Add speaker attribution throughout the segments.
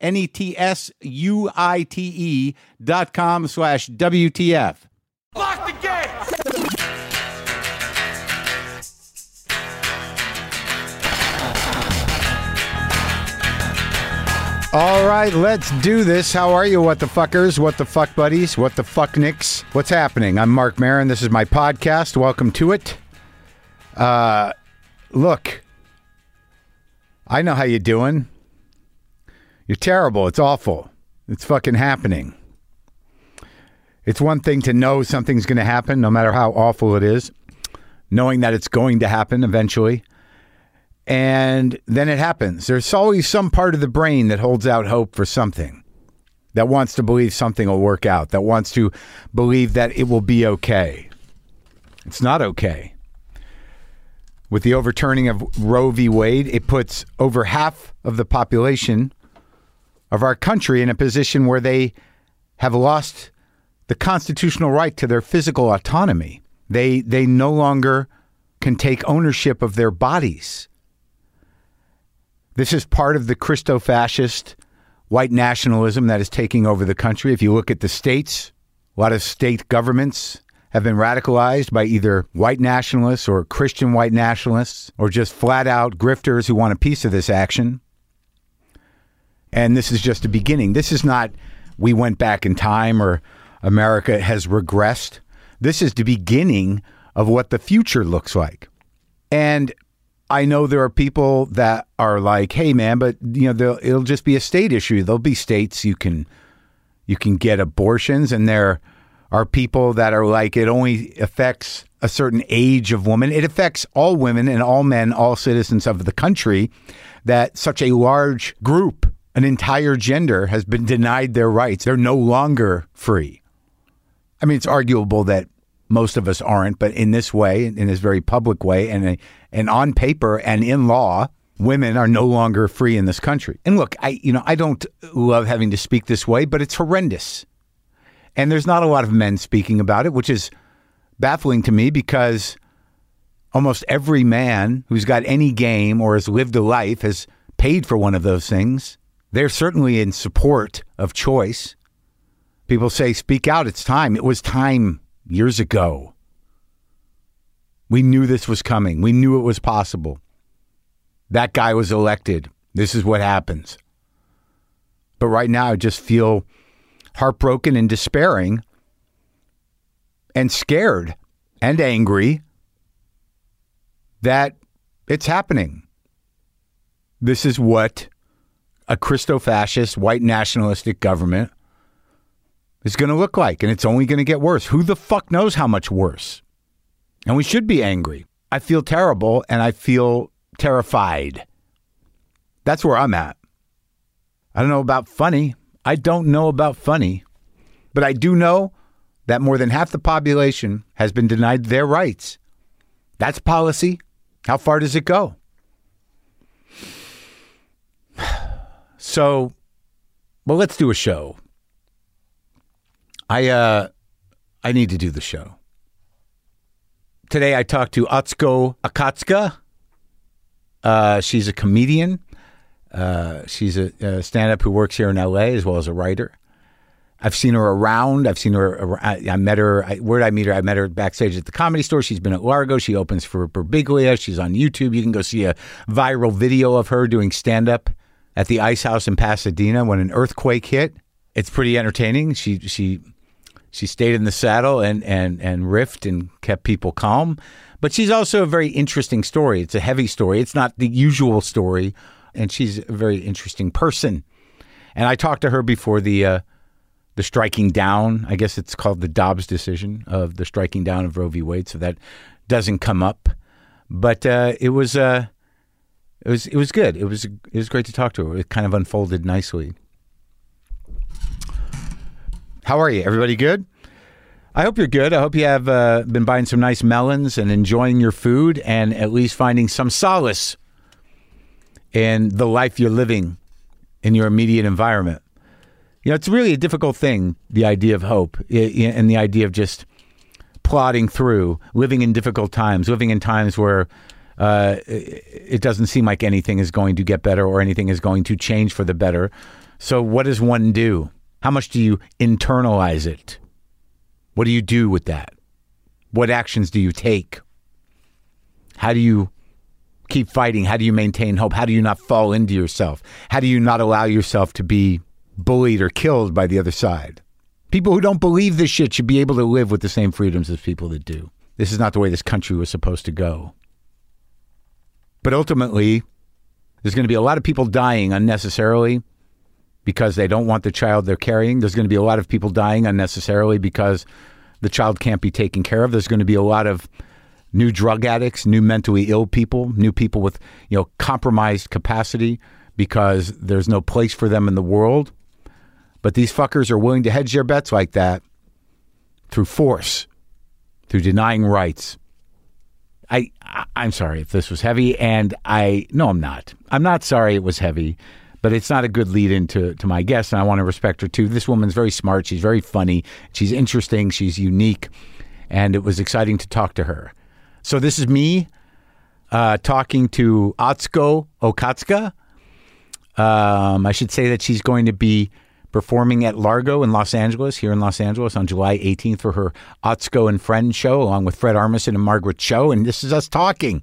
Speaker 1: N E T S U I T E dot com slash WTF.
Speaker 2: Lock the gate!
Speaker 1: All right, let's do this. How are you, what the fuckers? What the fuck buddies? What the fuck nicks? What's happening? I'm Mark Marin. This is my podcast. Welcome to it. Uh, look, I know how you're doing. You're terrible. It's awful. It's fucking happening. It's one thing to know something's going to happen, no matter how awful it is, knowing that it's going to happen eventually and then it happens. There's always some part of the brain that holds out hope for something, that wants to believe something will work out, that wants to believe that it will be okay. It's not okay. With the overturning of Roe v. Wade, it puts over half of the population of our country in a position where they have lost the constitutional right to their physical autonomy. They, they no longer can take ownership of their bodies. This is part of the Christo fascist white nationalism that is taking over the country. If you look at the states, a lot of state governments have been radicalized by either white nationalists or Christian white nationalists or just flat out grifters who want a piece of this action. And this is just the beginning. This is not we went back in time or America has regressed. This is the beginning of what the future looks like. And I know there are people that are like, "Hey, man, but you know, they'll- it'll just be a state issue. There'll be states you can you can get abortions, and there are people that are like, it only affects a certain age of woman. It affects all women and all men, all citizens of the country. That such a large group, an entire gender, has been denied their rights. They're no longer free. I mean, it's arguable that most of us aren't, but in this way, in this very public way, and and on paper and in law, women are no longer free in this country. And look, I you know I don't love having to speak this way, but it's horrendous, and there's not a lot of men speaking about it, which is baffling to me because almost every man who's got any game or has lived a life has paid for one of those things. They're certainly in support of choice. People say, speak out, it's time. It was time years ago. We knew this was coming, we knew it was possible. That guy was elected. This is what happens. But right now, I just feel heartbroken and despairing and scared and angry that it's happening. This is what a Christo fascist, white nationalistic government it's going to look like, and it's only going to get worse. Who the fuck knows how much worse? And we should be angry. I feel terrible and I feel terrified. That's where I'm at. I don't know about funny. I don't know about funny. But I do know that more than half the population has been denied their rights. That's policy. How far does it go? So, well, let's do a show. I uh I need to do the show. Today I talked to Atsuko Akatsuka. Uh, she's a comedian. Uh, she's a, a stand-up who works here in LA as well as a writer. I've seen her around. I've seen her. ar- I, I met her. I, where did I meet her? I met her backstage at the comedy store. She's been at Largo. She opens for Berbiglia. She's on YouTube. You can go see a viral video of her doing stand up at the Ice House in Pasadena when an earthquake hit. It's pretty entertaining. She she She stayed in the saddle and, and, and riffed and kept people calm. But she's also a very interesting story. It's a heavy story, it's not the usual story. And she's a very interesting person. And I talked to her before the, uh, the striking down, I guess it's called the Dobbs decision of the striking down of Roe v. Wade. So that doesn't come up. But uh, it was. Uh, it was it was good. It was it was great to talk to her. It kind of unfolded nicely. How are you? Everybody good? I hope you're good. I hope you have uh, been buying some nice melons and enjoying your food and at least finding some solace in the life you're living in your immediate environment. You know, it's really a difficult thing, the idea of hope i- i- and the idea of just plodding through, living in difficult times, living in times where uh, it doesn't seem like anything is going to get better or anything is going to change for the better. So, what does one do? How much do you internalize it? What do you do with that? What actions do you take? How do you keep fighting? How do you maintain hope? How do you not fall into yourself? How do you not allow yourself to be bullied or killed by the other side? People who don't believe this shit should be able to live with the same freedoms as people that do. This is not the way this country was supposed to go. But ultimately, there's going to be a lot of people dying unnecessarily because they don't want the child they're carrying. There's going to be a lot of people dying unnecessarily because the child can't be taken care of. There's going to be a lot of new drug addicts, new mentally ill people, new people with, you know, compromised capacity because there's no place for them in the world. But these fuckers are willing to hedge their bets like that through force, through denying rights. I, I I'm sorry if this was heavy, and I no, I'm not. I'm not sorry it was heavy, but it's not a good lead into to my guest, and I want to respect her too. This woman's very smart. She's very funny. She's interesting. She's unique, and it was exciting to talk to her. So this is me uh, talking to Atsuko Okatsuka. Um, I should say that she's going to be performing at Largo in Los Angeles, here in Los Angeles, on July 18th for her Otsko and Friends show, along with Fred Armisen and Margaret Cho. And this is us talking.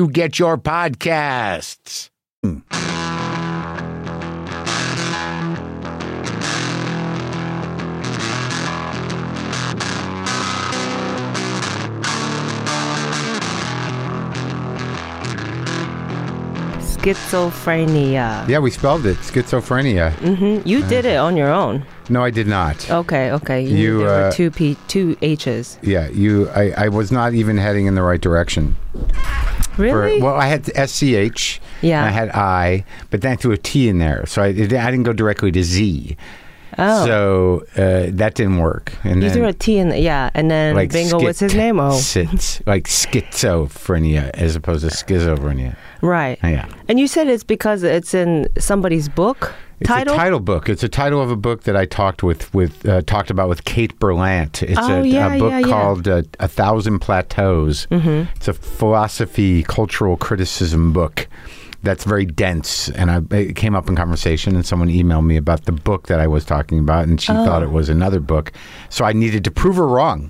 Speaker 1: get your podcasts.
Speaker 3: Schizophrenia.
Speaker 1: Yeah, we spelled it schizophrenia.
Speaker 3: hmm You did it on your own.
Speaker 1: No, I did not.
Speaker 3: Okay, okay. You,
Speaker 1: You,
Speaker 3: knew there
Speaker 1: uh,
Speaker 3: were two p two h's.
Speaker 1: Yeah, you. I, I was not even heading in the right direction. For-
Speaker 3: Really?
Speaker 1: well, I had SCH.
Speaker 3: Yeah.
Speaker 1: And I had I, but then I threw a T in there, so I, I didn't go directly to Z.
Speaker 3: oh,
Speaker 1: So uh, that didn't work. And
Speaker 3: you
Speaker 1: then,
Speaker 3: threw a T in the, yeah, and then bingo. What's his
Speaker 1: skit-
Speaker 3: name? Oh,
Speaker 1: sits, like schizophrenia as opposed to schizophrenia.
Speaker 3: right.
Speaker 1: Yeah.
Speaker 3: And you said it's because it's in somebody's book
Speaker 1: It's
Speaker 3: title.
Speaker 1: a title book. It's a title of a book that I talked with with uh, talked about with Kate Berlant. It's
Speaker 3: Oh,
Speaker 1: a,
Speaker 3: yeah,
Speaker 1: a book
Speaker 3: yeah, Mm-hmm. yeah.
Speaker 1: called uh, A Thousand Plateaus. It's a philosophy, cultural criticism book that's very dense. And I it came up in conversation, and someone emailed me about the book that I was talking about, and she thought
Speaker 3: Oh.
Speaker 1: it was another book. So I needed to prove her wrong.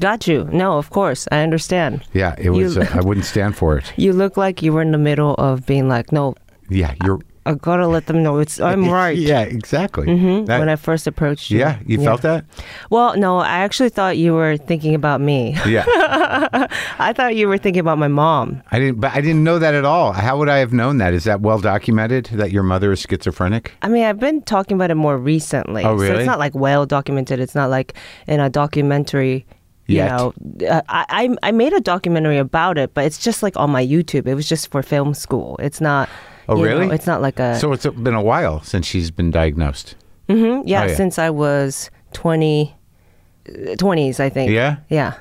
Speaker 3: Got you. No, of course, I understand.
Speaker 1: Yeah, it was. uh, I wouldn't stand for it.
Speaker 3: You look like you were in the middle of being like, no,
Speaker 1: Yeah, you're.
Speaker 3: I gotta let them know it's I'm right. Mm-hmm.
Speaker 1: Yeah, exactly. That-
Speaker 3: when I first approached you.
Speaker 1: yeah, you felt that?
Speaker 3: Well, no, I actually thought you were thinking about me.
Speaker 1: Yeah.
Speaker 3: I thought you were thinking about my mom.
Speaker 1: I didn't but I didn't know that at all. How would I have known that? Is that well documented that your mother is schizophrenic?
Speaker 3: I mean, I've been talking about it more recently.
Speaker 1: Oh,
Speaker 3: So
Speaker 1: really?
Speaker 3: it's not like well documented. It's not like in a documentary. You
Speaker 1: Yet.
Speaker 3: know, Uh, I, I I made a documentary about it, but it's just like on my YouTube. It was just for film school. It's not.
Speaker 1: Oh,
Speaker 3: you know,
Speaker 1: really?
Speaker 3: it's not like a.
Speaker 1: So it's been a while since she's been diagnosed.
Speaker 3: Mhm, yeah,
Speaker 1: Oh, yeah.
Speaker 3: since I was 20, uh, 20s, I think.
Speaker 1: Yeah?
Speaker 3: Yeah.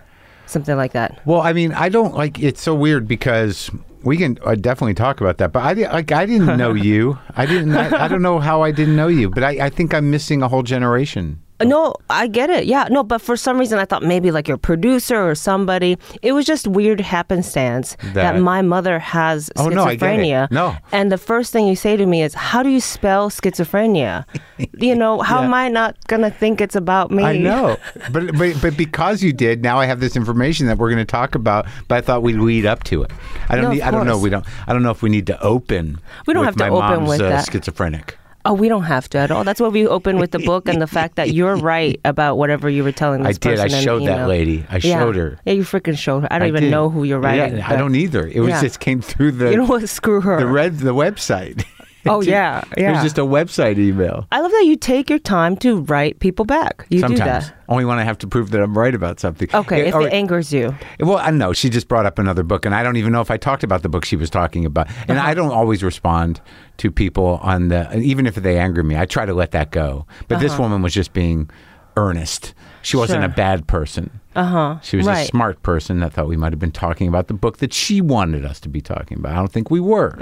Speaker 3: Something like that.
Speaker 1: Well, I mean, I don't like it's so weird because we can uh, definitely talk about that, but I di- like I didn't know you. I didn't. I, I don't know how I didn't know you, but I, I think I'm missing a whole generation.
Speaker 3: No, I get it. Yeah. No, but for some reason, I thought maybe like your producer or somebody. It was just weird happenstance that,
Speaker 1: That-
Speaker 3: my mother has
Speaker 1: Oh,
Speaker 3: schizophrenia.
Speaker 1: no, I get it. No.
Speaker 3: And the first thing you say to me is, How do you spell schizophrenia? you know, how
Speaker 1: Yeah.
Speaker 3: am I not going to think it's about me?
Speaker 1: I know, but, but but because you did, now I have this information that we're going to talk about. But I thought we'd lead up to it. I don't.
Speaker 3: No, of
Speaker 1: need, I don't know.
Speaker 3: course.
Speaker 1: We don't. I don't know if we need to open.
Speaker 3: We don't
Speaker 1: with
Speaker 3: have
Speaker 1: my
Speaker 3: to open
Speaker 1: mom's,
Speaker 3: with
Speaker 1: uh,
Speaker 3: that.
Speaker 1: schizophrenic.
Speaker 3: Oh, we don't have to at all. That's why we open with the book and the fact that you're right about whatever you were telling
Speaker 1: I
Speaker 3: this
Speaker 1: did. I
Speaker 3: person in the
Speaker 1: showed that
Speaker 3: email.
Speaker 1: lady. I
Speaker 3: yeah.
Speaker 1: showed her.
Speaker 3: Yeah, you freaking showed her. I don't even
Speaker 1: did.
Speaker 3: know who you're writing.
Speaker 1: Yeah, I
Speaker 3: but
Speaker 1: don't either. It was
Speaker 3: Yeah.
Speaker 1: just came through the
Speaker 3: You know what? Screw her.
Speaker 1: the red the website.
Speaker 3: Oh,
Speaker 1: It
Speaker 3: yeah,
Speaker 1: It was
Speaker 3: yeah.
Speaker 1: just a website email.
Speaker 3: I love that you take your time to write people back. You do
Speaker 1: Sometimes
Speaker 3: that.
Speaker 1: only when I have to prove that I'm right about something.
Speaker 3: Okay,
Speaker 1: Yeah,
Speaker 3: if
Speaker 1: or-
Speaker 3: it angers you.
Speaker 1: Well, I know. She just brought up another book, and I don't even know if I talked about the book she was talking about. And
Speaker 3: Uh-huh.
Speaker 1: I don't always respond to people on the, even if they anger me, I try to let that go. But this woman was just being earnest. She wasn't
Speaker 3: Uh-huh. Sure. Uh-huh.
Speaker 1: a bad person. Uh huh. She was a
Speaker 3: Right.
Speaker 1: smart person. I thought we might have been talking about the book that she wanted us to be talking about. I don't think we were.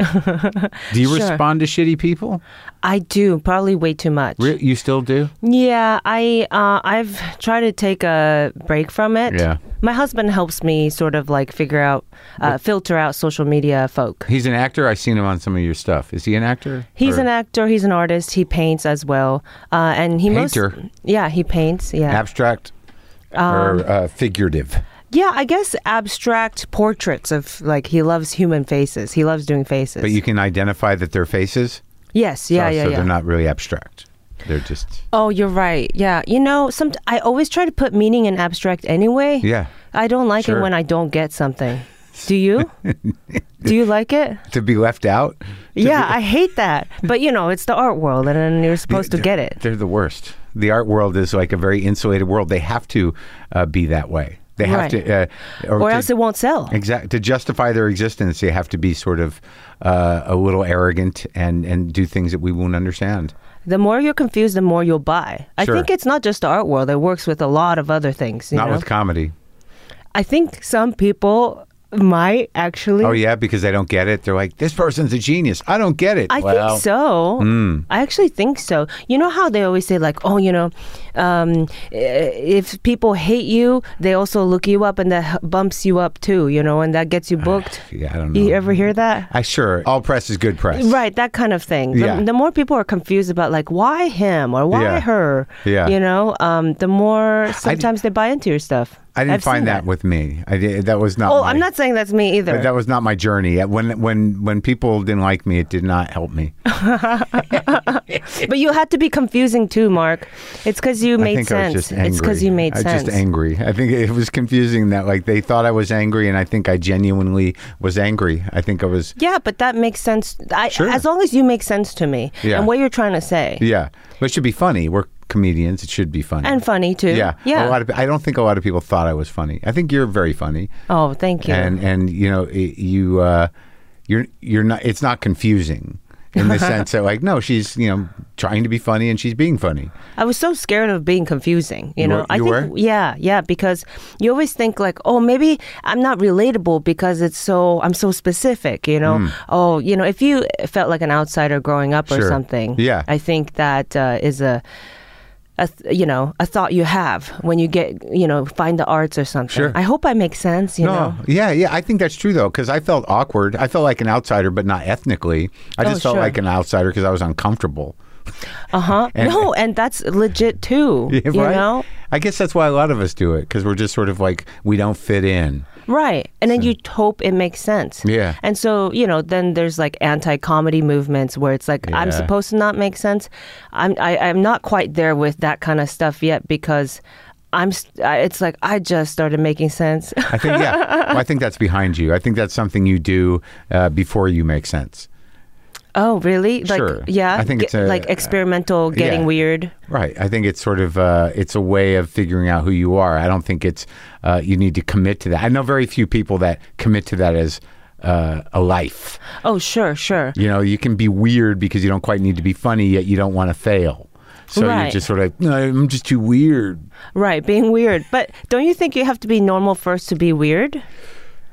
Speaker 1: do you respond to shitty people?
Speaker 3: I do probably way too much.
Speaker 1: Re- You still do?
Speaker 3: Yeah, I uh, I've tried to take a break from it.
Speaker 1: Yeah.
Speaker 3: My husband helps me sort of like figure out, uh, filter out social media folk.
Speaker 1: He's an actor. I've seen him on some of your stuff. Is he an actor?
Speaker 3: He's
Speaker 1: Or-
Speaker 3: an actor. He's an artist. He paints as well, uh, and he most-
Speaker 1: Painter.
Speaker 3: yeah, he paints. Yeah,
Speaker 1: abstract
Speaker 3: Um,
Speaker 1: or uh, figurative.
Speaker 3: yeah. I guess abstract portraits of like he loves human faces. He loves doing faces.
Speaker 1: But you can identify that they're faces.
Speaker 3: yes, yeah,
Speaker 1: so,
Speaker 3: yeah,
Speaker 1: so
Speaker 3: yeah.
Speaker 1: they're not really abstract. They're just
Speaker 3: Oh, you're right. Yeah, you know, some I always try to put meaning in abstract anyway.
Speaker 1: Yeah.
Speaker 3: I don't like
Speaker 1: Sure.
Speaker 3: it when I don't get something. Do you? Do you like it?
Speaker 1: to be left out.
Speaker 3: Yeah, I hate that. But you know, it's the art world, and then you're supposed to get it.
Speaker 1: They're the worst. The art world is like a very insulated world. They have to uh, be that way. They have
Speaker 3: Right.
Speaker 1: to, uh,
Speaker 3: Or
Speaker 1: to-
Speaker 3: else it won't sell.
Speaker 1: Exact to justify their existence, they have to be sort of uh, a little arrogant and and do things that we won't understand.
Speaker 3: The more you're confused, the more you'll buy. I
Speaker 1: Sure.
Speaker 3: think it's not just the art world; it works with a lot of other things. You
Speaker 1: Not
Speaker 3: know?
Speaker 1: with comedy.
Speaker 3: I think some people might actually.
Speaker 1: Oh yeah, because they don't get it. They're like, this person's a genius. I don't get it.
Speaker 3: I think so.
Speaker 1: Hmm.
Speaker 3: I actually think so. You know how they always say like, oh, you know, um, i- if people hate you, they also look you up, and that h- bumps you up too. You know, and that gets you booked.
Speaker 1: Ah, Yeah, I don't know.
Speaker 3: You ever hear that?
Speaker 1: I sure. All press is good press.
Speaker 3: Right, that kind of thing. The,
Speaker 1: Yeah.
Speaker 3: the more people are confused about like why him or why
Speaker 1: Yeah.
Speaker 3: her,
Speaker 1: Yeah.
Speaker 3: you know, um, the more sometimes they buy into your stuff.
Speaker 1: I didn't
Speaker 3: I've seen
Speaker 1: find that. with me. I did, that was not.
Speaker 3: Oh,
Speaker 1: my-
Speaker 3: I'm not saying that's me either.
Speaker 1: That was not my journey. Uh, When when when people didn't like me, it did not help me.
Speaker 3: but you had to be confusing too, Mark. It's because you
Speaker 1: I
Speaker 3: made
Speaker 1: think I
Speaker 3: sense.
Speaker 1: was just angry.
Speaker 3: It's because you made
Speaker 1: I was
Speaker 3: sense.
Speaker 1: Just angry. I think it was confusing that like they thought I was angry, and I think I genuinely was angry. I think I was.
Speaker 3: Yeah, but that makes sense. I,
Speaker 1: Sure.
Speaker 3: As long as you make sense to me
Speaker 1: Yeah.
Speaker 3: and what you're trying to say.
Speaker 1: Yeah, but it should be funny. We're comedians. It should be funny
Speaker 3: And funny too.
Speaker 1: Yeah,
Speaker 3: Yeah.
Speaker 1: A lot of I don't think a lot of people thought I was funny. I think you're very funny.
Speaker 3: oh, thank you.
Speaker 1: and and you know i you uh, you're you're not it's not confusing in the sense that like no she's you know trying to be funny and she's being funny
Speaker 3: I was so scared of being confusing. You,
Speaker 1: You
Speaker 3: know,
Speaker 1: were-
Speaker 3: I
Speaker 1: you
Speaker 3: think
Speaker 1: were?
Speaker 3: yeah, yeah, because you always think like, oh, maybe I'm not relatable because it's so I'm so specific. You know, oh, you know, if you felt like an outsider growing up
Speaker 1: Hmm. Sure.
Speaker 3: or something,
Speaker 1: Yeah.
Speaker 3: I think that uh, is a. A th- you know a thought you have when you get you know find the arts or something.
Speaker 1: Sure.
Speaker 3: I hope I make sense. You know.
Speaker 1: yeah yeah i think that's true though because i felt awkward i felt like an outsider but not ethnically i just felt
Speaker 3: Oh, sure.
Speaker 1: like an outsider because i was uncomfortable
Speaker 3: Uh huh. No, Uh-huh. and that's legit too.
Speaker 1: Yeah,
Speaker 3: You
Speaker 1: right?
Speaker 3: know?
Speaker 1: I guess that's why a lot of us do it because we're just sort of like we don't fit in.
Speaker 3: Right. And then you hope it makes sense.
Speaker 1: Yeah.
Speaker 3: And so, you know, then there's like anti comedy movements where it's like, I'm
Speaker 1: Yeah.
Speaker 3: supposed to not make sense. I'm, I, I'm not quite there with that kind of stuff yet because I'm, st- I, it's like, I just started making sense.
Speaker 1: I think yeah. Well, I think that's behind you. I think that's something you do uh, before you make sense.
Speaker 3: oh, really? Like,
Speaker 1: Sure.
Speaker 3: yeah.
Speaker 1: I think
Speaker 3: Ge-
Speaker 1: it's a- uh,
Speaker 3: like experimental, getting weird.
Speaker 1: Right. I think it's sort of uh, it's a way of figuring out who you are. I don't think it's uh, you need to commit to that. I know very few people that commit to that as uh, a life.
Speaker 3: Oh, sure, sure.
Speaker 1: You know, you can be weird because you don't quite need to be funny, yet you don't want to fail. So you're
Speaker 3: Right.
Speaker 1: just sort of, no, I'm just too weird.
Speaker 3: Right. Being weird. But don't you think you have to be normal first to be weird?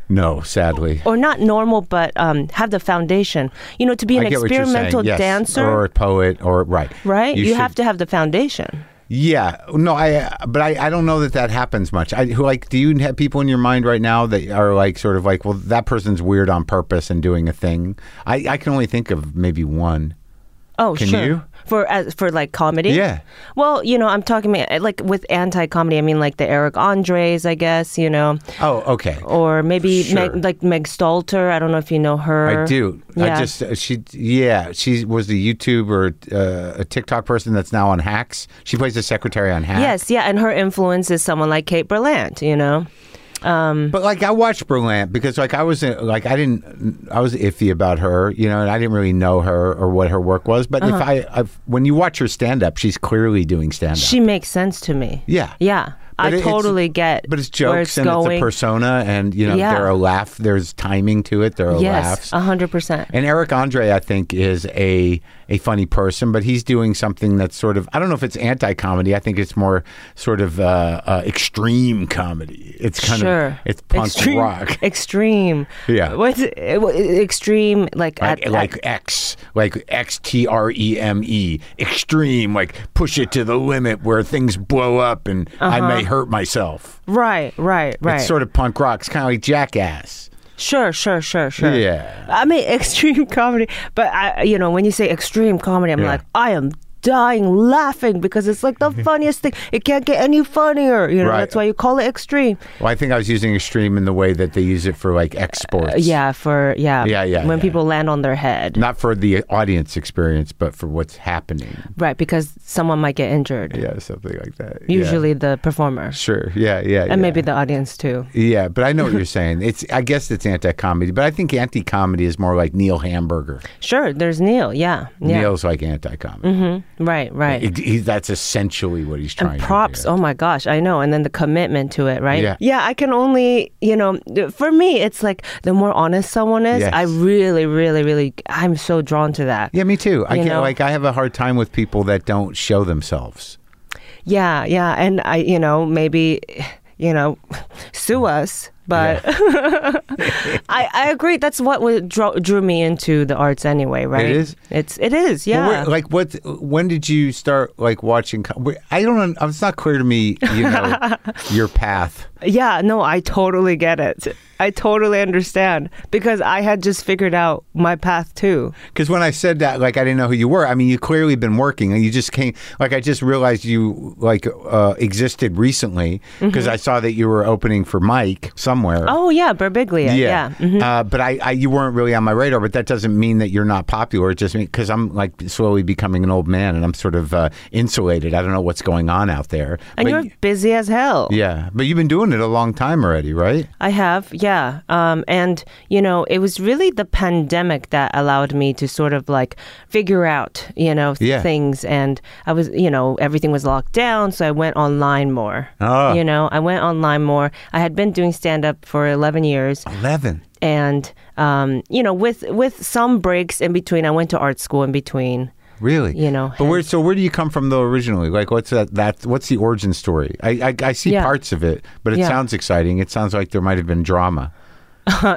Speaker 1: No, sadly.
Speaker 3: Or not normal, but um, have the foundation. You know, to be an
Speaker 1: I get what you're saying.
Speaker 3: experimental
Speaker 1: Yes.
Speaker 3: dancer.
Speaker 1: or a poet, or right,
Speaker 3: right? You, have
Speaker 1: should-
Speaker 3: to have the foundation.
Speaker 1: Yeah, no, I. But I, I don't know that that happens much. I who like. Do you have people in your mind right now that are like sort of like, well, that person's weird on purpose and doing a thing? I, I can only think of maybe one.
Speaker 3: Oh,
Speaker 1: Can
Speaker 3: sure.
Speaker 1: you?
Speaker 3: For as for like comedy,
Speaker 1: Yeah.
Speaker 3: Well, you know, I'm talking about, like with anti-comedy. I mean, like the Eric Andres, I guess. You know,
Speaker 1: Oh, okay.
Speaker 3: or maybe
Speaker 1: Sure.
Speaker 3: Meg, like Meg Stalter. I don't know if you know her.
Speaker 1: I do.
Speaker 3: Yeah.
Speaker 1: I just uh, she yeah she was the YouTube or uh, a TikTok person that's now on Hacks. She plays the secretary on Hacks.
Speaker 3: Yes, yeah, and her influence is someone like Kate Berlant. You know,
Speaker 1: But like I watched Berlant because like I was uh, like I didn't I was iffy about her, you know, and I didn't really know her or what her work was. But
Speaker 3: Uh-huh.
Speaker 1: if I I've, when you watch her stand up, she's clearly doing stand up.
Speaker 3: she makes sense to me.
Speaker 1: Yeah.
Speaker 3: yeah,
Speaker 1: But
Speaker 3: I
Speaker 1: it- it's-
Speaker 3: totally get.
Speaker 1: but it's
Speaker 3: where
Speaker 1: jokes
Speaker 3: it's
Speaker 1: and
Speaker 3: going.
Speaker 1: it's a persona, and you know
Speaker 3: Yeah.
Speaker 1: there are laugh. There's timing to it. There are
Speaker 3: Yes,
Speaker 1: laughs.
Speaker 3: a hundred percent.
Speaker 1: And Eric Andre, I think, is a a funny person, but he's doing something that's sort of I don't know if it's anti comedy. I think it's more sort of uh, uh, extreme comedy. It's kind
Speaker 3: sure.
Speaker 1: of it's punk
Speaker 3: extreme,
Speaker 1: rock,
Speaker 3: Extreme.
Speaker 1: Yeah.
Speaker 3: What's it, what- extreme? Like
Speaker 1: like,
Speaker 3: at,
Speaker 1: like X, like X T R E M E, extreme, like push it to the limit where things blow up and I may hurt myself.
Speaker 3: right, right, Uh-huh. right.
Speaker 1: It's sort of punk rock. It's kind of like Jackass.
Speaker 3: Sure, sure, sure, sure.
Speaker 1: Yeah.
Speaker 3: I mean, extreme comedy. But, I, you know, when you say extreme comedy, I'm
Speaker 1: Yeah.
Speaker 3: like, I am dying laughing because it's like the funniest thing. It can't get any funnier. You know,
Speaker 1: Right.
Speaker 3: that's why you call it extreme.
Speaker 1: Well, I think I was using extreme in the way that they use it for like exports.
Speaker 3: Uh, Yeah, for, yeah.
Speaker 1: Yeah, yeah,
Speaker 3: When
Speaker 1: yeah.
Speaker 3: people land on their head.
Speaker 1: Not for the audience experience, but for what's happening.
Speaker 3: Right, because someone might get injured.
Speaker 1: Yeah, something like that. Yeah.
Speaker 3: Usually the performer.
Speaker 1: Sure. Yeah, yeah.
Speaker 3: And
Speaker 1: yeah.
Speaker 3: maybe the audience too.
Speaker 1: Yeah, but I know what you're saying. It's I guess it's anti comedy, but I think anti comedy is more like Neil Hamburger.
Speaker 3: Sure, there's Neil. Yeah. Yeah.
Speaker 1: Neil's like anti comedy.
Speaker 3: Right, right.
Speaker 1: It- he- that's essentially what he's trying
Speaker 3: and props
Speaker 1: to
Speaker 3: oh my gosh i know and then the commitment to it right
Speaker 1: Yeah.
Speaker 3: i can only you know for me it's like the more honest someone is
Speaker 1: Yes.
Speaker 3: i really really really i'm so drawn to that
Speaker 1: do. Yeah, me too. I
Speaker 3: You
Speaker 1: get
Speaker 3: know?
Speaker 1: like I have a hard time with people that don't show themselves.
Speaker 3: yeah yeah and i you know maybe you know sue us but I, I agree that's what would draw, drew me into the arts anyway right
Speaker 1: is?
Speaker 3: it's it is yeah
Speaker 1: Well, where- like what? When did you start like watching? co- where- I don't. un- It's not clear to me. You know your path.
Speaker 3: Yeah, no, I totally get it. I totally understand because I had just figured out my path too.
Speaker 1: Because when I said that, like I didn't know who you were. I mean, you clearly been working, and you just came. Like I just realized you like uh, existed recently because I saw that you were opening for Mike somewhere.
Speaker 3: Mm-hmm. Oh yeah, Berbiglia. Yeah. Mhm.
Speaker 1: Uh, but I, I, you weren't really on my radar. But that doesn't mean that you're not popular. It just means because I'm like slowly becoming an old man, and I'm sort of uh, insulated. I don't know what's going on out there.
Speaker 3: And
Speaker 1: But
Speaker 3: you're busy as hell.
Speaker 1: Yeah, but you've been doing it a long time already, right?
Speaker 3: I have, yeah. Um, and, you know, it was really the pandemic that allowed me to sort of like figure out, you know,
Speaker 1: Yeah.
Speaker 3: things. And I was, you know, everything was locked down. So I went online more.
Speaker 1: Ah.
Speaker 3: You know, I went online more. I had been doing stand up for 11 years.
Speaker 1: Eleven.
Speaker 3: And, um, you know, with, with some breaks in between, I went to art school in between.
Speaker 1: Really?
Speaker 3: You know,
Speaker 1: But where? So where do you come from though originally? Like, what's that? That what's the origin story? I I, I see
Speaker 3: Yeah.
Speaker 1: parts of it, but it
Speaker 3: Yeah.
Speaker 1: sounds exciting. It sounds like there might have been drama.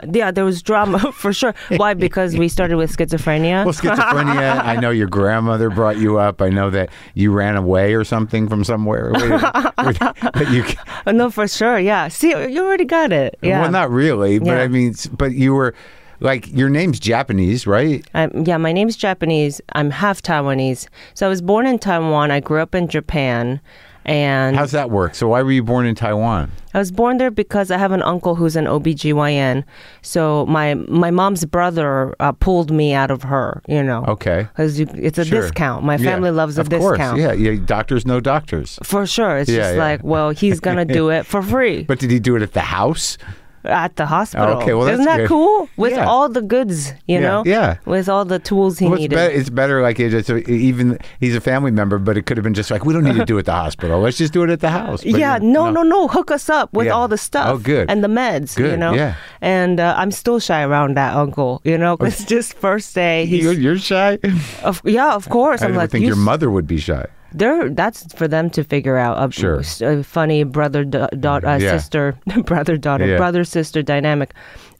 Speaker 3: Yeah, there was drama for sure. Why? Because we started with schizophrenia.
Speaker 1: Well, schizophrenia. I know your grandmother brought you up. I know that you ran away or something from somewhere. Wait, wait, but you,
Speaker 3: Oh, no, for sure. Yeah. See, you already got it. Yeah.
Speaker 1: well, not really. But
Speaker 3: Yeah.
Speaker 1: I mean, s- but you were like your name's Japanese, right?
Speaker 3: Um, yeah, my name's Japanese. I'm half Taiwanese. So I was born in Taiwan. I grew up in Japan. And
Speaker 1: How's that work? So why were you born in Taiwan?
Speaker 3: I was born there because I have an uncle who's an OBGYN. So my my mom's brother uh, pulled me out of her, you know.
Speaker 1: Okay.
Speaker 3: Because it's a
Speaker 1: Sure.
Speaker 3: discount. My
Speaker 1: Yeah.
Speaker 3: family loves a
Speaker 1: of Course.
Speaker 3: discount.
Speaker 1: Yeah, yeah. Doctors know doctors.
Speaker 3: For sure. It's
Speaker 1: Yeah,
Speaker 3: just
Speaker 1: yeah.
Speaker 3: like, well, he's going to do it for free
Speaker 1: But did he do it at the house?
Speaker 3: at the hospital.
Speaker 1: Okay, well,
Speaker 3: Isn't
Speaker 1: that's
Speaker 3: that
Speaker 1: good.
Speaker 3: cool? With
Speaker 1: Yeah.
Speaker 3: all the goods, you
Speaker 1: Yeah,
Speaker 3: know?
Speaker 1: yeah.
Speaker 3: With all the tools he
Speaker 1: Well, it's,
Speaker 3: needed.
Speaker 1: better, it's better like it- it's a, even he's a family member, but it could have been just like we don't need to do it at the hospital. Let's just do it at the house. But
Speaker 3: yeah,
Speaker 1: you-
Speaker 3: no, no, no. Hook us up with
Speaker 1: Yeah.
Speaker 3: all the stuff.
Speaker 1: Oh, good.
Speaker 3: And the meds, you
Speaker 1: Good,
Speaker 3: know?
Speaker 1: yeah.
Speaker 3: And uh, I'm still shy around that uncle, you know?
Speaker 1: Oh.
Speaker 3: Because just first day, he's.
Speaker 1: You're, you're shy.
Speaker 3: Of, yeah, of course.
Speaker 1: I
Speaker 3: I'm
Speaker 1: would
Speaker 3: like,
Speaker 1: think
Speaker 3: you
Speaker 1: your
Speaker 3: s-
Speaker 1: mother would be shy.
Speaker 3: They're that's for them to figure out. A,
Speaker 1: Sure.
Speaker 3: s- a funny brother da- da- uh,
Speaker 1: Yeah.
Speaker 3: sister brother daughter
Speaker 1: Yeah.
Speaker 3: brother sister dynamic,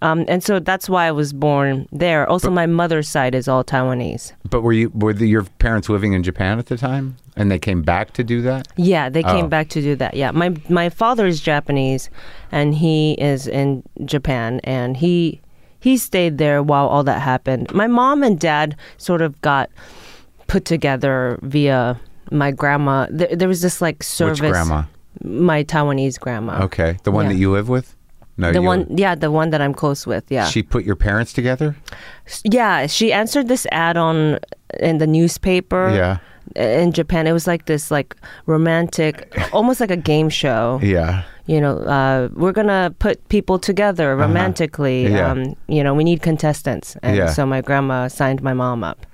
Speaker 3: um, and so that's why I was born there. Also, my mother's side is all Taiwanese.
Speaker 1: But were you were the, your parents living in Japan at the time, and they came back to do that?
Speaker 3: Yeah, they came
Speaker 1: Oh.
Speaker 3: back to do that. Yeah, my my father is Japanese, and he is in Japan, and he he stayed there while all that happened. My mom and dad sort of got put together via my grandma. There, there was this like service.
Speaker 1: Which grandma?
Speaker 3: My Taiwanese grandma.
Speaker 1: Okay, the one
Speaker 3: Yeah.
Speaker 1: that you live with. No,
Speaker 3: The
Speaker 1: you-
Speaker 3: one, yeah, the one that I'm close with, yeah,
Speaker 1: She put your parents together.
Speaker 3: S- yeah. She answered this ad on in the newspaper,
Speaker 1: Yeah.
Speaker 3: in Japan. It was like this, like romantic, almost like a game show.
Speaker 1: Yeah.
Speaker 3: You know, uh, we're gonna put people together romantically.
Speaker 1: Uh-huh. Yeah.
Speaker 3: Um, you know, we need contestants, and
Speaker 1: Yeah.
Speaker 3: so my grandma signed my mom up.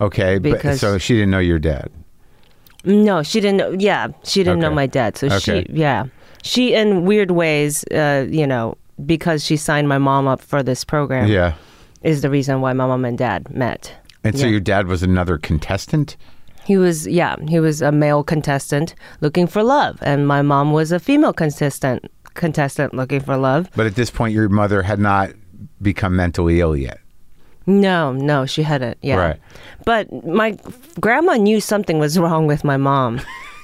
Speaker 1: Okay, but
Speaker 3: Because-
Speaker 1: so she didn't know your dad.
Speaker 3: No, she didn't. know Yeah, she didn't know
Speaker 1: Okay.
Speaker 3: my dad. So
Speaker 1: Okay.
Speaker 3: she, yeah, she in weird ways, uh, you know, because she signed my mom up for this program.
Speaker 1: Yeah.
Speaker 3: is the reason why my mom and dad met.
Speaker 1: And so
Speaker 3: Yeah.
Speaker 1: your dad was another contestant.
Speaker 3: He was, yeah, he was a male contestant looking for love, and my mom was a female contestant contestant looking for love.
Speaker 1: But at this point, your mother had not become mentally ill yet.
Speaker 3: No, no, she hadn't. Yeah,
Speaker 1: Right.
Speaker 3: But my grandma knew something was wrong with my mom.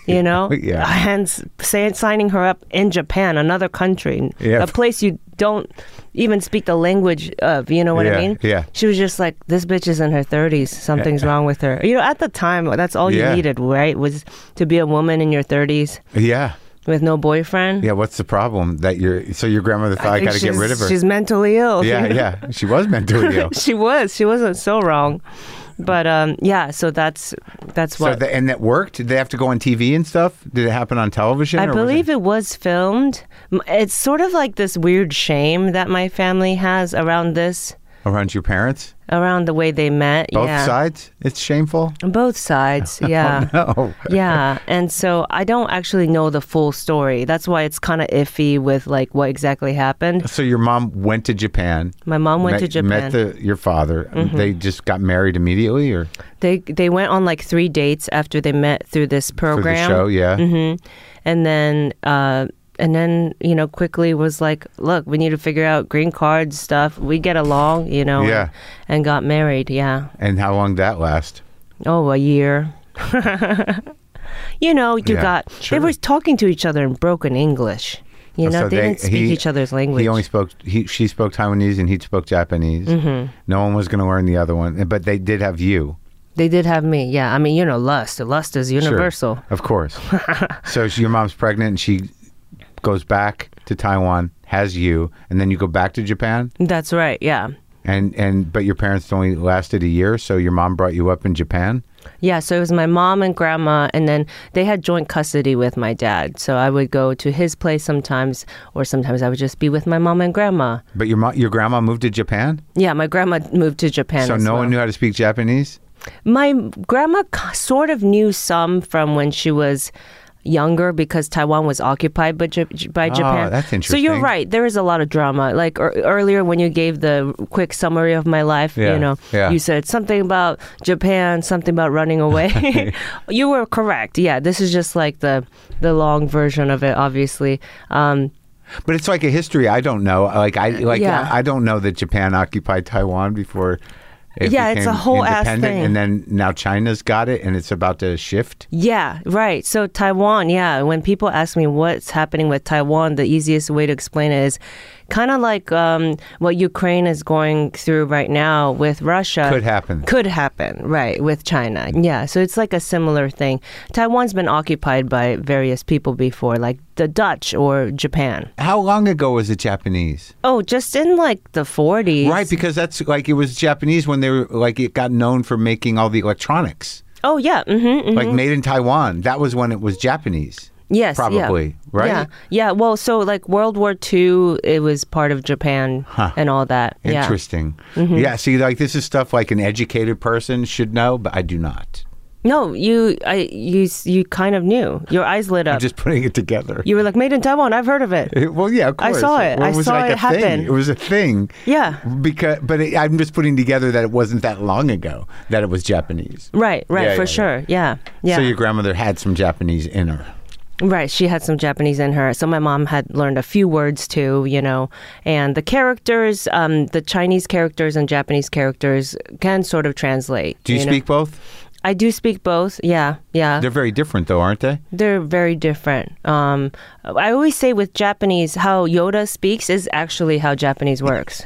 Speaker 3: You know,
Speaker 1: Yeah.
Speaker 3: Hence, say, signing her up in Japan, another country,
Speaker 1: Yeah.
Speaker 3: a place you don't even speak the language of. You know what
Speaker 1: Yeah,
Speaker 3: I mean?
Speaker 1: yeah.
Speaker 3: She was just like, "This bitch is in her thirties. Something's wrong with her." You know, at the time, that's all
Speaker 1: Yeah.
Speaker 3: you needed, right? Was to be a woman in your thirties
Speaker 1: Yeah.
Speaker 3: with no boyfriend.
Speaker 1: Yeah. What's the problem that your so your grandmother thought I,
Speaker 3: think
Speaker 1: got to get
Speaker 3: she's-
Speaker 1: rid of her?
Speaker 3: She's mentally ill.
Speaker 1: Yeah. Yeah. She was mentally ill.
Speaker 3: she was. She wasn't so wrong. But um, yeah, so that's that's
Speaker 1: So
Speaker 3: what
Speaker 1: the, and that worked. Did they have to go on TV and stuff? Did it happen on television?
Speaker 3: I
Speaker 1: or was
Speaker 3: believe it was filmed. M- It's sort of like this weird shame that my family has around this,
Speaker 1: around your parents,
Speaker 3: around the way they met.
Speaker 1: both
Speaker 3: yeah.
Speaker 1: sides. It's shameful.
Speaker 3: Both sides. Yeah.
Speaker 1: Oh,
Speaker 3: yeah and so i don't actually know the full story that's why it's kind of iffy with like what exactly happened
Speaker 1: so your mom went to Japan.
Speaker 3: my mom went
Speaker 1: met,
Speaker 3: to japan Mm-hmm.
Speaker 1: Met the, your father. They just got married immediately, or
Speaker 3: they they went on like three dates after they met through this
Speaker 1: for
Speaker 3: program Mm-hmm.
Speaker 1: the show? Yeah.
Speaker 3: and then uh and then you know quickly was like look we need to figure out green card stuff we get along you know
Speaker 1: Yeah.
Speaker 3: and, and got married yeah
Speaker 1: And how long did that last?
Speaker 3: oh a year you know you
Speaker 1: Yeah,
Speaker 3: got
Speaker 1: sure. Oh,
Speaker 3: they were talking to each other in broken english you know
Speaker 1: So
Speaker 3: they, didn't speak
Speaker 1: he-
Speaker 3: each other's language
Speaker 1: He only spoke. He, she spoke Taiwanese and he spoke Japanese.
Speaker 3: Mm-hmm.
Speaker 1: No one was going to learn the other one, but they did have you.
Speaker 3: They did have me. Yeah, I mean, you know, lust. Lust is
Speaker 1: Sure.
Speaker 3: universal.
Speaker 1: of course. so she- your mom's pregnant and she goes back to Taiwan, has you, and then you go back to Japan.
Speaker 3: That's right. Yeah.
Speaker 1: And and but your parents only lasted a year, so your mom brought you up in Japan.
Speaker 3: Yeah, so it was my mom and grandma, and then they had joint custody with my dad. So I would go to his place sometimes, or sometimes I would just be with my mom and grandma.
Speaker 1: But your mo- your grandma moved to Japan,
Speaker 3: Yeah, my grandma moved to Japan.
Speaker 1: so
Speaker 3: as
Speaker 1: no
Speaker 3: well.
Speaker 1: one knew how to speak Japanese.
Speaker 3: My grandma k- sort of knew some from when she was younger because Taiwan was occupied by, J- by Japan.
Speaker 1: Ah, that's
Speaker 3: So you're
Speaker 1: interesting.
Speaker 3: right. There is a lot of drama. Like ear earlier when you gave the quick summary of my life,
Speaker 1: Yeah,
Speaker 3: you know,
Speaker 1: yeah.
Speaker 3: you said something about Japan, something about running away. you were correct. Yeah, this is just like the the long version of it, obviously. Um,
Speaker 1: But it's like a history I don't know. Like I like
Speaker 3: Yeah.
Speaker 1: I, I don't know that Japan occupied Taiwan before It
Speaker 3: Yeah, it's a
Speaker 1: became
Speaker 3: whole ass
Speaker 1: independent,
Speaker 3: thing.
Speaker 1: And then now China's got it, and it's about to shift.
Speaker 3: Yeah, right. So Taiwan, yeah. When people ask me what's happening with Taiwan, the easiest way to explain it is kind of like um, what Ukraine is going through right now with Russia.
Speaker 1: Could happen.
Speaker 3: Could happen, right, with China. Yeah. So it's like a similar thing. Taiwan's been occupied by various people before, like the Dutch or Japan.
Speaker 1: How long ago was it Japanese?
Speaker 3: Oh, just in like the 40s.
Speaker 1: Right, because that's like it was Japanese when they were like it got known for making all the electronics,
Speaker 3: Oh, yeah. Mm-hmm,
Speaker 1: like made in Taiwan. That was when it was Japanese.
Speaker 3: Yes, yeah.
Speaker 1: probably, right?
Speaker 3: Yeah, yeah. Well, so like World War II, it was part of Japan and all that. Yeah. Mm-hmm.
Speaker 1: Interesting. Yeah, see, like this is stuff like an educated person should know, but I do not.
Speaker 3: No, you, I, you, s- you kind of knew. Your eyes lit
Speaker 1: I'm
Speaker 3: up.
Speaker 1: just putting it together.
Speaker 3: you were like, "Made in Taiwan." I've heard of it.
Speaker 1: It- well, yeah, of
Speaker 3: I
Speaker 1: course.
Speaker 3: saw it. I
Speaker 1: was
Speaker 3: saw
Speaker 1: like
Speaker 3: it
Speaker 1: a thing.
Speaker 3: happen.
Speaker 1: It was a thing.
Speaker 3: Yeah.
Speaker 1: Because, but it, I'm just putting together that it wasn't that long ago that it was Japanese.
Speaker 3: Right, right,
Speaker 1: Yeah,
Speaker 3: for
Speaker 1: yeah,
Speaker 3: sure. Yeah, Mm, yeah.
Speaker 1: So your grandmother had some Japanese in her.
Speaker 3: Right, she had some Japanese in her. So my mom had learned a few words too, you know. And the characters, um, the Chinese characters and Japanese characters can sort of translate.
Speaker 1: Do you,
Speaker 3: know?
Speaker 1: speak both?
Speaker 3: I do speak both. Yeah, yeah.
Speaker 1: They're very different, though, aren't they?
Speaker 3: They're very different. Um, I always say with Japanese, how Yoda speaks is actually how Japanese works.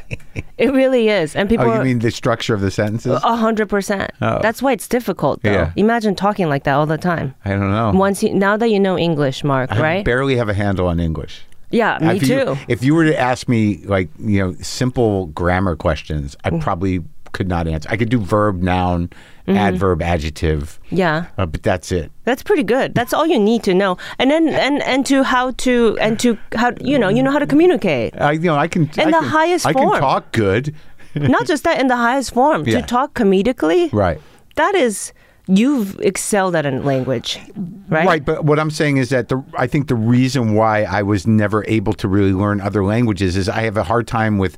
Speaker 3: it really is, and people.
Speaker 1: Oh, you
Speaker 3: are-
Speaker 1: mean the structure of the sentences?
Speaker 3: a hundred percent.
Speaker 1: Oh.
Speaker 3: That's why it's difficult, though.
Speaker 1: Yeah.
Speaker 3: Imagine talking like that all the time.
Speaker 1: I don't know.
Speaker 3: Once you, now that you know English, Mark,
Speaker 1: I
Speaker 3: right?
Speaker 1: barely have a handle on English.
Speaker 3: yeah, me
Speaker 1: if you-
Speaker 3: too.
Speaker 1: if you were to ask me, like, you know, simple grammar questions,
Speaker 3: Mm.
Speaker 1: I probably could not answer. I could do verb, noun, adverb, adjective,
Speaker 3: Mm-hmm. yeah.
Speaker 1: uh, but that's it.
Speaker 3: That's pretty good. That's all you need to know, and then and and to how to and to how you know you know how to communicate.
Speaker 1: I, you know, I can.
Speaker 3: In
Speaker 1: I
Speaker 3: the
Speaker 1: can-
Speaker 3: highest
Speaker 1: I
Speaker 3: form.
Speaker 1: can talk good.
Speaker 3: Not just that in the highest form
Speaker 1: Yeah.
Speaker 3: to talk comedically.
Speaker 1: Right.
Speaker 3: That is you've excelled at a language, right?
Speaker 1: Right, but what I'm saying is that the I think the reason why I was never able to really learn other languages is I have a hard time with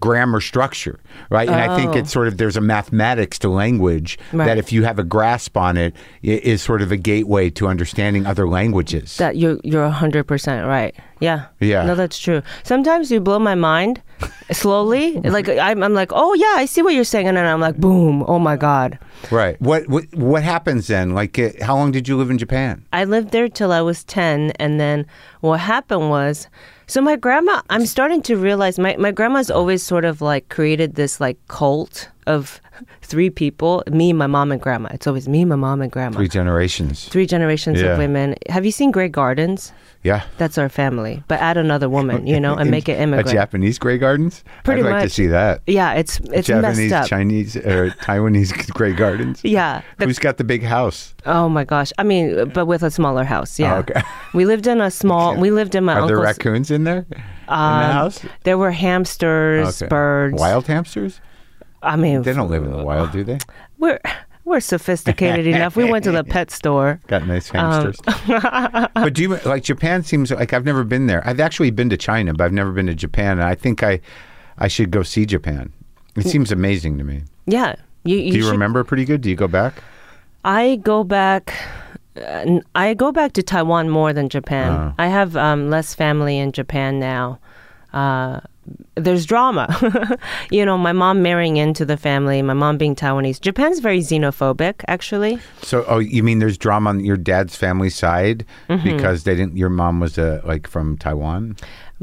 Speaker 1: grammar structure, right? And I think
Speaker 3: Oh.
Speaker 1: it's sort of there's a mathematics to language
Speaker 3: Right.
Speaker 1: that if you have a grasp on it, it is sort of a gateway to understanding other languages.
Speaker 3: That you're you're hundred percent right. Yeah.
Speaker 1: Yeah.
Speaker 3: No, that's true. Sometimes you blow my mind slowly. like I'm, I'm like, oh yeah, I see what you're saying, and then I'm like, boom, oh my god.
Speaker 1: right. What what what happens then? Like uh, how long did you live in Japan?
Speaker 3: I lived there till I was 10. And then what happened was, so my grandma, I'm starting to realize my, my grandma's always sort of like created this like cult of three people me, my mom, and grandma. It's always me, my mom, and grandma.
Speaker 1: Three
Speaker 3: Three,
Speaker 1: generations.
Speaker 3: generations
Speaker 1: Yeah.
Speaker 3: of women. Have you seen Grey Gardens?
Speaker 1: Yeah.
Speaker 3: That's our family. But add another woman, you know, and
Speaker 1: In-
Speaker 3: make it immigrant.
Speaker 1: A Japanese Grey Gardens?
Speaker 3: Pretty
Speaker 1: I'd like to
Speaker 3: much.
Speaker 1: see that.
Speaker 3: yeah, it's it's
Speaker 1: Japanese,
Speaker 3: messed up.
Speaker 1: Chinese, or Taiwanese Grey Gardens.
Speaker 3: Yeah. The-
Speaker 1: Who's got the big house?
Speaker 3: oh my gosh. I mean, but with a smaller house. Yeah.
Speaker 1: Oh, okay.
Speaker 3: We lived in a small. We lived in my
Speaker 1: Are there
Speaker 3: uncle's.
Speaker 1: raccoons in there? in the
Speaker 3: Um,
Speaker 1: house?
Speaker 3: There were hamsters,
Speaker 1: Okay.
Speaker 3: birds.
Speaker 1: Wild hamsters?
Speaker 3: I mean,
Speaker 1: They don't live in the wild, do they?
Speaker 3: we're we're sophisticated enough. We went to the pet store.
Speaker 1: Got nice
Speaker 3: Um,
Speaker 1: hamsters. but do you like Japan? Seems like I've never been there. I've actually been to China, but I've never been to Japan. And I think I, I should go see Japan. It seems amazing to me.
Speaker 3: Yeah, you. you
Speaker 1: Do you
Speaker 3: should-
Speaker 1: remember pretty good? Do you go back?
Speaker 3: I go back. uh, n- I go back to Taiwan more than Japan.
Speaker 1: Uh-huh.
Speaker 3: I have um, less family in Japan now. Uh, there's drama, you know. My mom marrying into the family. My mom being Taiwanese. Japan's very xenophobic, actually.
Speaker 1: So, oh, you mean there's drama on your dad's family side
Speaker 3: Mm-hmm.
Speaker 1: because they didn't? Your mom was uh, like from Taiwan.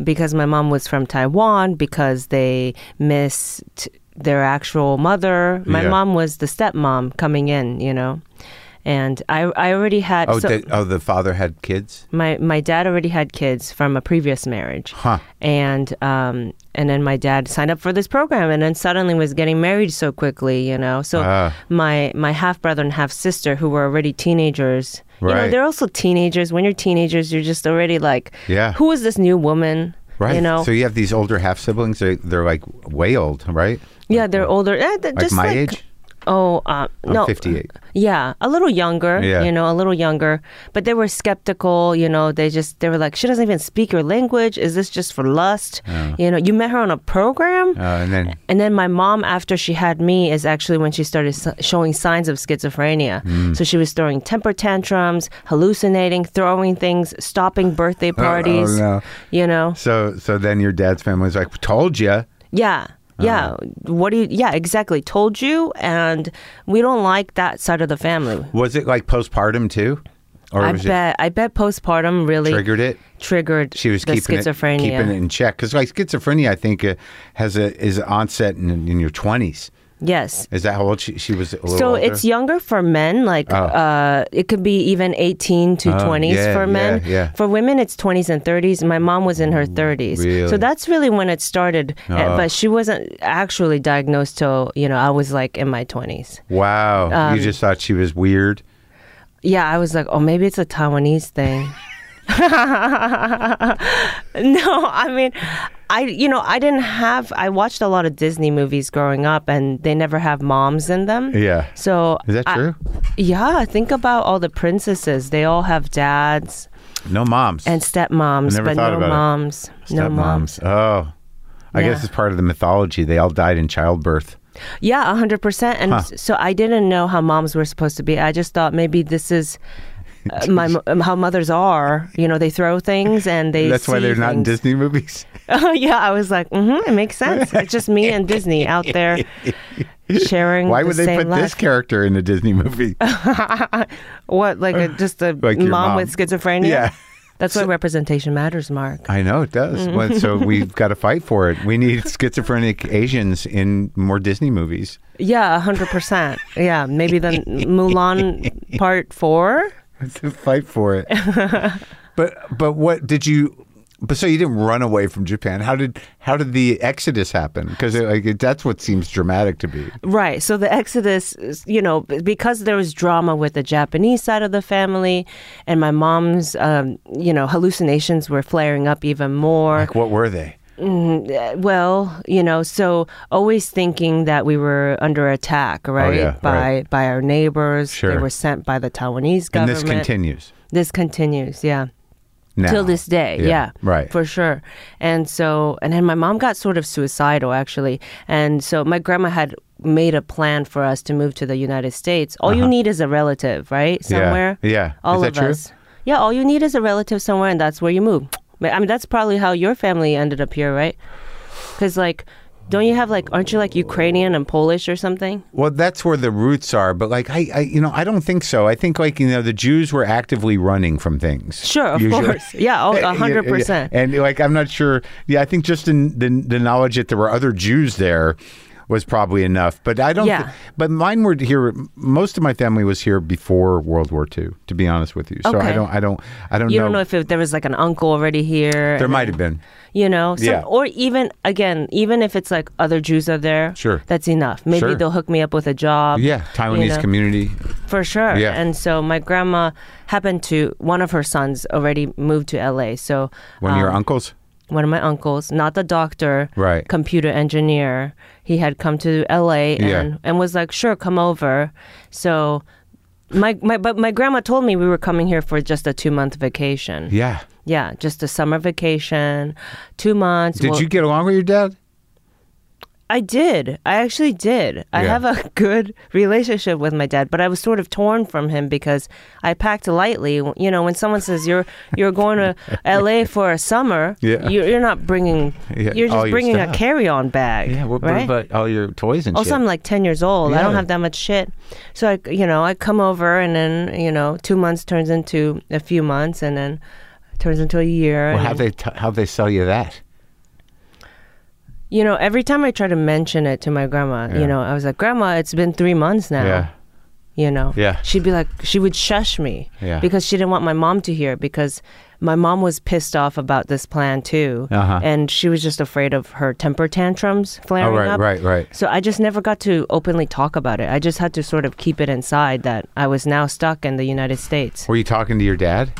Speaker 3: because my mom was from Taiwan, because they missed their actual mother. My
Speaker 1: Yeah.
Speaker 3: mom was the stepmom coming in, you know. And I, I already had
Speaker 1: Oh,
Speaker 3: so
Speaker 1: the, oh, the father had kids.
Speaker 3: my my dad already had kids from a previous marriage,
Speaker 1: Huh.
Speaker 3: and um and then my dad signed up for this program, and then suddenly was getting married so quickly, you know. So
Speaker 1: Ah.
Speaker 3: my my half brother and half sister who were already teenagers, you know,
Speaker 1: Right.
Speaker 3: they're also teenagers. When you're teenagers, you're just already like,
Speaker 1: Yeah.
Speaker 3: who is this new woman?
Speaker 1: Right.
Speaker 3: You know,
Speaker 1: So you have these older half siblings. They're, they're like way old, right?
Speaker 3: Yeah, they're older. Eh, they're
Speaker 1: Like
Speaker 3: just
Speaker 1: my
Speaker 3: like,
Speaker 1: age.
Speaker 3: Oh, uh,
Speaker 1: I'm
Speaker 3: no.
Speaker 1: 58.
Speaker 3: Yeah, a little younger.
Speaker 1: Yeah.
Speaker 3: You know, a little younger. But they were skeptical. You know, they just, they were like, she doesn't even speak your language. Is this just for lust? You know, you met her on a program?
Speaker 1: Uh, and then
Speaker 3: And then my mom, after she had me, is actually when she started s- showing signs of schizophrenia.
Speaker 1: Mm.
Speaker 3: So she was throwing temper tantrums, hallucinating, throwing things, stopping birthday parties.
Speaker 1: Oh, no.
Speaker 3: You know?
Speaker 1: so so then your dad's family was like, "Told you."
Speaker 3: Yeah. Yeah.
Speaker 1: Uh-huh.
Speaker 3: What do you? Yeah, exactly. Told you, and we don't like that side of the family.
Speaker 1: Was it like postpartum too, or
Speaker 3: I
Speaker 1: was
Speaker 3: bet. I bet postpartum
Speaker 1: it
Speaker 3: really
Speaker 1: triggered it?
Speaker 3: triggered
Speaker 1: She was
Speaker 3: the
Speaker 1: keeping
Speaker 3: schizophrenia.
Speaker 1: it keeping it in check because like schizophrenia, I think uh, has a is onset in, in your twenties.
Speaker 3: Yes.
Speaker 1: Is that how old she, she was? A little
Speaker 3: So
Speaker 1: older?
Speaker 3: it's younger for men, like uh, it could be even 18 to 20s
Speaker 1: Oh, yeah,
Speaker 3: for men.
Speaker 1: yeah, yeah.
Speaker 3: For women, it's 20s and 30s. My mom was in her 30s,
Speaker 1: really? Oh.
Speaker 3: so that's really when it started. Uh, But she wasn't actually diagnosed till you know I was like in my 20s.
Speaker 1: wow.
Speaker 3: Um,
Speaker 1: you just thought she was weird.
Speaker 3: Yeah, I was like, oh, maybe it's a Taiwanese thing. no, I mean, I you know I didn't have I watched a lot of Disney movies growing up, and they never have moms in them.
Speaker 1: Yeah.
Speaker 3: So
Speaker 1: Is that
Speaker 3: I-
Speaker 1: true?
Speaker 3: Yeah, think about all the princesses. They all have dads
Speaker 1: No moms
Speaker 3: and stepmoms,
Speaker 1: I never
Speaker 3: but
Speaker 1: thought
Speaker 3: no
Speaker 1: about it.
Speaker 3: moms. No moms.
Speaker 1: Oh, I
Speaker 3: Yeah.
Speaker 1: guess it's part of the mythology. They all died in childbirth.
Speaker 3: Yeah, 100%. And s- so I didn't know how moms were supposed to be. I just thought maybe this is uh, my mo- um, how mothers are. You know, they throw things and they
Speaker 1: That's why
Speaker 3: see
Speaker 1: they're not in
Speaker 3: things.
Speaker 1: Disney movies.
Speaker 3: yeah, I was like, mm-hmm, it makes sense. It's just me and Disney out there sharing
Speaker 1: Why
Speaker 3: the
Speaker 1: would they
Speaker 3: same
Speaker 1: put
Speaker 3: life. Oh.
Speaker 1: this character in a Disney movie?
Speaker 3: What, like a, just a
Speaker 1: Like your
Speaker 3: mom,
Speaker 1: mom.
Speaker 3: with schizophrenia?
Speaker 1: Yeah.
Speaker 3: That's why representation matters, Mark.
Speaker 1: I know it does. Well, so we've got to fight for it. We need schizophrenic Asians in more Disney movies.
Speaker 3: Yeah, hundred percent. Yeah, maybe the Mulan part four.
Speaker 1: to fight for it. but but what did you? But so you didn't run away from Japan. How did how did the exodus happen? Because like, that's what seems dramatic to be.
Speaker 3: Right. So the Exodus, is, you know, b- because there was drama with the Japanese side of the family, and my mom's, um, you know, hallucinations were flaring up even more.
Speaker 1: Like what were they?
Speaker 3: Uh, Well, you know, so always thinking that we were under attack, right,
Speaker 1: Oh, yeah,
Speaker 3: by
Speaker 1: right.
Speaker 3: by our neighbors. They
Speaker 1: Sure.
Speaker 3: were sent by the Taiwanese
Speaker 1: And
Speaker 3: government.
Speaker 1: this continues
Speaker 3: This continues. Yeah.
Speaker 1: now
Speaker 3: till this day yeah,
Speaker 1: right.
Speaker 3: for sure and so and then my mom got sort of suicidal actually and so my grandma had made a plan for us to move to the united states all you need is a relative right
Speaker 1: Uh-huh. Yeah,
Speaker 3: somewhere
Speaker 1: yeah.
Speaker 3: all
Speaker 1: Is that
Speaker 3: of
Speaker 1: true?
Speaker 3: us yeah all you need is a relative somewhere and that's where you move But, i mean that's probably how your family ended up here right because like don't you have like aren't you like ukrainian and polish or something
Speaker 1: Well, that's where the roots are, but like I, I, you know, I don't think so. I think like you know, the Jews were actively running from things.
Speaker 3: Sure, of
Speaker 1: usually.
Speaker 3: course. Yeah, oh, a
Speaker 1: Yeah,
Speaker 3: hundred
Speaker 1: yeah.
Speaker 3: percent.
Speaker 1: And like, I'm not sure. Yeah, I think just in the the knowledge that there were other Jews there was probably enough. But I don't.
Speaker 3: Yeah.
Speaker 1: thi- but mine were here. Most of my family was here before World War II. To be honest with you, so I
Speaker 3: Okay.
Speaker 1: don't. I don't. I don't
Speaker 3: you
Speaker 1: know.
Speaker 3: don't know if it, there was like an uncle already here
Speaker 1: um, there
Speaker 3: and
Speaker 1: might have been.
Speaker 3: you know some,
Speaker 1: Yeah.
Speaker 3: or even again even if it's like other jews are there
Speaker 1: Sure.
Speaker 3: that's enough maybe
Speaker 1: Sure.
Speaker 3: they'll hook me up with a job
Speaker 1: Yeah, Taiwanese
Speaker 3: you know,
Speaker 1: community.
Speaker 3: for sure
Speaker 1: Yeah.
Speaker 3: and so my grandma happened to one of her sons already moved to la so
Speaker 1: One of your
Speaker 3: um,
Speaker 1: uncles.
Speaker 3: one of my uncles not the doctor
Speaker 1: Right.
Speaker 3: computer engineer he had come to la and,
Speaker 1: Yeah.
Speaker 3: and was like sure come over so my, my but my grandma told me we were coming here for just a two month vacation
Speaker 1: Yeah.
Speaker 3: Yeah, just a summer vacation two months
Speaker 1: Did
Speaker 3: We'll-
Speaker 1: you get along with your dad?
Speaker 3: I did. I actually did. I
Speaker 1: Yeah.
Speaker 3: have a good relationship with my dad, but I was sort of torn from him because I packed lightly. You know, when someone says you're you're going to L.A. for a summer,
Speaker 1: Yeah.
Speaker 3: you're, you're not bringing.
Speaker 1: Yeah,
Speaker 3: You're
Speaker 1: all
Speaker 3: just
Speaker 1: your
Speaker 3: bringing a
Speaker 1: stuff.
Speaker 3: carry-on bag. right? Oh,
Speaker 1: all your toys and
Speaker 3: also, I'm like 10 years old. I don't
Speaker 1: Yeah.
Speaker 3: have that much shit. So I, you know, I come over, and then you know, two months turns into a few months, and then turns into a year.
Speaker 1: Well,
Speaker 3: and-
Speaker 1: how they t- how they sell you that?
Speaker 3: You know, every time I try to mention it to my grandma,
Speaker 1: Yeah.
Speaker 3: you know, I was like, Grandma, it's been three months now.
Speaker 1: Yeah.
Speaker 3: You know?
Speaker 1: Yeah.
Speaker 3: She'd be like, she would shush me
Speaker 1: Yeah.
Speaker 3: because she didn't want my mom to hear because my mom was pissed off about this plan too.
Speaker 1: Uh-huh.
Speaker 3: And she was just afraid of her temper tantrums
Speaker 1: Oh,
Speaker 3: flaring
Speaker 1: right,
Speaker 3: up.
Speaker 1: right, right.
Speaker 3: So I just never got to openly talk about it. I just had to sort of keep it inside that I was now stuck in the United States.
Speaker 1: Were you talking to your dad?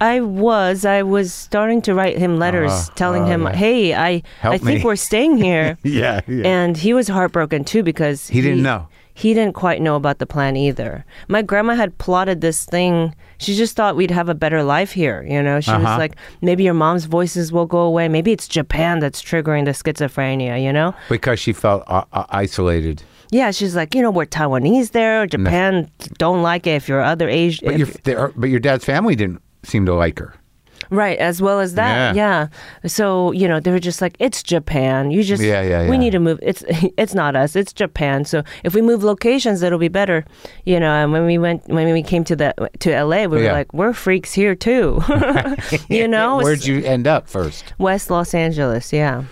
Speaker 3: I was. I was starting to write him letters
Speaker 1: Uh,
Speaker 3: telling
Speaker 1: oh,
Speaker 3: him,
Speaker 1: yeah.
Speaker 3: hey, I,
Speaker 1: Help
Speaker 3: I think
Speaker 1: me."
Speaker 3: we're staying here.
Speaker 1: Yeah, yeah.
Speaker 3: And he was heartbroken too because
Speaker 1: He didn't know.
Speaker 3: He didn't quite know about the plan either. My grandma had plotted this thing. She just thought we'd have a better life here. You know, she
Speaker 1: Uh-huh.
Speaker 3: was like, maybe your mom's voices will go away. Maybe it's Japan that's triggering the schizophrenia, you know?
Speaker 1: because she felt uh, uh, isolated.
Speaker 3: Yeah, she's like, you know, we're Taiwanese there. Japan don't like it if you're other Asian.
Speaker 1: But your there, but your dad's family didn't seem to like her.
Speaker 3: Right, as well as that. Yeah. So, you know, they were just like, it's Japan. You just,
Speaker 1: Yeah, yeah, yeah.
Speaker 3: we need to move. It's it's not us, it's Japan. So if we move locations, it'll be better. You know, and when we went, when we came to the, to LA, we
Speaker 1: Yeah.
Speaker 3: were like, we're freaks here too. you know?
Speaker 1: Where'd you end up first?
Speaker 3: West Los Angeles, yeah.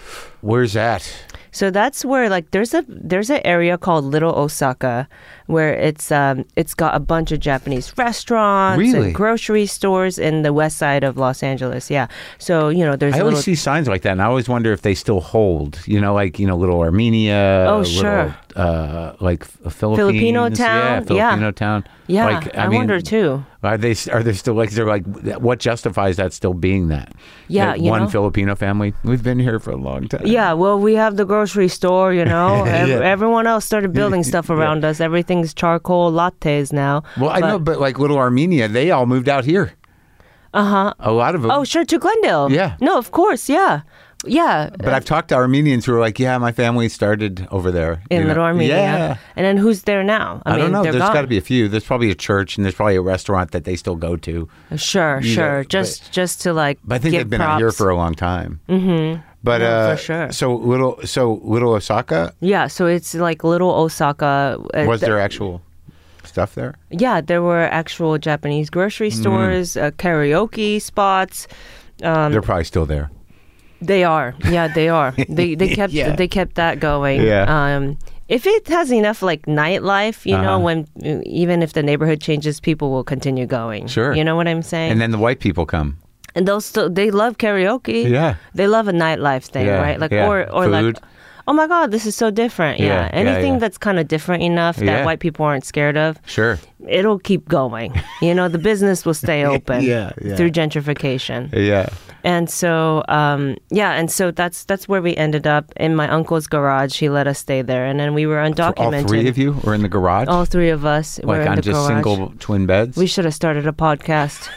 Speaker 1: Where's that?
Speaker 3: So that's where like there's a there's an area called Little Osaka where it's um it's got a bunch of Japanese restaurants
Speaker 1: Really?
Speaker 3: and grocery stores in the west side of Los Angeles. Yeah. So, you know, there's
Speaker 1: I
Speaker 3: a
Speaker 1: always
Speaker 3: little
Speaker 1: see signs like that, and I always wonder if they still hold. You know, like you know, little Armenia.
Speaker 3: Oh,
Speaker 1: little,
Speaker 3: sure.
Speaker 1: Uh, like F- Philippines.
Speaker 3: Filipino
Speaker 1: Yeah,
Speaker 3: town, yeah.
Speaker 1: Filipino town.
Speaker 3: Yeah,
Speaker 1: Like, I,
Speaker 3: I
Speaker 1: mean,
Speaker 3: wonder too.
Speaker 1: Are they? Are they still like? They're like. What justifies that still being that?
Speaker 3: Yeah,
Speaker 1: That
Speaker 3: you
Speaker 1: one
Speaker 3: know?
Speaker 1: Filipino family. We've been here for a long time.
Speaker 3: Yeah, well, we have the grocery store, you know. Ev-
Speaker 1: Yeah.
Speaker 3: Everyone else started building stuff around us. Everything's charcoal lattes now.
Speaker 1: Well, I know, but like little Armenia, they all moved out here. Uh huh. A lot of them.
Speaker 3: Oh, sure, to Glendale.
Speaker 1: Yeah.
Speaker 3: No, of course, yeah. Yeah.
Speaker 1: But I've talked to Armenians who are like, yeah, my family started over there.
Speaker 3: in
Speaker 1: you know?
Speaker 3: Little Armenia.
Speaker 1: Yeah.
Speaker 3: And then who's there now?
Speaker 1: I, don't know.
Speaker 3: they're
Speaker 1: There's
Speaker 3: gone.
Speaker 1: got to be a few. There's probably a church and there's probably a restaurant that they still go to.
Speaker 3: Sure,
Speaker 1: You know,
Speaker 3: sure.
Speaker 1: but-
Speaker 3: just just to like
Speaker 1: But I think
Speaker 3: give
Speaker 1: they've been
Speaker 3: props.
Speaker 1: out here for a long time. Mm-hmm. But
Speaker 3: No,
Speaker 1: uh,
Speaker 3: for sure.
Speaker 1: So little, so little Osaka.
Speaker 3: Yeah, so it's like little Osaka. uh,
Speaker 1: was
Speaker 3: th-
Speaker 1: there actual stuff there?
Speaker 3: Yeah, there were actual Japanese grocery
Speaker 1: Mm.
Speaker 3: stores, uh, karaoke spots. Um,
Speaker 1: They're probably still there.
Speaker 3: They are. Yeah, they are. they they kept
Speaker 1: Yeah.
Speaker 3: they kept that going.
Speaker 1: Yeah.
Speaker 3: Um if it has enough like nightlife, you
Speaker 1: Uh-huh.
Speaker 3: know, when even if the neighborhood changes, people will continue going.
Speaker 1: Sure.
Speaker 3: You know what I'm saying?
Speaker 1: And then the white people come.
Speaker 3: and they'll still they love karaoke.
Speaker 1: Yeah.
Speaker 3: they love a nightlife thing,
Speaker 1: Yeah,
Speaker 3: right? Like
Speaker 1: yeah.
Speaker 3: or or like,
Speaker 1: Food.
Speaker 3: oh my god, this is so different.
Speaker 1: Yeah,
Speaker 3: Yeah,
Speaker 1: yeah,
Speaker 3: anything
Speaker 1: yeah.
Speaker 3: that's kind of different enough that
Speaker 1: Yeah.
Speaker 3: white people aren't scared of,
Speaker 1: Sure.
Speaker 3: it'll keep going. you know, the business will stay open
Speaker 1: Yeah, yeah.
Speaker 3: through gentrification.
Speaker 1: Yeah.
Speaker 3: And so, um, yeah, and so that's that's where we ended up in my uncle's garage. He let us stay there, and then we were
Speaker 1: All
Speaker 3: undocumented.
Speaker 1: three of you were in the garage.
Speaker 3: All three of us were
Speaker 1: like
Speaker 3: in
Speaker 1: on
Speaker 3: the
Speaker 1: just
Speaker 3: garage.
Speaker 1: single twin beds.
Speaker 3: We should have started a podcast.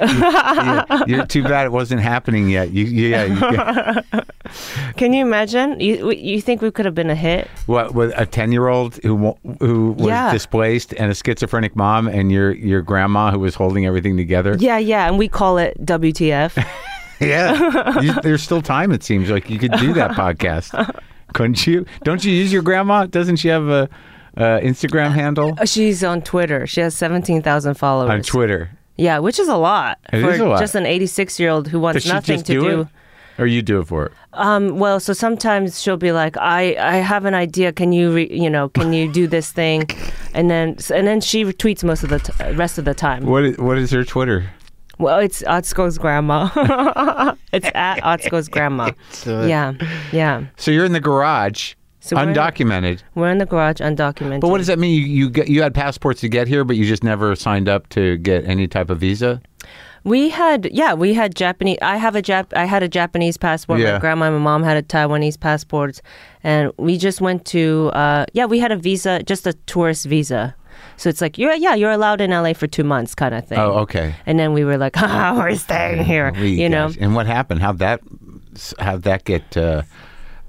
Speaker 1: Yeah, You're too bad it wasn't happening yet. You, yeah. You,
Speaker 3: Can you imagine? You you think we could have been a hit?
Speaker 1: what with a ten year old who wa- who was
Speaker 3: Yeah.
Speaker 1: displaced and a schizophrenic mom and your your grandma who was holding everything together.
Speaker 3: Yeah, yeah, and we call it WTF.
Speaker 1: Yeah. you, there's still time. It seems like you could do that podcast, couldn't you? Don't you use your grandma? Doesn't she have a uh, Instagram handle
Speaker 3: Uh, She's on Twitter. She has 17,000 followers.
Speaker 1: on Twitter?
Speaker 3: Yeah, which is a lot
Speaker 1: It
Speaker 3: for
Speaker 1: is a lot.
Speaker 3: just an 86 year old who wants
Speaker 1: Does she
Speaker 3: nothing
Speaker 1: just
Speaker 3: to
Speaker 1: do,
Speaker 3: do.
Speaker 1: it, or you do it for her?
Speaker 3: Um, well, so sometimes she'll be like, "I I have an idea. Can you re, you know can you do this thing?" And then and then she retweets most of the t- uh, rest of the time.
Speaker 1: What is, what is her Twitter?
Speaker 3: Well, it's Otsko's grandma. it's at Otsko's grandma. yeah, yeah.
Speaker 1: So you're in the garage,
Speaker 3: So we're-
Speaker 1: undocumented.
Speaker 3: We're in the garage, undocumented.
Speaker 1: But what does that mean? You you, get, you had passports to get here, but you just never signed up to get any type of visa.
Speaker 3: We had yeah, we had Japanese. I have a Jap. I had a Japanese passport.
Speaker 1: Yeah.
Speaker 3: My grandma and my mom had a Taiwanese passports, and we just went to uh, yeah, we had a visa, just a tourist visa. So it's like you're yeah, you're allowed in LA for two months, kind of thing.
Speaker 1: Oh, okay.
Speaker 3: And then we were like, ah, we're staying here,
Speaker 1: We-
Speaker 3: you know.
Speaker 1: gosh. And what happened? How'd that how'd that get uh,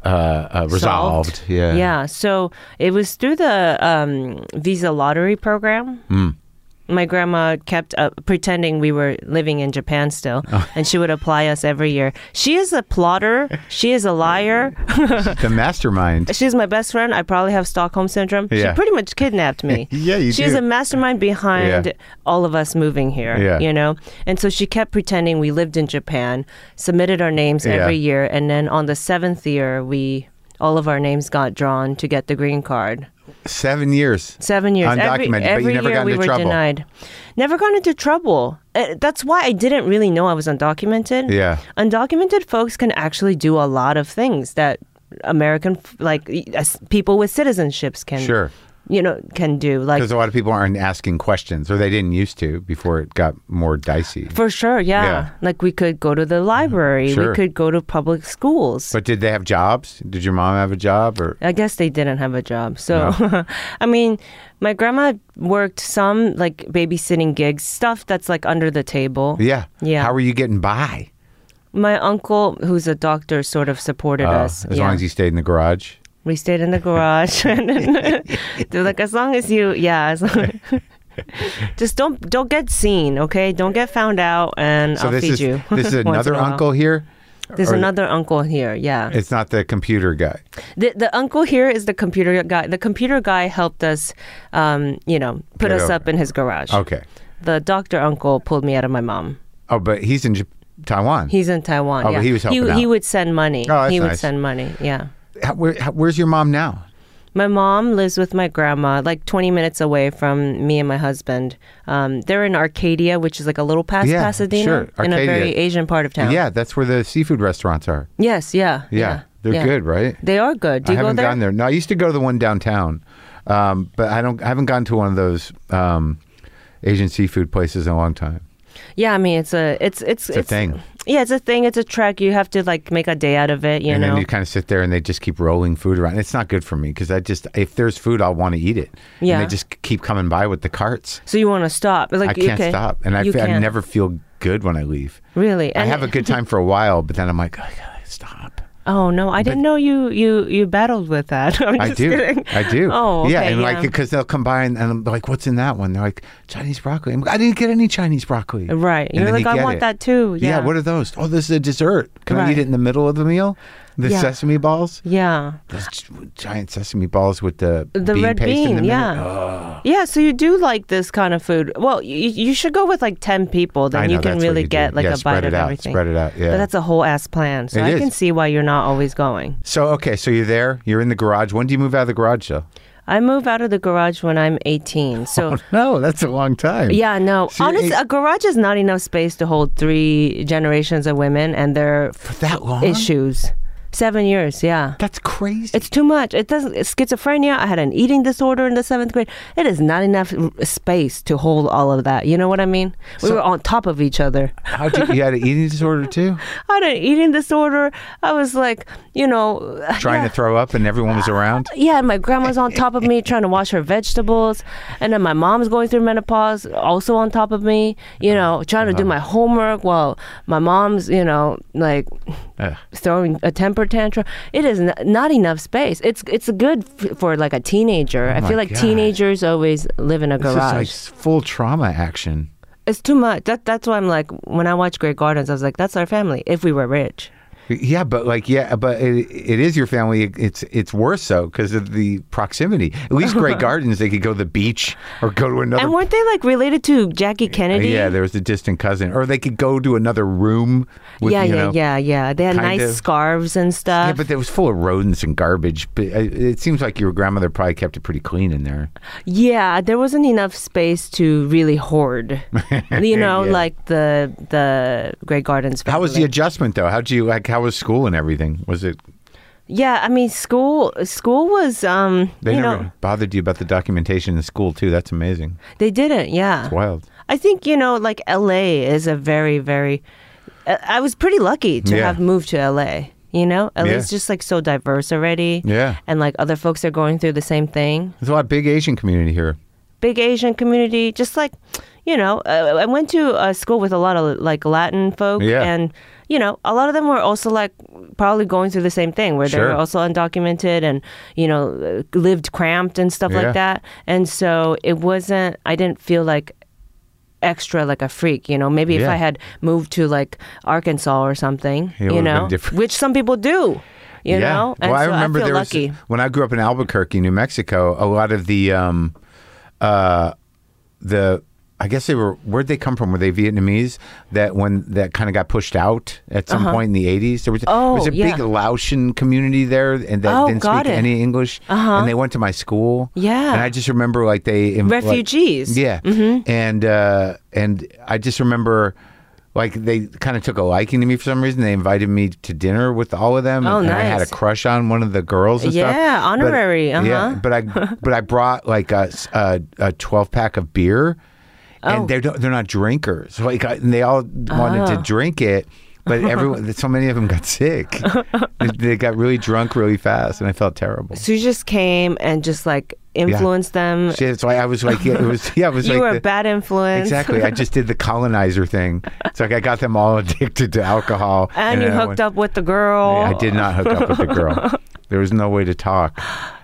Speaker 1: uh, uh, resolved?
Speaker 3: Solved.
Speaker 1: Yeah.
Speaker 3: Yeah. So it was through the um, visa lottery program.
Speaker 1: Hmm.
Speaker 3: My grandma kept uh, pretending we were living in Japan still,
Speaker 1: Oh.
Speaker 3: and she would apply us every year. She is a plotter. She is a liar.
Speaker 1: The mastermind.
Speaker 3: She's my best friend. I probably have Stockholm syndrome.
Speaker 1: Yeah.
Speaker 3: She pretty much kidnapped me.
Speaker 1: Yeah, you
Speaker 3: She's
Speaker 1: do.
Speaker 3: a mastermind behind
Speaker 1: Yeah.
Speaker 3: all of us moving here.
Speaker 1: Yeah.
Speaker 3: You know? And so she kept pretending we lived in Japan, submitted our names every
Speaker 1: Yeah.
Speaker 3: year, and then on the seventh year we all of our names got drawn to get the green card.
Speaker 1: Seven years.
Speaker 3: Seven years. Every-
Speaker 1: Undocumented, but
Speaker 3: every,
Speaker 1: you never
Speaker 3: year
Speaker 1: got
Speaker 3: we
Speaker 1: into
Speaker 3: were
Speaker 1: trouble.
Speaker 3: denied. Never got into trouble. Uh, That's why I didn't really know I was undocumented.
Speaker 1: Yeah.
Speaker 3: Undocumented folks can actually do a lot of things that American, f- like y- as- people with citizenships can,
Speaker 1: Sure.
Speaker 3: you know, can do. Like
Speaker 1: Because a lot of people aren't asking questions, or they didn't used to before it got more dicey.
Speaker 3: for sure, yeah.
Speaker 1: Yeah.
Speaker 3: Like we could go to the library.
Speaker 1: Sure.
Speaker 3: We could go to public schools.
Speaker 1: But did they have jobs? Did your mom have a job? Or
Speaker 3: I guess they didn't have a job. So, I mean, my grandma worked some like babysitting gigs, stuff that's like under the table.
Speaker 1: yeah,
Speaker 3: Yeah.
Speaker 1: How were you getting by?
Speaker 3: My uncle, who's a doctor, sort of supported
Speaker 1: Uh,
Speaker 3: us.
Speaker 1: as long as you stayed in the garage.
Speaker 3: we stayed in the garage, and then they're like, as long as you, yeah, as long, Just don't don't get seen, okay? Don't get found out, and
Speaker 1: So
Speaker 3: I'll
Speaker 1: this
Speaker 3: feed
Speaker 1: is
Speaker 3: you.
Speaker 1: this is
Speaker 3: once in a
Speaker 1: another
Speaker 3: while.
Speaker 1: uncle here.
Speaker 3: There's
Speaker 1: Or
Speaker 3: another uncle here. Yeah.
Speaker 1: It's not the computer guy.
Speaker 3: The, the uncle here is the computer guy. The computer guy helped us, um, you know, put
Speaker 1: Get
Speaker 3: us
Speaker 1: over
Speaker 3: up in his garage.
Speaker 1: Okay.
Speaker 3: The doctor uncle pulled me out of my mom.
Speaker 1: Oh, but he's in J- Taiwan.
Speaker 3: He's in Taiwan.
Speaker 1: Oh, but
Speaker 3: yeah.
Speaker 1: he was helping
Speaker 3: he
Speaker 1: out.
Speaker 3: would send money.
Speaker 1: Oh, that's
Speaker 3: he would
Speaker 1: nice.
Speaker 3: send money. Yeah.
Speaker 1: How, where, how, where's your mom now?
Speaker 3: My mom lives with my grandma, like 20 minutes away from me and my husband. Um, they're in Arcadia, which is like a little past
Speaker 1: Yeah,
Speaker 3: Pasadena,
Speaker 1: sure.
Speaker 3: in a very
Speaker 1: Arcadia.
Speaker 3: Asian part of town.
Speaker 1: Yeah, that's where the seafood restaurants are.
Speaker 3: Yes. Yeah.
Speaker 1: Yeah, they're
Speaker 3: yeah.
Speaker 1: good, right?
Speaker 3: They are good. Do
Speaker 1: I
Speaker 3: you go
Speaker 1: haven't
Speaker 3: there?
Speaker 1: gone there. No, I used to go to the one downtown, um, but I don't. I haven't gone to one of those um, Asian seafood places in a long time.
Speaker 3: Yeah, I mean it's a it's it's it's
Speaker 1: a thing.
Speaker 3: Yeah, it's a thing. It's a trek. You have to like make a day out of it. You
Speaker 1: and
Speaker 3: know.
Speaker 1: then you kind of sit there and they just keep rolling food around. It's not good for me because I just if there's food, I'll want to eat it.
Speaker 3: Yeah.
Speaker 1: and they just keep coming by with the carts.
Speaker 3: so you want to stop? Like
Speaker 1: I can't
Speaker 3: okay.
Speaker 1: stop, and I,
Speaker 3: You
Speaker 1: fe- I
Speaker 3: can't.
Speaker 1: never feel good when I leave.
Speaker 3: really.
Speaker 1: I
Speaker 3: And-
Speaker 1: have a good time for a while, but then I'm like, I gotta stop.
Speaker 3: Oh no, I didn't know you you you battled with that. I'm
Speaker 1: I
Speaker 3: just
Speaker 1: do.
Speaker 3: kidding.
Speaker 1: I do.
Speaker 3: Oh okay,
Speaker 1: yeah, and
Speaker 3: yeah.
Speaker 1: like because they'll come by and, and I'm like, what's in that one? They're like Chinese broccoli. I'm like, I didn't get any Chinese broccoli.
Speaker 3: Uh, Right.
Speaker 1: And
Speaker 3: You're
Speaker 1: then
Speaker 3: like,
Speaker 1: they
Speaker 3: I
Speaker 1: get
Speaker 3: want
Speaker 1: it.
Speaker 3: that too. Yeah.
Speaker 1: What are those? Oh, this is a dessert. Can I
Speaker 3: Right.
Speaker 1: eat it in the middle of the meal? The
Speaker 3: Yeah.
Speaker 1: sesame balls.
Speaker 3: yeah.
Speaker 1: Those gi- giant sesame balls with the
Speaker 3: The
Speaker 1: bean
Speaker 3: red
Speaker 1: paste in the
Speaker 3: bean,
Speaker 1: middle. Ah.
Speaker 3: yeah.
Speaker 1: Ugh.
Speaker 3: Yeah, so you do like this kind of food. Well, you, you should go with like 10 people, then
Speaker 1: I know,
Speaker 3: you can
Speaker 1: that's what
Speaker 3: really
Speaker 1: you do.
Speaker 3: get like
Speaker 1: Yeah,
Speaker 3: a
Speaker 1: spread
Speaker 3: bite
Speaker 1: it
Speaker 3: of
Speaker 1: out,
Speaker 3: everything.
Speaker 1: spread it out, yeah.
Speaker 3: But that's a whole ass plan. So
Speaker 1: It
Speaker 3: I
Speaker 1: is.
Speaker 3: can see why you're not always going.
Speaker 1: So okay, so you're there. You're in the garage. When do you move out of the garage, though?
Speaker 3: I move out of the garage when I'm 18. So
Speaker 1: Oh, No, that's a long time.
Speaker 3: Yeah, no.
Speaker 1: So you're
Speaker 3: Honestly,
Speaker 1: eight-
Speaker 3: a garage is not enough space to hold three generations of women and their
Speaker 1: For that long.
Speaker 3: issues. Seven years, yeah.
Speaker 1: That's crazy.
Speaker 3: It's too much. It doesn't. It's schizophrenia. I had an eating disorder in the seventh grade. It is not enough r- space to hold all of that. You know what I mean? We
Speaker 1: So-
Speaker 3: were on top of each other.
Speaker 1: How do you, you had an eating disorder too?
Speaker 3: I had an eating disorder. I was like, you know,
Speaker 1: Trying to throw up, and everyone was around.
Speaker 3: Yeah, and my grandma's on top of me trying to wash her vegetables. And then my mom's going through menopause, also on top of me, you know, trying to do my homework while my mom's, you know, like
Speaker 1: Ugh.
Speaker 3: throwing a temper tantrum. It is n- not enough space. It's it's good f- for like a teenager. I
Speaker 1: Oh my
Speaker 3: feel like
Speaker 1: God.
Speaker 3: teenagers always live in a
Speaker 1: This is
Speaker 3: garage.
Speaker 1: like full trauma action.
Speaker 3: it's too much. That that's why I'm like when I watch Great Gardens, I was like, that's our family if we were rich.
Speaker 1: Yeah, but like, yeah, but it, it is your family. It, it's it's worse so because of the proximity. At least Great Gardens, they could go to the beach or go to another.
Speaker 3: And weren't they like related to Jackie Kennedy?
Speaker 1: yeah, there was a distant cousin, or they could go to another room. With,
Speaker 3: yeah,
Speaker 1: you
Speaker 3: yeah,
Speaker 1: know-
Speaker 3: yeah, yeah. They had
Speaker 1: kind
Speaker 3: nice
Speaker 1: of-
Speaker 3: scarves and stuff.
Speaker 1: Yeah, but it was full of rodents and garbage. But uh, it seems like your grandmother probably kept it pretty clean in there.
Speaker 3: Yeah, there wasn't enough space to really hoard. you know,
Speaker 1: Yeah.
Speaker 3: like the the Great Gardens.
Speaker 1: How was the
Speaker 3: family.
Speaker 1: adjustment though? How would you like? How was school and everything? Was it?
Speaker 3: Yeah, I mean, school school was um,
Speaker 1: They
Speaker 3: you
Speaker 1: never
Speaker 3: know,
Speaker 1: bothered you about the documentation in school too. That's amazing.
Speaker 3: they didn't. Yeah,
Speaker 1: Wild.
Speaker 3: I think you know, like L.A. is a very very. I I was pretty lucky to
Speaker 1: Yeah.
Speaker 3: have moved to L.A. You know, L.A. is
Speaker 1: Yeah.
Speaker 3: just like so diverse already.
Speaker 1: Yeah.
Speaker 3: and like other folks are going through the same thing.
Speaker 1: There's a lot of big Asian community here.
Speaker 3: big Asian community. Just like, you know, uh, I went to a school with a lot of like Latin folk,
Speaker 1: Yeah.
Speaker 3: and you know, a lot of them were also like probably going through the same thing where they
Speaker 1: Sure.
Speaker 3: were also undocumented and you know uh, lived cramped and stuff
Speaker 1: Yeah.
Speaker 3: like that. And so it wasn't. I didn't feel like extra like a freak you know maybe if
Speaker 1: Yeah.
Speaker 3: i had moved to like arkansas or something
Speaker 1: It
Speaker 3: you
Speaker 1: would've been
Speaker 3: know
Speaker 1: different.
Speaker 3: which some people do you
Speaker 1: yeah.
Speaker 3: know and
Speaker 1: well, I
Speaker 3: so
Speaker 1: remember
Speaker 3: feel
Speaker 1: there
Speaker 3: lucky
Speaker 1: was when I grew up in Albuquerque, New Mexico. A lot of the, um, uh, the I guess they were where'd they come from? Were they Vietnamese? That when that kind of got pushed out at some point in the eighties. There was,
Speaker 3: Uh-huh. Oh,
Speaker 1: there was a
Speaker 3: yeah.
Speaker 1: big Laotian community there, and that
Speaker 3: Oh,
Speaker 1: didn't
Speaker 3: got
Speaker 1: speak
Speaker 3: it. Uh-huh.
Speaker 1: any English. And they went to my school.
Speaker 3: Yeah.
Speaker 1: and I just remember like they im- like-
Speaker 3: Refugees.
Speaker 1: yeah,
Speaker 3: Mm-hmm.
Speaker 1: and uh, and I just remember. Like they kind of took a liking to me for some reason. They invited me to dinner with all of them,
Speaker 3: Oh,
Speaker 1: and I had a
Speaker 3: nice.
Speaker 1: crush on one of the girls and stuff.
Speaker 3: Yeah,
Speaker 1: But-
Speaker 3: honorary, uh-huh.
Speaker 1: Yeah, but I but I brought like a s- a- a twelve pack of beer, and
Speaker 3: Oh.
Speaker 1: they're don't- they're not drinkers. Like I, and they all wanted to
Speaker 3: Oh.
Speaker 1: drink it, but everyone so many of them got sick. They- they got really drunk really fast, and I felt terrible.
Speaker 3: So you just came and just like influenced them.
Speaker 1: Shit, so I, I was like, yeah, it was yeah, it was
Speaker 3: you
Speaker 1: like
Speaker 3: were
Speaker 1: the-
Speaker 3: a bad influence.
Speaker 1: Exactly. I just did the colonizer thing. It's like I got them all addicted to alcohol.
Speaker 3: And, you hooked up with the girl.
Speaker 1: I did not hook up with the girl. There was no way to talk.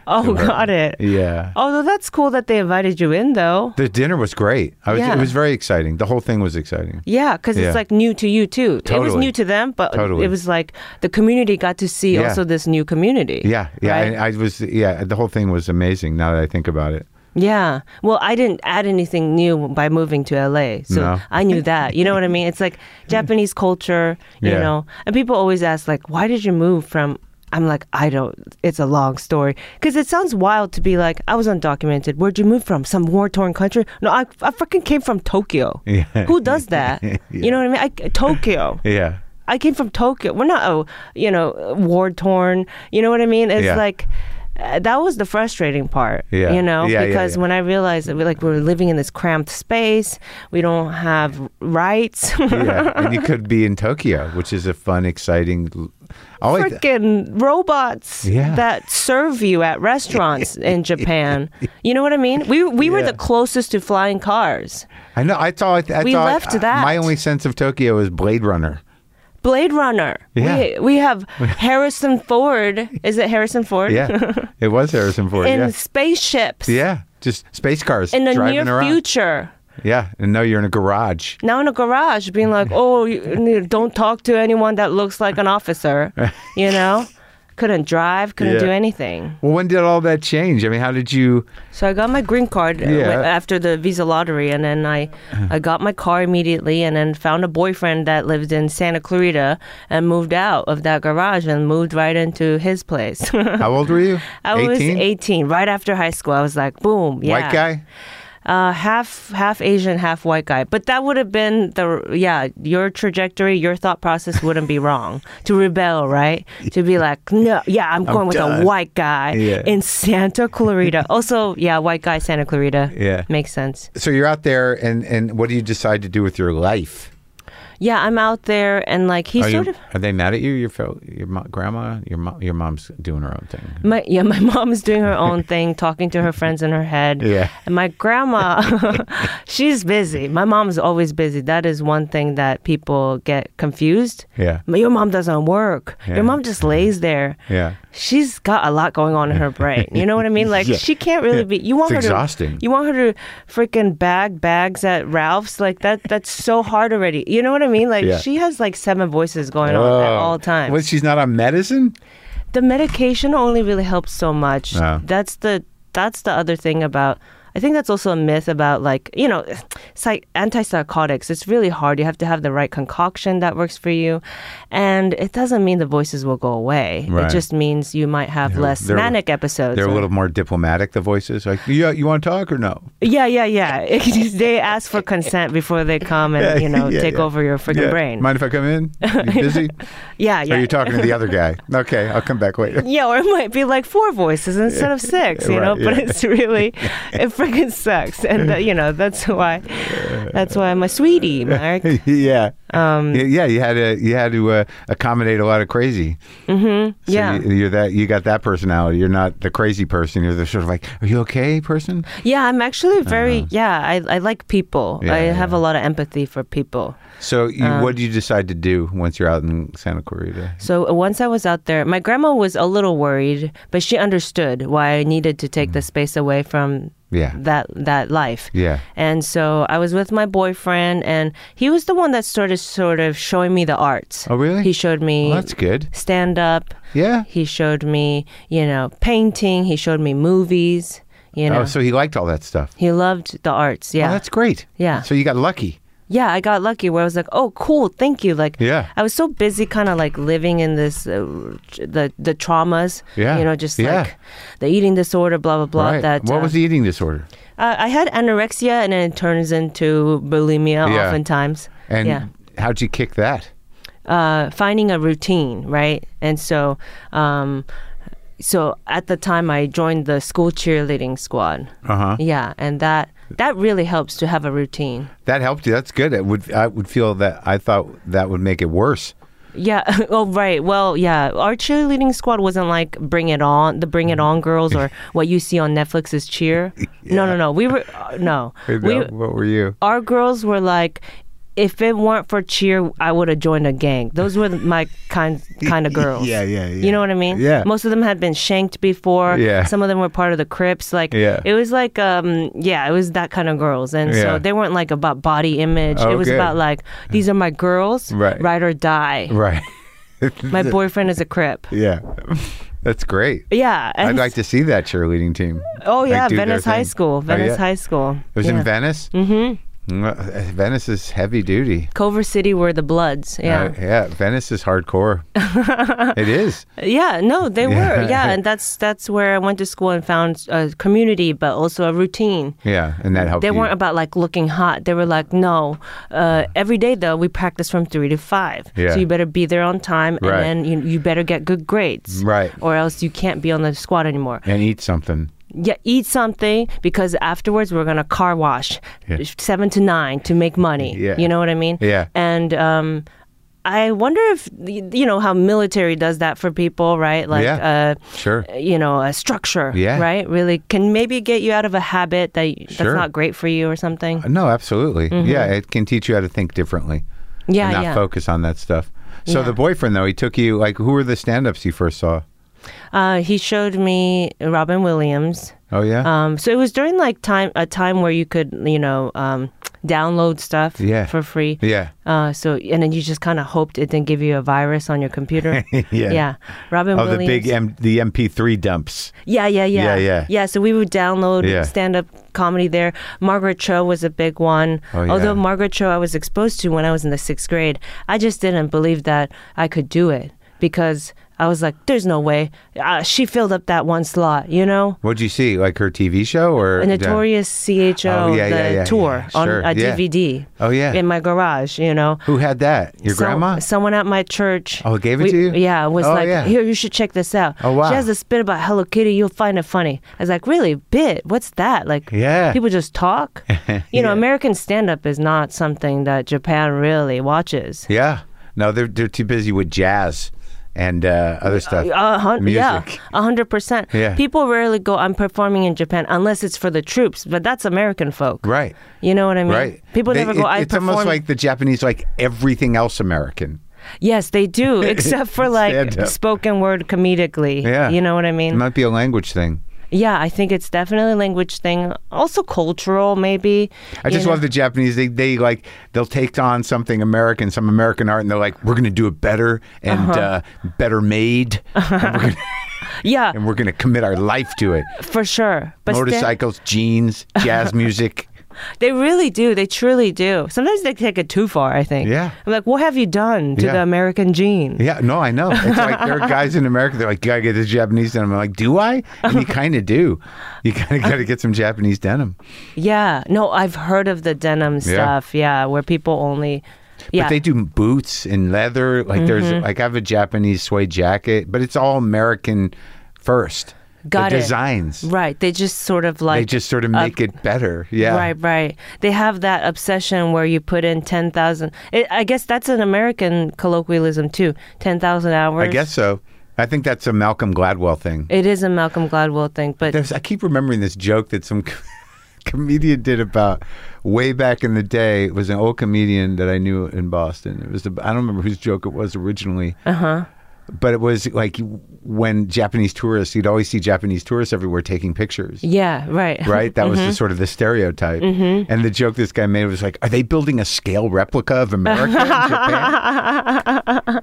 Speaker 3: Oh, got it.
Speaker 1: Yeah.
Speaker 3: Although that's cool that they invited you in, though.
Speaker 1: The dinner was great. I was,
Speaker 3: Yeah.
Speaker 1: It was very exciting. The whole thing was exciting.
Speaker 3: Yeah, because
Speaker 1: Yeah.
Speaker 3: it's like new to you too. It was
Speaker 1: Totally.
Speaker 3: new to them, but
Speaker 1: Totally.
Speaker 3: it was like the community got to see
Speaker 1: Yeah.
Speaker 3: also this new community.
Speaker 1: Yeah, yeah.
Speaker 3: right?
Speaker 1: I, I was. Yeah, the whole thing was amazing. Now that I think about it,
Speaker 3: yeah. Well, I didn't add anything new by moving to LA, so
Speaker 1: No.
Speaker 3: I knew that. You know what I mean? It's like Japanese culture, you
Speaker 1: Yeah.
Speaker 3: know. And people always ask like, "Why did you move from?" I'm like, I don't. It's a long story because it sounds wild to be like, I was undocumented. Where'd you move from? Some war torn country? No, I I freaking came from Tokyo.
Speaker 1: Yeah.
Speaker 3: Who does that? You know what I mean? I, Tokyo.
Speaker 1: yeah,
Speaker 3: I came from Tokyo. We're not, oh, you know, war torn. You know what I mean? It's
Speaker 1: Yeah.
Speaker 3: like uh, that was the frustrating part.
Speaker 1: Yeah.
Speaker 3: You know,
Speaker 1: Yeah, yeah,
Speaker 3: because
Speaker 1: yeah.
Speaker 3: when I realized that we like we're living in this cramped space, we don't have rights.
Speaker 1: yeah. and you could be in Tokyo, which is a fun, exciting. I like that.
Speaker 3: Freaking robots
Speaker 1: Yeah.
Speaker 3: that serve you at restaurants in Japan. You know what I mean? We we were
Speaker 1: Yeah.
Speaker 3: the closest to flying cars.
Speaker 1: I know. I thought. I
Speaker 3: We
Speaker 1: thought,
Speaker 3: left
Speaker 1: I-
Speaker 3: that.
Speaker 1: My only sense of Tokyo is Blade Runner.
Speaker 3: Blade Runner.
Speaker 1: Yeah.
Speaker 3: We, we have Harrison Ford. Is it Harrison Ford?
Speaker 1: Yeah, it was Harrison Ford.
Speaker 3: in
Speaker 1: yeah,
Speaker 3: spaceships.
Speaker 1: yeah. Just space cars
Speaker 3: in the
Speaker 1: driving
Speaker 3: near
Speaker 1: around.
Speaker 3: future.
Speaker 1: Yeah, and no, you're in a garage.
Speaker 3: Now in a garage, being like, "Oh, you, you don't talk to anyone that looks like an officer," you know. Couldn't drive, couldn't
Speaker 1: Yeah.
Speaker 3: do anything.
Speaker 1: Well, when did all that change? I mean, how did you?
Speaker 3: So I got my green card uh,
Speaker 1: Yeah.
Speaker 3: when- after the visa lottery, and then I, I got my car immediately, and then found a boyfriend that lived in Santa Clarita, and moved out of that garage and moved right into his place.
Speaker 1: How old were you?
Speaker 3: I was 18, right after high school. I was like, boom, yeah.
Speaker 1: White guy.
Speaker 3: Uh, half half Asian, half white guy. But that would have been the yeah. Your trajectory, your thought process wouldn't be wrong to rebel, right? To be like, no, yeah, I'm going with
Speaker 1: done.
Speaker 3: a white guy
Speaker 1: Yeah.
Speaker 3: in Santa Clarita. also, yeah, white guy, Santa Clarita.
Speaker 1: Yeah.
Speaker 3: makes sense.
Speaker 1: So you're out there, and and what do you decide to do with your life?
Speaker 3: Yeah, I'm out there, and like he
Speaker 1: Are,
Speaker 3: sort
Speaker 1: you,
Speaker 3: of.
Speaker 1: are they mad at you? Your fel- your mo- grandma, your mo- your mom's doing her own thing.
Speaker 3: My, yeah, my mom is doing her own thing, talking to her friends in her head.
Speaker 1: Yeah.
Speaker 3: And my grandma, she's busy. My mom's always busy. That is one thing that people get confused.
Speaker 1: Yeah.
Speaker 3: "Ma- Your mom doesn't work.
Speaker 1: Yeah.
Speaker 3: Your mom just lays there.
Speaker 1: Yeah.
Speaker 3: She's got a lot going on in her brain. You know what I mean? Like
Speaker 1: Yeah.
Speaker 3: she can't really be. You want
Speaker 1: It's
Speaker 3: her
Speaker 1: exhausting.
Speaker 3: to. You want her to freaking bag bags at Ralph's. Like that. That's so hard already. You know what I mean? Like
Speaker 1: Yeah. Oh.
Speaker 3: she has like seven voices going on at all times
Speaker 1: Well, she's not on medicine.
Speaker 3: the medication only really helps so much.
Speaker 1: Yeah.
Speaker 3: That's the that's the other thing about. I think that's also a myth about like you know, psych- antipsychotics. It's really hard. You have to have the right concoction that works for you, and it doesn't mean the voices will go away.
Speaker 1: Right.
Speaker 3: It just means you might have less
Speaker 1: they're-
Speaker 3: manic episodes.
Speaker 1: They're a
Speaker 3: or-
Speaker 1: little more diplomatic. The voices, like, yeah, you want to talk or no?
Speaker 3: yeah, yeah, yeah. they ask for consent before they come and you know
Speaker 1: Yeah,
Speaker 3: take
Speaker 1: yeah.
Speaker 3: over your freaking
Speaker 1: Yeah.
Speaker 3: brain.
Speaker 1: Mind if I come in? You busy?
Speaker 3: yeah, yeah.
Speaker 1: Or you talking to the other guy? Okay, I'll come back later.
Speaker 3: Yeah, or it might be like four voices instead of six, you
Speaker 1: Right,
Speaker 3: know. But
Speaker 1: yeah.
Speaker 3: it's really, it freaking sucks, and uh, you know that's why, that's why I'm a sweetie, Mark.
Speaker 1: yeah. Um, yeah, you had to you had to uh, accommodate a lot of crazy. So
Speaker 3: yeah,
Speaker 1: you, you're that you got that personality. You're not the crazy person. You're the sort of like, are you okay, person?
Speaker 3: yeah. I'm actually very, yeah. I I like people.
Speaker 1: Uh-huh. Yeah,
Speaker 3: I have
Speaker 1: yeah.
Speaker 3: a lot of empathy for people.
Speaker 1: So, you,
Speaker 3: Um,
Speaker 1: what do you decide to do once you're out in Santa Clarita?
Speaker 3: So uh, once I was out there, my grandma was a little worried, but she understood why I needed to take the space away from
Speaker 1: Mm-hmm. Yeah.
Speaker 3: that that life.
Speaker 1: Yeah.
Speaker 3: And so I was with my boyfriend, and he was the one that started sort of showing me the arts.
Speaker 1: Oh, really?
Speaker 3: He showed me
Speaker 1: Well, that's good.
Speaker 3: stand up.
Speaker 1: Yeah.
Speaker 3: He showed me, you know, painting. He showed me movies. You know,
Speaker 1: Oh, so he liked all that stuff.
Speaker 3: he loved the arts.
Speaker 1: Oh,
Speaker 3: Yeah,
Speaker 1: that's great.
Speaker 3: Yeah.
Speaker 1: So you got lucky.
Speaker 3: yeah. I got lucky where I was like, oh, cool, thank you. Like,
Speaker 1: Yeah.
Speaker 3: I was so busy, kind of like living in this, uh, the the traumas.
Speaker 1: Yeah.
Speaker 3: you know, just
Speaker 1: Yeah.
Speaker 3: like the eating disorder, blah blah blah.
Speaker 1: right.
Speaker 3: That
Speaker 1: what
Speaker 3: uh,
Speaker 1: was the eating disorder?
Speaker 3: Uh, I had anorexia, and then it turns into bulimia
Speaker 1: Yeah.
Speaker 3: oftentimes.
Speaker 1: And
Speaker 3: yeah.
Speaker 1: how'd you kick that?
Speaker 3: uh, finding a routine, right? And so, um, so at the time I joined the school cheerleading squad.
Speaker 1: Uh-huh.
Speaker 3: Yeah, and that that really helps to have a routine.
Speaker 1: That helped you. That's good. It would. I would feel that. I thought that would make it worse.
Speaker 3: Yeah. Oh, right. Well, yeah. Our cheerleading squad wasn't like Bring It On, the Bring It On girls, or what you see on Netflix is cheer. No, no, no. We were uh, no.
Speaker 1: Wait,
Speaker 3: We,
Speaker 1: what were you?
Speaker 3: our girls were like if it weren't for cheer, I would have joined a gang. Those were my kind kind of girls.
Speaker 1: Yeah, yeah, yeah.
Speaker 3: You know what I mean?
Speaker 1: Yeah.
Speaker 3: Most of them had been shanked before.
Speaker 1: Yeah.
Speaker 3: Some of them were part of the Crips. Like,
Speaker 1: Yeah.
Speaker 3: it was like, um, yeah, it was that kind of girls, and
Speaker 1: Yeah.
Speaker 3: so they weren't like about body image. It was
Speaker 1: Okay.
Speaker 3: about like these are my girls,
Speaker 1: Right.
Speaker 3: ride or die.
Speaker 1: Right.
Speaker 3: My boyfriend is a Crip.
Speaker 1: Yeah. That's great.
Speaker 3: Yeah. and-
Speaker 1: I'd like to see that cheerleading team.
Speaker 3: oh
Speaker 1: like,
Speaker 3: yeah,
Speaker 1: do their
Speaker 3: Venice High
Speaker 1: thing.
Speaker 3: School.
Speaker 1: Oh, yeah?
Speaker 3: Venice High School.
Speaker 1: It was
Speaker 3: yeah.
Speaker 1: in Venice? Mm-hmm. Venice is heavy duty.
Speaker 3: Culver City were the Bloods. Yeah.
Speaker 1: Uh, yeah, Venice is hardcore. it is.
Speaker 3: Yeah, no, they
Speaker 1: Yeah.
Speaker 3: were. Yeah, and that's that's where I went to school and found a community, but also a routine.
Speaker 1: Yeah, and that helped.
Speaker 3: They
Speaker 1: you.
Speaker 3: weren't about like looking hot. They were like, no. Uh, every day though, we practice from three to five.
Speaker 1: Yeah.
Speaker 3: So you better be there on time,
Speaker 1: Right.
Speaker 3: and then you, you better get good grades,
Speaker 1: Right.
Speaker 3: Or else you can't be on the squad anymore.
Speaker 1: and eat something.
Speaker 3: Yeah, eat something because afterwards we're gonna car wash
Speaker 1: Yeah.
Speaker 3: seven to nine to make money.
Speaker 1: Yeah.
Speaker 3: You know what I mean?
Speaker 1: Yeah.
Speaker 3: And um, I wonder if y- you know how military does that for people, right? Like,
Speaker 1: Yeah.
Speaker 3: uh,
Speaker 1: Sure.
Speaker 3: you know, a structure,
Speaker 1: Yeah.
Speaker 3: right? Really can maybe get you out of a habit that y- that's
Speaker 1: Sure.
Speaker 3: not great for you or something.
Speaker 1: No, absolutely. Yeah, it can teach you how to think differently.
Speaker 3: Mm-hmm. Yeah,
Speaker 1: and not
Speaker 3: yeah.
Speaker 1: focus on that stuff. So
Speaker 3: Yeah.
Speaker 1: the boyfriend though, he took you like who were the stand-ups you first saw?
Speaker 3: Uh, he showed me Robin Williams.
Speaker 1: Oh yeah.
Speaker 3: Um, so it was during like time a time where you could you know um, download stuff
Speaker 1: Yeah.
Speaker 3: for free.
Speaker 1: yeah.
Speaker 3: Uh, so and then you just kind of hoped it didn't give you a virus on your computer.
Speaker 1: Yeah.
Speaker 3: Robin
Speaker 1: Oh, the
Speaker 3: Williams.
Speaker 1: big M- the MP3 dumps.
Speaker 3: yeah, yeah, yeah,
Speaker 1: Yeah, yeah.
Speaker 3: So we would download
Speaker 1: Yeah.
Speaker 3: stand-up comedy there. Margaret Cho was a big one.
Speaker 1: Oh, yeah.
Speaker 3: Although Margaret Cho, I was exposed to when I was in the sixth grade. I just didn't believe that I could do it because I was like, "There's no way." Uh, she filled up that one slot, you know.
Speaker 1: What'd you see? Like her TV show or
Speaker 3: A notorious CHO
Speaker 1: Oh, yeah,
Speaker 3: the
Speaker 1: yeah, yeah,
Speaker 3: tour
Speaker 1: yeah.
Speaker 3: on
Speaker 1: Sure,
Speaker 3: a
Speaker 1: yeah.
Speaker 3: DVD.
Speaker 1: Oh, yeah.
Speaker 3: in my garage, you know.
Speaker 1: Who had that? Your
Speaker 3: So-
Speaker 1: grandma?
Speaker 3: Someone at my church.
Speaker 1: Oh, gave it to you?
Speaker 3: Yeah, was
Speaker 1: Oh,
Speaker 3: like,
Speaker 1: yeah.
Speaker 3: here, you should check this out.
Speaker 1: Oh, wow.
Speaker 3: She has this bit about Hello Kitty. You'll find it funny. I was like, really? Bit? What's that? Like,
Speaker 1: Yeah.
Speaker 3: people just talk? You know, American stand up is not something that Japan really watches.
Speaker 1: Yeah. No, they're they're too busy with jazz and uh, other stuff.
Speaker 3: Uh, hun- yeah,
Speaker 1: Music.
Speaker 3: a hundred percent.
Speaker 1: Yeah.
Speaker 3: People rarely go. I'm performing in Japan unless it's for the troops, but that's American folk,
Speaker 1: Right.
Speaker 3: You know what I mean?
Speaker 1: Right.
Speaker 3: People
Speaker 1: They-
Speaker 3: never go.
Speaker 1: it-
Speaker 3: I
Speaker 1: it's
Speaker 3: perform.
Speaker 1: almost like the Japanese like everything else American.
Speaker 3: yes, they do, except for like
Speaker 1: Stand up.
Speaker 3: spoken word comedically.
Speaker 1: Yeah.
Speaker 3: you know what I mean.
Speaker 1: It might be a language thing.
Speaker 3: Yeah, I think it's definitely a language thing, also cultural, maybe.
Speaker 1: I just love the Japanese. They, they like they'll take on something American, some American art, and they're like, "We're going to do it better and
Speaker 3: Uh-huh.
Speaker 1: uh better made, and, we're gonna,
Speaker 3: Yeah,
Speaker 1: and we're going to commit our life to it."
Speaker 3: for sure. But sta-
Speaker 1: Motorcycles, jeans, jazz music.
Speaker 3: they really do. They truly do. Sometimes they take it too far. I think.
Speaker 1: Yeah.
Speaker 3: I'm like, what have you done to
Speaker 1: Yeah.
Speaker 3: the American gene?
Speaker 1: Yeah, no, I know. It's like there are guys in America. They're like, "You got to get this Japanese denim." I'm like, "Do I?" And you kind of do. You kind of got to get some Japanese denim.
Speaker 3: Yeah. No, I've heard of the denim stuff. Yeah, where people only. Yeah. Mm-hmm.
Speaker 1: But they do boots and leather. Like there's like I have a Japanese suede jacket, but it's all American first.
Speaker 3: Got
Speaker 1: the
Speaker 3: it.
Speaker 1: designs.
Speaker 3: Right. They just sort of like.
Speaker 1: They just sort of make it better. Yeah.
Speaker 3: Right, right. They have that obsession where you put in 10,000. I I guess that's an American colloquialism too. 10,000 hours.
Speaker 1: I guess so. I think that's a Malcolm Gladwell thing.
Speaker 3: It is a Malcolm Gladwell thing, but
Speaker 1: There's, I keep remembering this joke that some comedian did about way back in the day. It was an old comedian that I knew in Boston. It was, I I don't remember whose joke it was originally. Uh
Speaker 3: Uh-huh.
Speaker 1: huh. But it was like when Japanese tourists, you'd always see Japanese tourists everywhere taking pictures.
Speaker 3: yeah, Mm-hmm. right.
Speaker 1: right? That was the sort of the stereotype.
Speaker 3: Mm-hmm.
Speaker 1: And the joke this guy made was like, "Are they building a scale replica of America in Japan?"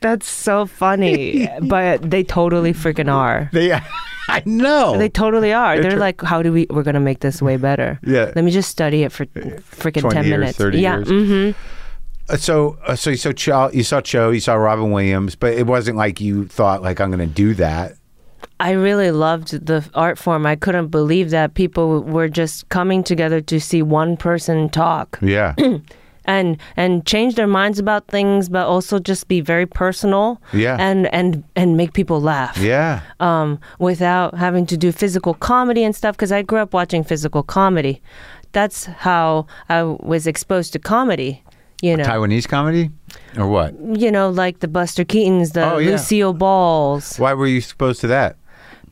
Speaker 3: That's so funny, but they totally freaking are.
Speaker 1: They, I know.
Speaker 3: They totally are. They're
Speaker 1: true.
Speaker 3: like, how do we? We're gonna make this way better.
Speaker 1: Yeah.
Speaker 3: Let me just study it for freaking
Speaker 1: 20
Speaker 3: ten
Speaker 1: years,
Speaker 3: minutes.
Speaker 1: 30
Speaker 3: yeah.
Speaker 1: years.
Speaker 3: mhm.
Speaker 1: Uh, so, uh, so you saw Cho, you saw Cho, you saw Robin Williams, but it wasn't like you thought like I'm going to do that.
Speaker 3: I really loved the art form. I couldn't believe that people were just coming together to see one person talk
Speaker 1: Yeah, Hmm.
Speaker 3: and and change their minds about things, but also just be very personal.
Speaker 1: Yeah.
Speaker 3: And and and make people laugh.
Speaker 1: yeah,
Speaker 3: um, without having to do physical comedy and stuff because I grew up watching physical comedy. That's how I was exposed to comedy. You know,
Speaker 1: Taiwanese comedy or what?
Speaker 3: you know, like the Buster Keatons, the
Speaker 1: Oh, yeah.
Speaker 3: Lucille Balls.
Speaker 1: Why were you exposed to that?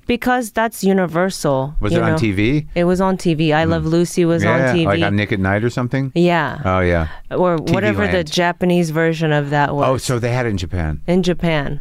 Speaker 3: because that's universal.
Speaker 1: Was
Speaker 3: you
Speaker 1: it on
Speaker 3: know?
Speaker 1: TV?
Speaker 3: It was on TV. I Love Lucy was
Speaker 1: yeah,
Speaker 3: on TV.
Speaker 1: like on Nick at Night or something.
Speaker 3: yeah.
Speaker 1: Oh yeah.
Speaker 3: or whatever the
Speaker 1: Land.
Speaker 3: Japanese version of that was.
Speaker 1: Oh, so they had it in Japan. Ah.
Speaker 3: in Japan.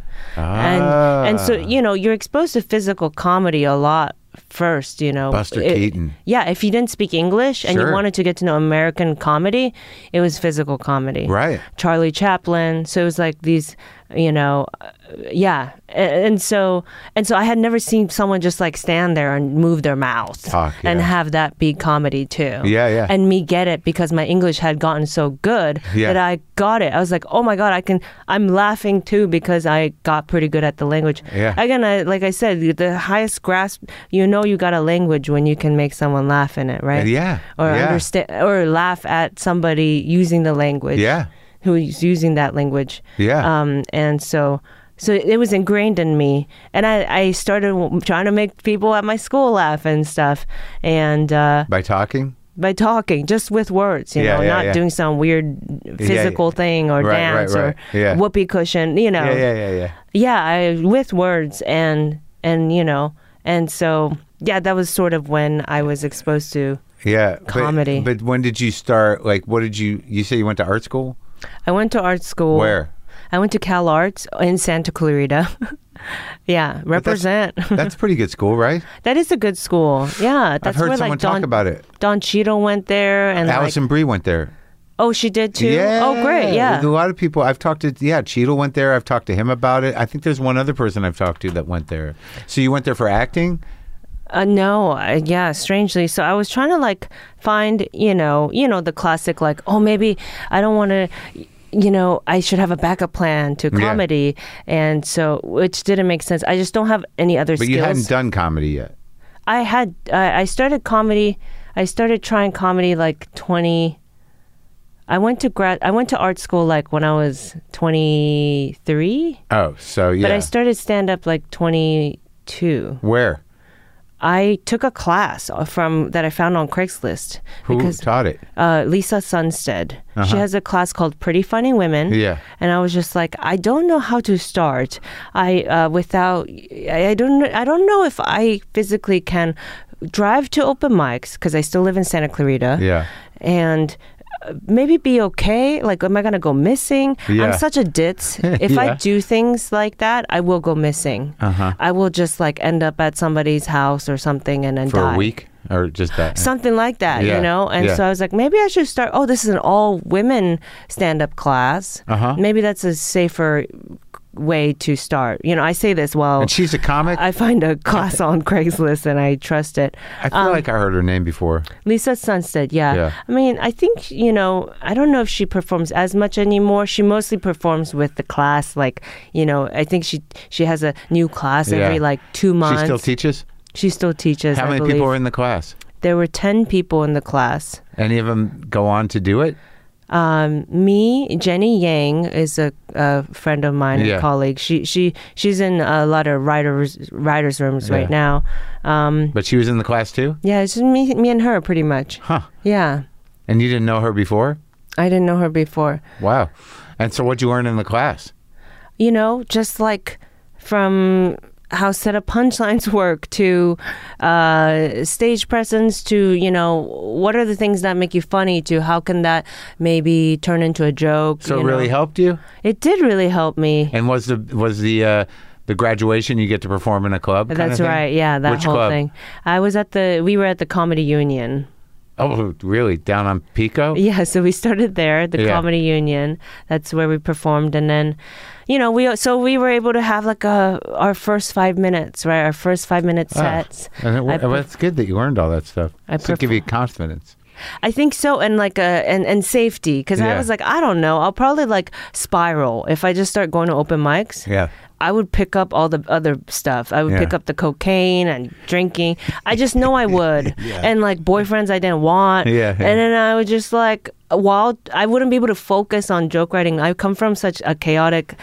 Speaker 3: And and so you know, you're exposed to physical comedy a lot first, you know.
Speaker 1: Buster Keaton.
Speaker 3: Yeah, if you didn't speak English and
Speaker 1: Sure.
Speaker 3: you wanted to get to know American comedy, it was physical comedy.
Speaker 1: Right.
Speaker 3: Charlie Chaplin. So it was like these, you know, uh, yeah. A- And so and so I had never seen someone just like stand there and move their mouth
Speaker 1: Talk,
Speaker 3: and
Speaker 1: yeah.
Speaker 3: have that be comedy too.
Speaker 1: Yeah, yeah.
Speaker 3: And me get it because my English had gotten so good
Speaker 1: Yeah.
Speaker 3: that I got it. I was like, "Oh my god, I can I'm laughing too because I got pretty good at the language."
Speaker 1: Yeah.
Speaker 3: Again, I, like I said, the highest grasp, you know you got a language when you can make someone laugh in it, right?
Speaker 1: Yeah,
Speaker 3: Or
Speaker 1: yeah.
Speaker 3: understand or laugh at somebody using the language
Speaker 1: Yeah.
Speaker 3: who's using that language.
Speaker 1: Yeah.
Speaker 3: Um, and so, so it was ingrained in me, and I, I started w- trying to make people at my school laugh and stuff, and uh,
Speaker 1: By talking.
Speaker 3: by talking just with words, you
Speaker 1: Yeah,
Speaker 3: know,
Speaker 1: yeah,
Speaker 3: not
Speaker 1: yeah.
Speaker 3: doing some weird physical thing or
Speaker 1: Right, right,
Speaker 3: dance
Speaker 1: right.
Speaker 3: or
Speaker 1: Yeah.
Speaker 3: whoopee cushion, you know.
Speaker 1: Yeah, yeah, yeah, yeah.
Speaker 3: Yeah, I with words and and you know, and so yeah, that was sort of when I was exposed to.
Speaker 1: Yeah. but-
Speaker 3: Comedy.
Speaker 1: But, when did you start? Like, what did you? You say you went to art school.
Speaker 3: I went to art school.
Speaker 1: Where?
Speaker 3: I went to Cal Arts in Santa Clarita. yeah, represent.
Speaker 1: That's a pretty good school, right?
Speaker 3: That is a good school. Yeah, that's
Speaker 1: heard
Speaker 3: where
Speaker 1: someone
Speaker 3: like
Speaker 1: talk
Speaker 3: Don,
Speaker 1: about it.
Speaker 3: Don Cheadle went there, and like-
Speaker 1: Allison Brie went there.
Speaker 3: oh, she did too.
Speaker 1: Yeah.
Speaker 3: Oh, great. Yeah.
Speaker 1: A lot of people I've talked to. Yeah, Cheadle went there. I've talked to him about it. I think there's one other person I've talked to that went there. So you went there for acting?
Speaker 3: Uh, no. Uh, yeah. Strangely, so I was trying to like find you know you know the classic like oh maybe I don't want to. You know, I should have a backup plan to comedy, and so which didn't make sense. I just don't have any other
Speaker 1: But
Speaker 3: skills.
Speaker 1: you hadn't done comedy yet.
Speaker 3: I had I I started comedy. I started trying comedy like twenty. I went to grad. I went to art school like when I was twenty three,
Speaker 1: Oh, so yeah.
Speaker 3: but I started stand up like twenty two.
Speaker 1: Where?
Speaker 3: I took a class uh, from that I found on Craigslist
Speaker 1: Who taught it?
Speaker 3: uh, Lisa Sunstead. She has a class called Pretty Funny Women.
Speaker 1: Uh-huh. Yeah.
Speaker 3: And I was just like, I don't know how to start. I uh, without I, I don't I don't know if I physically can drive to open mics because I still live in Santa Clarita.
Speaker 1: Yeah.
Speaker 3: And uh, maybe be okay like am i gonna go missing i'm
Speaker 1: Yeah.
Speaker 3: such a ditz if i
Speaker 1: Yeah.
Speaker 3: do things like that i will go missing uh-huh. i will just like end up at somebody's house or something and then
Speaker 1: For
Speaker 3: die
Speaker 1: a week or just that?
Speaker 3: something like that,
Speaker 1: Yeah,
Speaker 3: you know? And
Speaker 1: yeah.
Speaker 3: so I was like, maybe I should start. Oh, this is an all women stand up class.
Speaker 1: Uh-huh.
Speaker 3: Maybe that's a safer way to start. You know, I say this while
Speaker 1: and she's a comic. I,
Speaker 3: I find a class on Craigslist and I trust it. Um,
Speaker 1: feel like I heard her name before.
Speaker 3: Lisa Sunstead, yeah.
Speaker 1: Yeah.
Speaker 3: I mean, I think, you know, I don't know if she performs as much anymore. She mostly performs with the class like, you know, I think she she has a new class
Speaker 1: Yeah.
Speaker 3: every like
Speaker 1: She
Speaker 3: 2 months.
Speaker 1: still teaches.
Speaker 3: She still teaches,
Speaker 1: How
Speaker 3: I
Speaker 1: many
Speaker 3: believe.
Speaker 1: people are in the class?
Speaker 3: there were 10 people in the class.
Speaker 1: Any of them go on to do it?
Speaker 3: Um, me, Jenny Yang is a, a friend of mine,
Speaker 1: Yeah.
Speaker 3: a colleague. She she she's in a lot of writers writers rooms right
Speaker 1: Yeah.
Speaker 3: now. Um,
Speaker 1: But she was in the class too.
Speaker 3: yeah, it's just me me and her pretty much.
Speaker 1: Huh?
Speaker 3: Yeah,
Speaker 1: And you didn't know her before?
Speaker 3: I didn't know her before.
Speaker 1: Wow. And so what'd you learn in the class?
Speaker 3: You know, just like from how setup punchlines work to uh, stage presence to you know what are the things that make you funny to how can that maybe turn into a joke.
Speaker 1: So
Speaker 3: you
Speaker 1: it really
Speaker 3: know?
Speaker 1: helped you.
Speaker 3: it did really help me.
Speaker 1: And was the was the uh, the graduation you get to perform in a club? kinda
Speaker 3: That's
Speaker 1: thing?
Speaker 3: right. Yeah, that
Speaker 1: Which
Speaker 3: whole
Speaker 1: club?
Speaker 3: thing. I was at the. We were at the Comedy Union.
Speaker 1: Oh, really? Down on Pico?
Speaker 3: Yeah, so we started there, the
Speaker 1: Yeah.
Speaker 3: Comedy Union. That's where we performed, and then, you know, we so we were able to have like a our first five minutes, right? Our first five minute
Speaker 1: Ah.
Speaker 3: sets.
Speaker 1: And it,
Speaker 3: I
Speaker 1: well, it's good that you learned all that stuff.
Speaker 3: I
Speaker 1: Does it give you confidence.
Speaker 3: I think so, and like uh and and safety, because
Speaker 1: Yeah.
Speaker 3: I was like, I don't know, I'll probably like spiral if I just start going to open mics.
Speaker 1: Yeah.
Speaker 3: I would pick up all the other stuff. I would
Speaker 1: Yeah.
Speaker 3: pick up the cocaine and drinking. I just know I would, and like boyfriends I didn't want.
Speaker 1: Yeah, yeah.
Speaker 3: and then I would just like while I wouldn't be able to focus on joke writing. I come from such a chaotic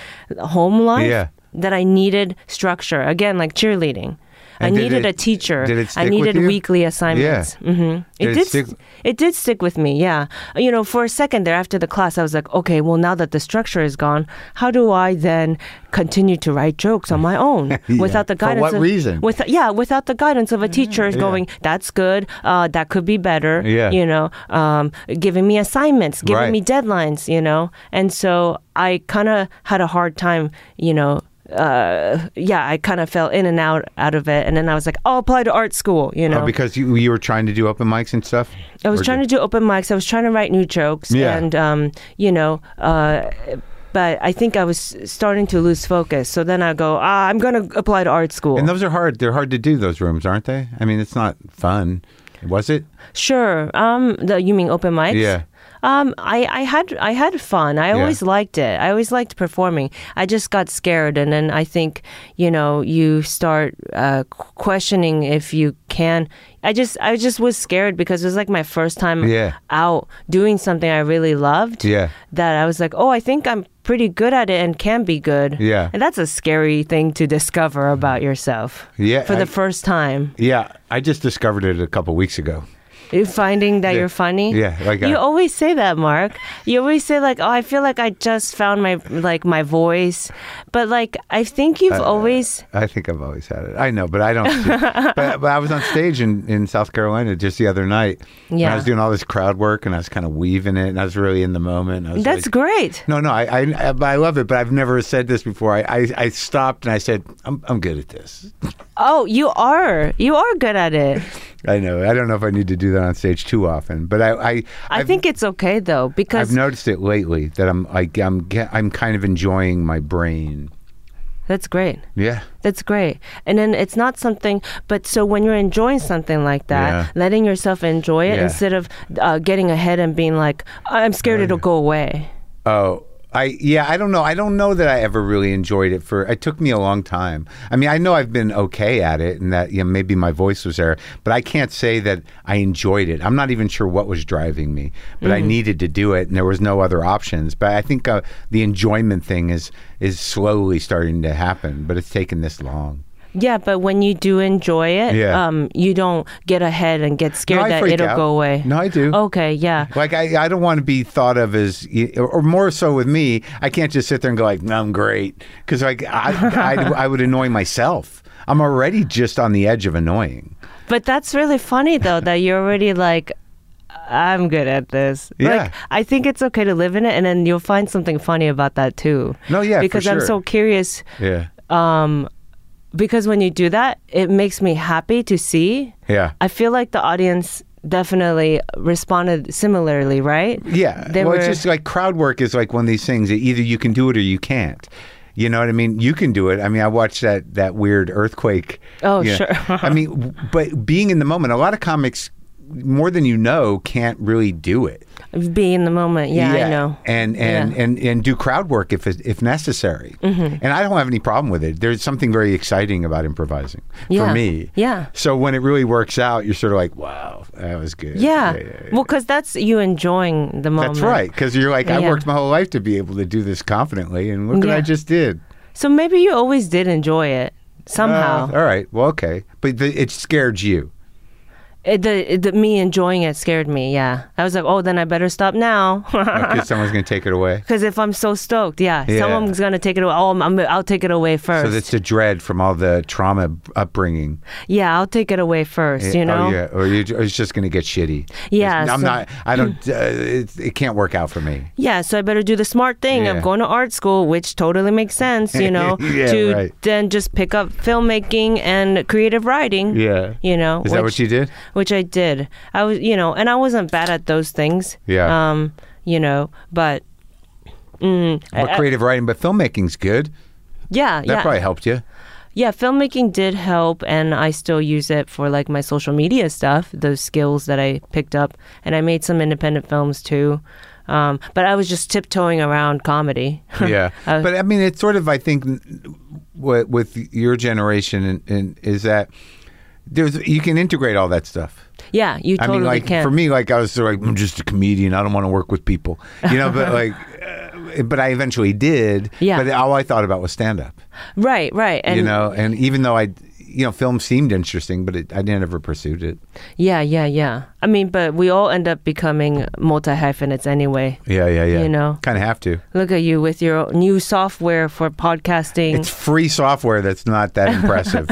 Speaker 3: home life
Speaker 1: Yeah.
Speaker 3: that I needed structure again, like cheerleading. I
Speaker 1: And did
Speaker 3: needed
Speaker 1: it-
Speaker 3: a teacher.
Speaker 1: did it
Speaker 3: I
Speaker 1: stick with
Speaker 3: needed
Speaker 1: you?
Speaker 3: weekly assignments.
Speaker 1: Yeah.
Speaker 3: hmm
Speaker 1: Did it
Speaker 3: did.
Speaker 1: stick-
Speaker 3: st- it did stick with me. Yeah. You know, for a second there after the class, I was like, okay, well now that the structure is gone, how do I then continue to write jokes on my own
Speaker 1: Yeah.
Speaker 3: without the
Speaker 1: For
Speaker 3: guidance?
Speaker 1: what
Speaker 3: of,
Speaker 1: reason?
Speaker 3: With yeah, without the guidance of a teacher going, that's good. Uh, that could be better.
Speaker 1: Yeah.
Speaker 3: You know, um, giving me assignments, giving
Speaker 1: Right.
Speaker 3: me deadlines, you know? And so I kind of had a hard time, you know. Uh, yeah, I kind of fell in and out out of it, and then I was like, I'll apply to art school, you know.
Speaker 1: Oh, because you you were trying to do open mics and stuff.
Speaker 3: I was trying to do open mics. I was trying to write new jokes,
Speaker 1: Yeah.
Speaker 3: and um, you know, uh, but I think I was starting to lose focus. So then I go, ah, I'm gonna apply to art school.
Speaker 1: And those are hard. They're hard to do. Those rooms, aren't they? I mean, it's not fun. Was it?
Speaker 3: Sure. Um, the, you mean open mics?
Speaker 1: Yeah.
Speaker 3: Um, I, I had I had fun. I
Speaker 1: Yeah.
Speaker 3: always liked it. I always liked performing. I just got scared, and then I think you know you start uh, qu- questioning if you can. I just I just was scared because it was like my first time
Speaker 1: Yeah.
Speaker 3: out doing something I really loved.
Speaker 1: Yeah.
Speaker 3: That I was like, oh, I think I'm pretty good at it and can be good.
Speaker 1: Yeah.
Speaker 3: And that's a scary thing to discover about yourself.
Speaker 1: Yeah,
Speaker 3: For
Speaker 1: I-
Speaker 3: the first time.
Speaker 1: Yeah, I just discovered it a couple weeks ago.
Speaker 3: You finding that you're funny?
Speaker 1: Yeah, like
Speaker 3: you
Speaker 1: I-
Speaker 3: always say that, Mark. You always say like, "Oh, I feel like I just found my like my voice," but like I think you've
Speaker 1: Uh,
Speaker 3: always
Speaker 1: I think I've always had it. I know, but I don't. see- but, but I was on stage in, in South Carolina just the other night. and I
Speaker 3: Yeah.
Speaker 1: was doing all this crowd work and I was kind of weaving it and I was really in the moment. I was
Speaker 3: that's
Speaker 1: like-
Speaker 3: great.
Speaker 1: No, no, I, I, I- I love it, but I've never said this before. I, I, I stopped and I said, I'm, I'm good at this.
Speaker 3: Oh, you are you are good at it.
Speaker 1: I know. I don't know if I need to do that on stage too often, but I, I,
Speaker 3: I
Speaker 1: I've-
Speaker 3: think it's okay though
Speaker 1: I've
Speaker 3: because
Speaker 1: noticed it lately that I'm, I, I'm, ge- I'm kind of enjoying my brain.
Speaker 3: that's great.
Speaker 1: Yeah.
Speaker 3: That's great. And then it's not something, but so when you're enjoying something like that,
Speaker 1: Yeah.
Speaker 3: letting yourself enjoy it
Speaker 1: Yeah.
Speaker 3: instead of uh, getting ahead and being like, I'm scared it'll go away.
Speaker 1: Oh, I yeah, I don't know. I don't know that I ever really enjoyed it for. It took me a long time. I mean, I know I've been okay at it, and that you know maybe my voice was there, but I can't say that I enjoyed it. I'm not even sure what was driving me, but
Speaker 3: Mm-hmm.
Speaker 1: I needed to do it, and there was no other options. But I think uh, the enjoyment thing is is slowly starting to happen, but it's taken this long.
Speaker 3: Yeah, but when you do enjoy it,
Speaker 1: Yeah.
Speaker 3: um, you don't get ahead and get scared
Speaker 1: I
Speaker 3: that
Speaker 1: freak
Speaker 3: it'll
Speaker 1: out.
Speaker 3: go away. Oh,
Speaker 1: No, I do.
Speaker 3: Okay, yeah.
Speaker 1: Like I, I don't want to be thought of as, or more so with me. I can't just sit there and go like, "I'm great," because like I, I, I would annoy myself. I'm already just on the edge of annoying.
Speaker 3: But that's really funny though that you're already like I'm good at this.
Speaker 1: Yeah.
Speaker 3: Like I think it's okay to live in it and then you'll find something funny about that too.
Speaker 1: No, yeah, for
Speaker 3: Because I'm
Speaker 1: sure.
Speaker 3: so curious
Speaker 1: Yeah,
Speaker 3: um because when you do that, it makes me happy to see.
Speaker 1: yeah,
Speaker 3: I feel like the audience definitely responded similarly, right?
Speaker 1: yeah.
Speaker 3: They
Speaker 1: well,
Speaker 3: were
Speaker 1: it's just like crowd work is like one of these things that either you can do it or you can't. You know what I mean? You can do it. I mean, I watched that that weird earthquake.
Speaker 3: Oh,
Speaker 1: you know.
Speaker 3: sure.
Speaker 1: I mean, w- but being in the moment, a lot of comics, more than you know, can't really do it.
Speaker 3: be in the moment. Yeah, I know.
Speaker 1: And and,
Speaker 3: Yeah.
Speaker 1: and and do crowd work if if necessary.
Speaker 3: Mm-hmm.
Speaker 1: And I don't have any problem with it. There's something very exciting about improvising
Speaker 3: Yeah.
Speaker 1: for me.
Speaker 3: Yeah.
Speaker 1: So when it really works out, you're sort of like, wow, that was good.
Speaker 3: Yeah. Well,
Speaker 1: yeah, yeah.
Speaker 3: 'cause Well, because that's you enjoying the moment.
Speaker 1: That's right, because you're like, I
Speaker 3: Yeah.
Speaker 1: worked my whole life to be able to do this confidently, and look what I
Speaker 3: Yeah.
Speaker 1: just did.
Speaker 3: So maybe you always did enjoy it somehow.
Speaker 1: Uh, all right, well, okay, but the, it scared you.
Speaker 3: It- the, the me enjoying it scared me. Yeah, I was like, oh, then I better stop now.
Speaker 1: Because someone's going to take it away.
Speaker 3: Because if I'm so stoked, yeah,
Speaker 1: Yeah.
Speaker 3: someone's gonna take it away. Oh, I'm, I'm, I'll take it away
Speaker 1: So
Speaker 3: first.
Speaker 1: that's the dread from all the trauma upbringing.
Speaker 3: yeah, I'll take it away first. You know.
Speaker 1: oh, yeah, or, you, or it's just going to get shitty.
Speaker 3: Yeah,
Speaker 1: It's- I'm
Speaker 3: so-
Speaker 1: not. I don't. Uh, it, it can't work out for me.
Speaker 3: Yeah, so I better do the smart thing
Speaker 1: Yeah.
Speaker 3: of going to art school, which totally makes sense, you know,
Speaker 1: Yeah,
Speaker 3: to
Speaker 1: right.
Speaker 3: then just pick up filmmaking and creative writing.
Speaker 1: Yeah.
Speaker 3: You know,
Speaker 1: Is that what you did?
Speaker 3: Which I did. I was, you know, and I wasn't bad at those things.
Speaker 1: Yeah.
Speaker 3: Um, you know, but
Speaker 1: But creative writing, but filmmaking's good.
Speaker 3: yeah,
Speaker 1: That
Speaker 3: yeah.
Speaker 1: probably helped you.
Speaker 3: Yeah, filmmaking did help, and I still use it for like my social media stuff, those skills that I picked up. And I made some independent films too. Um, but I was just tiptoeing around comedy.
Speaker 1: Yeah.
Speaker 3: I was-
Speaker 1: but I mean, it's sort of. I think what with your generation and, and is that there's you can integrate all that stuff.
Speaker 3: yeah, you
Speaker 1: I
Speaker 3: totally
Speaker 1: mean, like
Speaker 3: can.
Speaker 1: for me, like I was sort of like I'm just a comedian. I don't want to work with people, you know. But like, uh, but I eventually did.
Speaker 3: Yeah.
Speaker 1: But all I thought about was stand up.
Speaker 3: Right, right. And
Speaker 1: you know and even though i you know, film seemed interesting, but it, I never pursued it.
Speaker 3: Yeah, yeah, yeah. I mean, but we all end up becoming multi hyphenates anyway.
Speaker 1: Yeah, yeah, yeah.
Speaker 3: You know.
Speaker 1: kind of have to.
Speaker 3: Look at you with your new software for podcasting,
Speaker 1: It's free software that's not that impressive.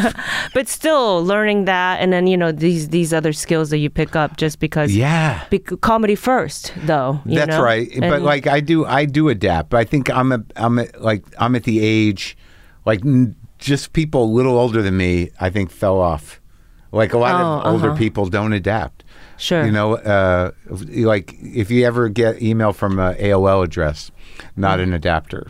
Speaker 3: but still learning that, and then you know these these other skills that you pick up just because.
Speaker 1: yeah.
Speaker 3: Bec- comedy first, though. you
Speaker 1: That's
Speaker 3: know?
Speaker 1: right. but
Speaker 3: And-
Speaker 1: like I do, I do adapt. But I think I'm a, I'm a, like I'm at the age, like n- just people a little older than me. I think fell off. Like a lot of
Speaker 3: Oh,
Speaker 1: older
Speaker 3: uh-huh.
Speaker 1: people don't adapt.
Speaker 3: Sure.
Speaker 1: You know, uh, like if you ever get email from a AOL address, not
Speaker 3: Mm.
Speaker 1: an adapter.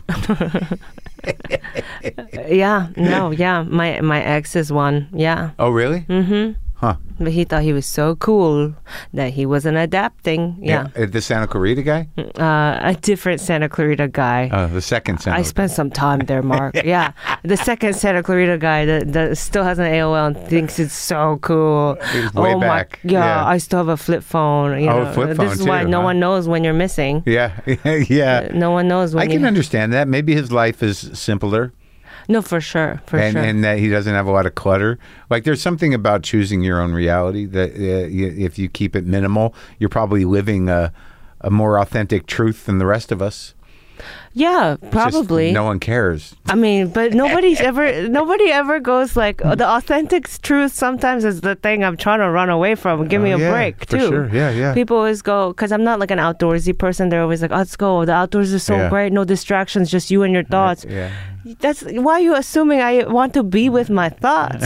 Speaker 3: yeah, no, yeah. My my ex is one. Yeah,
Speaker 1: oh, really? Mm-hmm. Huh.
Speaker 3: but he thought he was so cool that he wasn't adapting. Yeah,
Speaker 1: Uh, The Santa Clarita guy.
Speaker 3: Uh, a different Santa Clarita guy.
Speaker 1: Uh, the second Santa.
Speaker 3: I spent some time there, Mark. yeah, the second Santa Clarita guy that, that still has an AOL and thinks it's so cool.
Speaker 1: It was way
Speaker 3: oh
Speaker 1: back.
Speaker 3: my! Yeah,
Speaker 1: Yeah.
Speaker 3: I still have a flip phone. You
Speaker 1: Oh, a
Speaker 3: know.
Speaker 1: flip phone
Speaker 3: This is why
Speaker 1: too,
Speaker 3: no
Speaker 1: huh?
Speaker 3: one knows when you're missing.
Speaker 1: yeah, yeah.
Speaker 3: No one knows when
Speaker 1: I can
Speaker 3: you.
Speaker 1: understand that. Maybe his life is simpler.
Speaker 3: no, for sure, for
Speaker 1: and,
Speaker 3: sure.
Speaker 1: and that he doesn't have a lot of clutter. Like there's something about choosing your own reality that uh, y- if you keep it minimal, you're probably living a, a more authentic truth than the rest of us.
Speaker 3: yeah,
Speaker 1: Just
Speaker 3: probably.
Speaker 1: no one cares.
Speaker 3: I mean, but nobody's ever nobody ever goes like
Speaker 1: Hmm.
Speaker 3: oh, the authentic truth. Sometimes is the thing I'm trying to run away from. Give me
Speaker 1: Oh,
Speaker 3: a
Speaker 1: yeah,
Speaker 3: break
Speaker 1: for
Speaker 3: too.
Speaker 1: sure. Yeah, yeah.
Speaker 3: People always go because I'm not like an outdoorsy person. They're always like, oh, let's go. The outdoors is so
Speaker 1: Yeah.
Speaker 3: great. No distractions, just you and your thoughts.
Speaker 1: Yeah.
Speaker 3: That's why you assuming I want to be with my thoughts.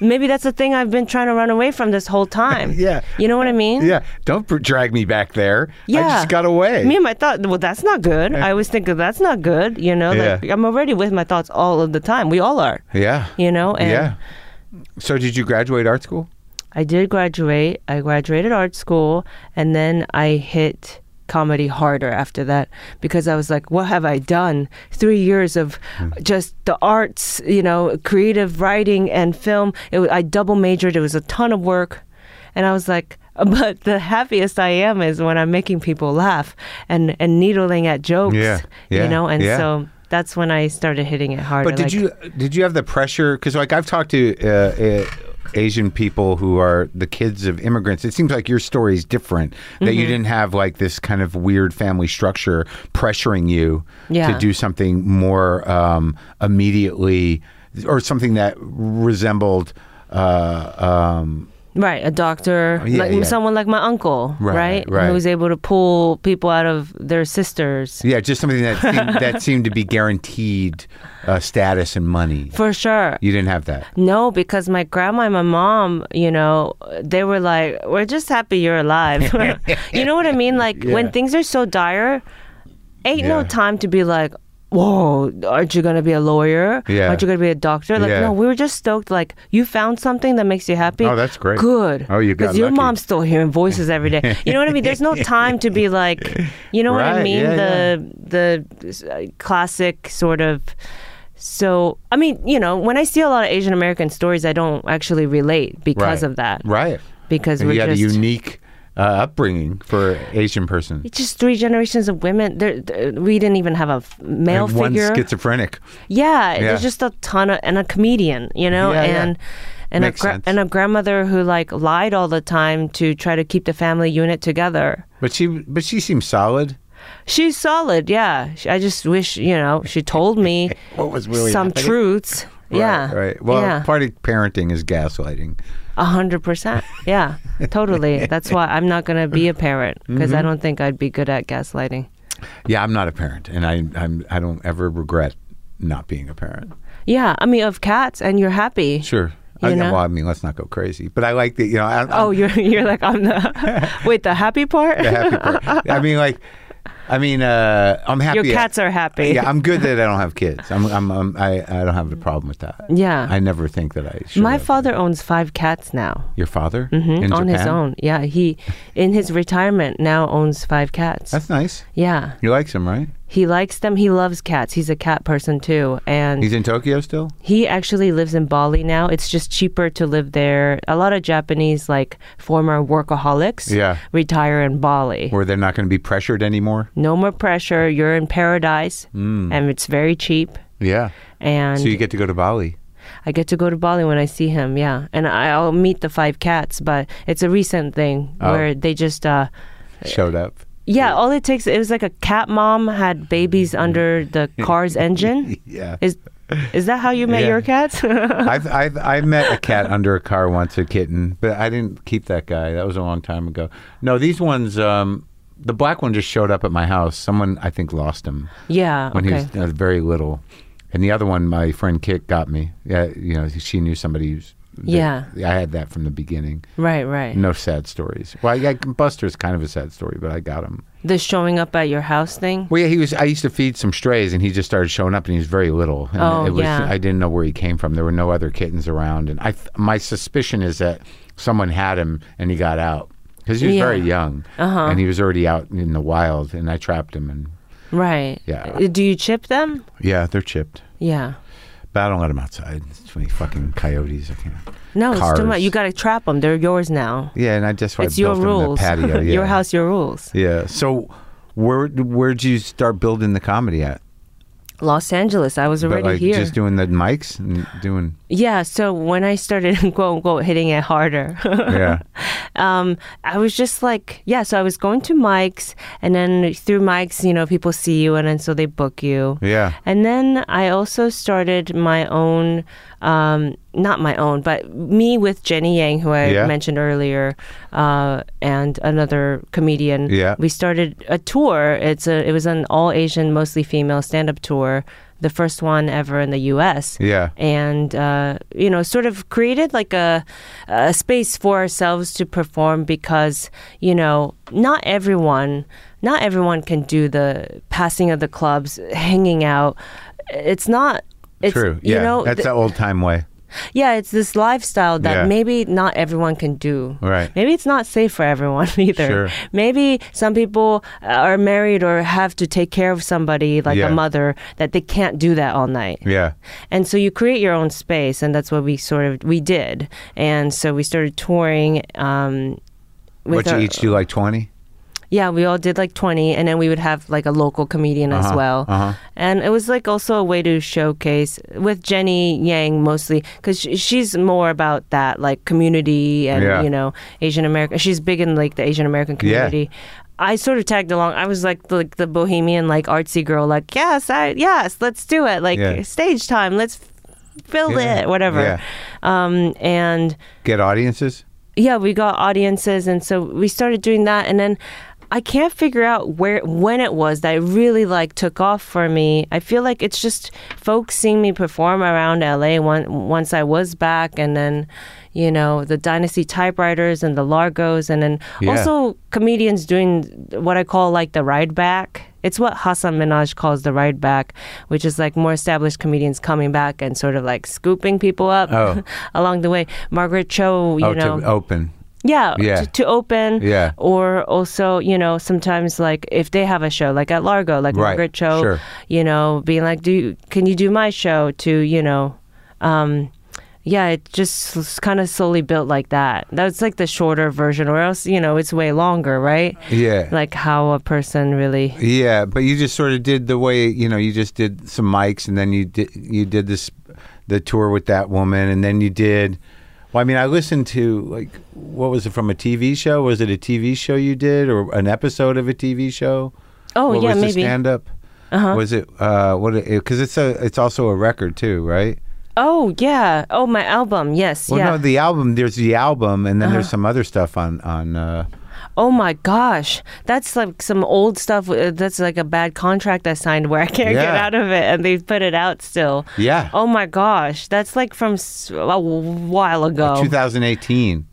Speaker 3: Maybe that's the thing I've been trying to run away from this whole time.
Speaker 1: Yeah.
Speaker 3: you know what I mean.
Speaker 1: Yeah, don't pr- drag me back there. I
Speaker 3: Yeah.
Speaker 1: just got away.
Speaker 3: Me and my thought. Well, that's not good. I always think that's not good. You know, like
Speaker 1: Yeah.
Speaker 3: I'm already with my thoughts all of the time. We all are.
Speaker 1: yeah.
Speaker 3: You know. And
Speaker 1: yeah. So did you graduate art school?
Speaker 3: I did graduate. I graduated art school and then I hit comedy harder after that because I was like, what have I done? Three years of
Speaker 1: Hmm.
Speaker 3: just the arts, you know, creative writing and film. It, wa- I double majored. It was a ton of work. And I was like, but the happiest I am is when I'm making people laugh and, and needling at jokes,
Speaker 1: Yeah, yeah,
Speaker 3: you know? And
Speaker 1: yeah.
Speaker 3: so that's when I started hitting it harder.
Speaker 1: But did
Speaker 3: like-
Speaker 1: you did you have the pressure? Because like I've talked to uh, uh, Asian people who are the kids of immigrants. It seems like your story is different. That
Speaker 3: Mm-hmm.
Speaker 1: you didn't have like this kind of weird family structure pressuring you to
Speaker 3: Yeah.
Speaker 1: do something more um, immediately, or something that resembled. Uh, um,
Speaker 3: Right, a doctor,
Speaker 1: Oh, yeah,
Speaker 3: like
Speaker 1: yeah.
Speaker 3: someone like my uncle,
Speaker 1: Right,
Speaker 3: right,
Speaker 1: right.
Speaker 3: who was able to pull people out of their sisters
Speaker 1: yeah, just something that seemed, that seemed to be guaranteed uh, status and money.
Speaker 3: for sure.
Speaker 1: You didn't have that.
Speaker 3: No, because my grandma and my mom, you know, they were like, "We're just happy you're alive." you know what I mean? Like
Speaker 1: Yeah.
Speaker 3: when things are so dire, ain't no
Speaker 1: Yeah.
Speaker 3: time to be like, "Whoa, aren't you gonna be a lawyer?
Speaker 1: Yeah.
Speaker 3: Aren't you gonna be a doctor?" Like,
Speaker 1: Yeah.
Speaker 3: no, we were just stoked. Like you found something that makes you happy.
Speaker 1: Oh, that's great.
Speaker 3: Good.
Speaker 1: Oh, you got
Speaker 3: because your
Speaker 1: lucky.
Speaker 3: mom's still hearing voices every day. You know what I mean? There's no time to be like, you know what
Speaker 1: Right,
Speaker 3: I mean?
Speaker 1: yeah,
Speaker 3: the
Speaker 1: yeah.
Speaker 3: the uh, classic sort of so i mean you know when i see a lot of asian american stories i don't actually relate because
Speaker 1: Right.
Speaker 3: of that
Speaker 1: Right.
Speaker 3: because
Speaker 1: And
Speaker 3: we're
Speaker 1: you had
Speaker 3: just
Speaker 1: a unique uh, upbringing for an Asian person.
Speaker 3: it's just three generations of women there there- we didn't even have a f- male
Speaker 1: And one
Speaker 3: figure
Speaker 1: schizophrenic.
Speaker 3: yeah,
Speaker 1: Yeah.
Speaker 3: there's just a ton of and a comedian you know
Speaker 1: Yeah, yeah.
Speaker 3: and and
Speaker 1: Makes
Speaker 3: a gra-
Speaker 1: sense.
Speaker 3: and a grandmother who like lied all the time to try to keep the family unit together
Speaker 1: But she but she seemed solid.
Speaker 3: She's solid, yeah. She- I just wish, you know, she told me
Speaker 1: What was really
Speaker 3: some
Speaker 1: happening.
Speaker 3: truths. yeah.
Speaker 1: Right, right. Well,
Speaker 3: yeah.
Speaker 1: part of parenting is gaslighting.
Speaker 3: A hundred percent. Yeah, totally. That's why I'm not gonna be a parent because
Speaker 1: Mm-hmm.
Speaker 3: I don't think I'd be good at gaslighting.
Speaker 1: Yeah, I'm not a parent, and I I'm I don't ever regret not being a parent.
Speaker 3: Yeah, I mean, of cats, and you're happy.
Speaker 1: Sure. I,
Speaker 3: You know?
Speaker 1: Well, I mean, let's not go crazy. But I like the you know. I, I'm
Speaker 3: Oh, you're you're like I'm the wait the happy part.
Speaker 1: the happy part. I mean, like, I mean, uh, I'm happy.
Speaker 3: Your cats are happy.
Speaker 1: Yeah, I'm good that I don't have kids. I'm, I'm, I'm I, I don't have a problem with that.
Speaker 3: Yeah.
Speaker 1: I never think that I. Should
Speaker 3: My
Speaker 1: have.
Speaker 3: father owns five cats now.
Speaker 1: Your father
Speaker 3: Mhm,
Speaker 1: in
Speaker 3: on his
Speaker 1: Japan?
Speaker 3: own. Yeah, he in his retirement now owns five cats.
Speaker 1: That's nice.
Speaker 3: yeah.
Speaker 1: He likes him, right?
Speaker 3: He likes them. He loves cats. He's a cat person too. And
Speaker 1: He's in Tokyo still.
Speaker 3: he actually lives in Bali now. It's just cheaper to live there. A lot of Japanese, like former workaholics,
Speaker 1: Yeah.
Speaker 3: retire in Bali.
Speaker 1: Where they're not going to be pressured anymore.
Speaker 3: No more pressure.
Speaker 1: Mm.
Speaker 3: You're in paradise, and it's very cheap.
Speaker 1: Yeah.
Speaker 3: And
Speaker 1: So you get to go to Bali.
Speaker 3: I get to go to Bali when I see him. Yeah, and I- I'll meet the five cats, but it's a recent thing
Speaker 1: Oh.
Speaker 3: where they just. Uh,
Speaker 1: Showed up.
Speaker 3: yeah, all it takes it was like a cat mom had babies under the car's engine.
Speaker 1: Yeah.
Speaker 3: Is is that how you met
Speaker 1: Yeah.
Speaker 3: your cats?
Speaker 1: I've, I've I met a cat under a car once, a kitten, but I didn't keep that guy. That was a long time ago. No, these ones, um, the black one just showed up at my house. Someone I think lost him
Speaker 3: yeah.
Speaker 1: when
Speaker 3: okay.
Speaker 1: he was uh, very little, and the other one, my friend Kit got me. Yeah, you know, she knew somebody. Who's,
Speaker 3: Yeah.
Speaker 1: I had that from the beginning.
Speaker 3: Right, right.
Speaker 1: No sad stories. Well, I got, Buster's kind of a sad story, but I got him.
Speaker 3: The showing up at your house thing.
Speaker 1: Well, yeah, he was. I used to feed some strays, and he just started showing up, and he was very little. And
Speaker 3: Oh,
Speaker 1: it was,
Speaker 3: yeah.
Speaker 1: I didn't know where he came from. There were no other kittens around, and I, th- my suspicion is that someone had him and he got out because he was
Speaker 3: Yeah. Uh-huh.
Speaker 1: very young, and he was already out in the wild, and I trapped him, and
Speaker 3: Right.
Speaker 1: Yeah.
Speaker 3: Uh, Do you chip them?
Speaker 1: yeah, they're chipped.
Speaker 3: Yeah.
Speaker 1: But I don't let them outside. It's too many fucking coyotes. I can't.
Speaker 3: No, it's too
Speaker 1: Cars.
Speaker 3: much. You gotta trap them. They're yours now.
Speaker 1: Yeah, and I just why I
Speaker 3: it's your
Speaker 1: built them the
Speaker 3: rules.
Speaker 1: patio. Yeah.
Speaker 3: your house, your rules.
Speaker 1: Yeah. So, where where'd you start building the comedy at?
Speaker 3: Los Angeles. I was
Speaker 1: But,
Speaker 3: already
Speaker 1: like,
Speaker 3: here.
Speaker 1: Just doing the mics and doing.
Speaker 3: yeah. So when I started quote unquote hitting it harder,
Speaker 1: Yeah.
Speaker 3: um, I was just like, yeah. So I was going to mics, and then through mics, you know, people see you, and then so they book you.
Speaker 1: Yeah.
Speaker 3: And then I also started my own, um, not my own, but me with Jenny Yang, who I
Speaker 1: Yeah.
Speaker 3: mentioned earlier, uh, and another comedian.
Speaker 1: Yeah.
Speaker 3: We started a tour. It's a it was an all Asian, mostly female stand up tour, the first one ever in the U.S.
Speaker 1: Yeah.
Speaker 3: And uh, you know, sort of created like a, a space for ourselves to perform because you know, not everyone, not everyone can do the passing of the clubs, hanging out. It's not. It's,
Speaker 1: True.
Speaker 3: You
Speaker 1: Yeah.
Speaker 3: know,
Speaker 1: That's
Speaker 3: th-
Speaker 1: the old time way.
Speaker 3: yeah, it's this lifestyle that
Speaker 1: Yeah.
Speaker 3: maybe not everyone can do.
Speaker 1: Right.
Speaker 3: Maybe it's not safe for everyone either.
Speaker 1: Sure.
Speaker 3: Maybe some people uh, are married or have to take care of somebody like
Speaker 1: Yeah.
Speaker 3: a mother that they can't do that all night.
Speaker 1: Yeah.
Speaker 3: And so you create your own space and that's what we sort of we did. And so we started touring um
Speaker 1: What
Speaker 3: with
Speaker 1: you
Speaker 3: our-
Speaker 1: each do like 20?
Speaker 3: yeah, we all did like 20, and then we would have like a local comedian as
Speaker 1: Uh-huh,
Speaker 3: well.
Speaker 1: uh-huh.
Speaker 3: And it was like also a way to showcase with Jenny Yang mostly, because she's more about that, like community and,
Speaker 1: Yeah.
Speaker 3: you know, Asian American. She's big in like the Asian American community. I sort of tagged along. I was like the, like the bohemian, like artsy girl, like, yes, I, yes, let's do it. Like
Speaker 1: Yeah.
Speaker 3: stage time, let's fill
Speaker 1: Yeah,
Speaker 3: it, whatever.
Speaker 1: yeah.
Speaker 3: Um, and
Speaker 1: Get audiences?
Speaker 3: yeah, we got audiences, and so we started doing that, and then I can't figure out where when it was that it really like took off for me. I feel like it's just folks seeing me perform around LA one, once I was back, and then you know the Dynasty typewriters and the Largos, and then
Speaker 1: Yeah.
Speaker 3: also comedians doing what I call like the ride back. It's what Hassan Minaj calls the ride back, which is like more established comedians coming back and sort of like scooping people up
Speaker 1: Oh.
Speaker 3: along the way. Margaret Cho, you
Speaker 1: oh,
Speaker 3: know,
Speaker 1: to open.
Speaker 3: yeah,
Speaker 1: Yeah.
Speaker 3: To, to open
Speaker 1: Yeah.
Speaker 3: or also you know sometimes like if they have a show like at largo like
Speaker 1: Right,
Speaker 3: margaret cho
Speaker 1: sure.
Speaker 3: you know being like do you, can you do my show to you know um yeah it just kind of slowly built like that that's like the shorter version or else you know it's way longer right
Speaker 1: Yeah.
Speaker 3: like how a person really
Speaker 1: yeah, but you just sort of did the way, you know, you just did some mics and then you did you did this the tour with that woman and then you did Well, I mean, I listened to like what was it from a TV show? Was it a TV show you did or an episode of a TV show?
Speaker 3: oh
Speaker 1: what
Speaker 3: yeah
Speaker 1: was
Speaker 3: maybe Uh-huh.
Speaker 1: stand up? Was it uh what it, cuz it's a it's also a record too, right?
Speaker 3: oh yeah oh my album yes
Speaker 1: Well,
Speaker 3: yeah Uh-huh.
Speaker 1: no, the album. There's the album, and then there's some other stuff on on. Uh,
Speaker 3: Oh my gosh, that's like some old stuff. uh, That's like a bad contract I signed where I can't get
Speaker 1: Yeah.
Speaker 3: out of it, and they put it out still.
Speaker 1: Yeah.
Speaker 3: Oh my gosh, that's like from s- a while ago.
Speaker 1: 2018,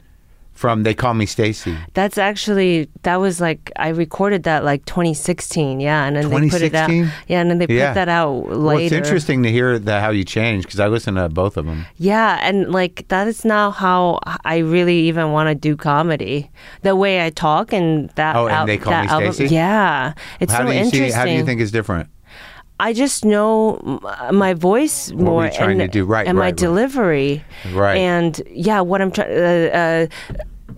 Speaker 1: from They Call Me Stacy.
Speaker 3: That's actually that was like I recorded that like 2016, yeah, and then they put it out.
Speaker 1: 2016?
Speaker 3: Yeah, and then they
Speaker 1: Yeah.
Speaker 3: put that out later.
Speaker 1: Well, it's interesting to hear the, how you changed because I listened to both of them.
Speaker 3: Yeah, and like that is now how I really even want to do comedy. The way I talk and that.
Speaker 1: Oh, and
Speaker 3: al-
Speaker 1: They Call
Speaker 3: that
Speaker 1: Me
Speaker 3: album-
Speaker 1: Stacey?
Speaker 3: Yeah, it's
Speaker 1: how
Speaker 3: so
Speaker 1: do you
Speaker 3: interesting.
Speaker 1: see? How do you think it's different?
Speaker 3: I just know m- my voice more.
Speaker 1: were you trying
Speaker 3: and,
Speaker 1: to do? Right,
Speaker 3: and
Speaker 1: right,
Speaker 3: my
Speaker 1: right.
Speaker 3: delivery.
Speaker 1: Right.
Speaker 3: And yeah, what I'm trying. Uh, uh,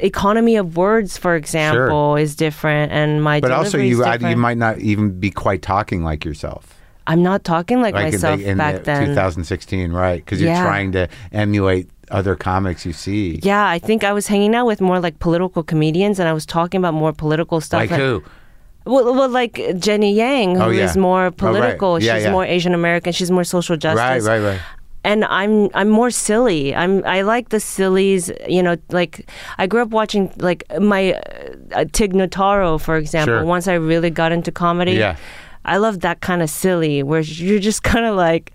Speaker 3: economy of words, for example, is different, and my
Speaker 1: But also,
Speaker 3: delivery is
Speaker 1: you I,
Speaker 3: different.
Speaker 1: you might not even be quite talking like yourself.
Speaker 3: I'm not talking like,
Speaker 1: in the-
Speaker 3: myself
Speaker 1: in
Speaker 3: back
Speaker 1: the
Speaker 3: then.
Speaker 1: 2016, right? Because you're
Speaker 3: Yeah.
Speaker 1: trying to emulate other comics you see.
Speaker 3: Yeah, I think I was hanging out with more like political comedians, and I was talking about more political stuff.
Speaker 1: Like who?
Speaker 3: Well, well, like Jenny Yang, who is
Speaker 1: Oh, yeah.
Speaker 3: more
Speaker 1: Oh, right.
Speaker 3: political.
Speaker 1: Yeah,
Speaker 3: she's
Speaker 1: yeah.
Speaker 3: more Asian American. She's more social justice.
Speaker 1: Right, right, right.
Speaker 3: And I'm I'm more silly. I'm I like the sillies. You know, like I grew up watching like my uh, Tig Notaro, for example.
Speaker 1: Sure.
Speaker 3: Once I really got into comedy.
Speaker 1: Yeah.
Speaker 3: I love that kind of silly where you're just kind of like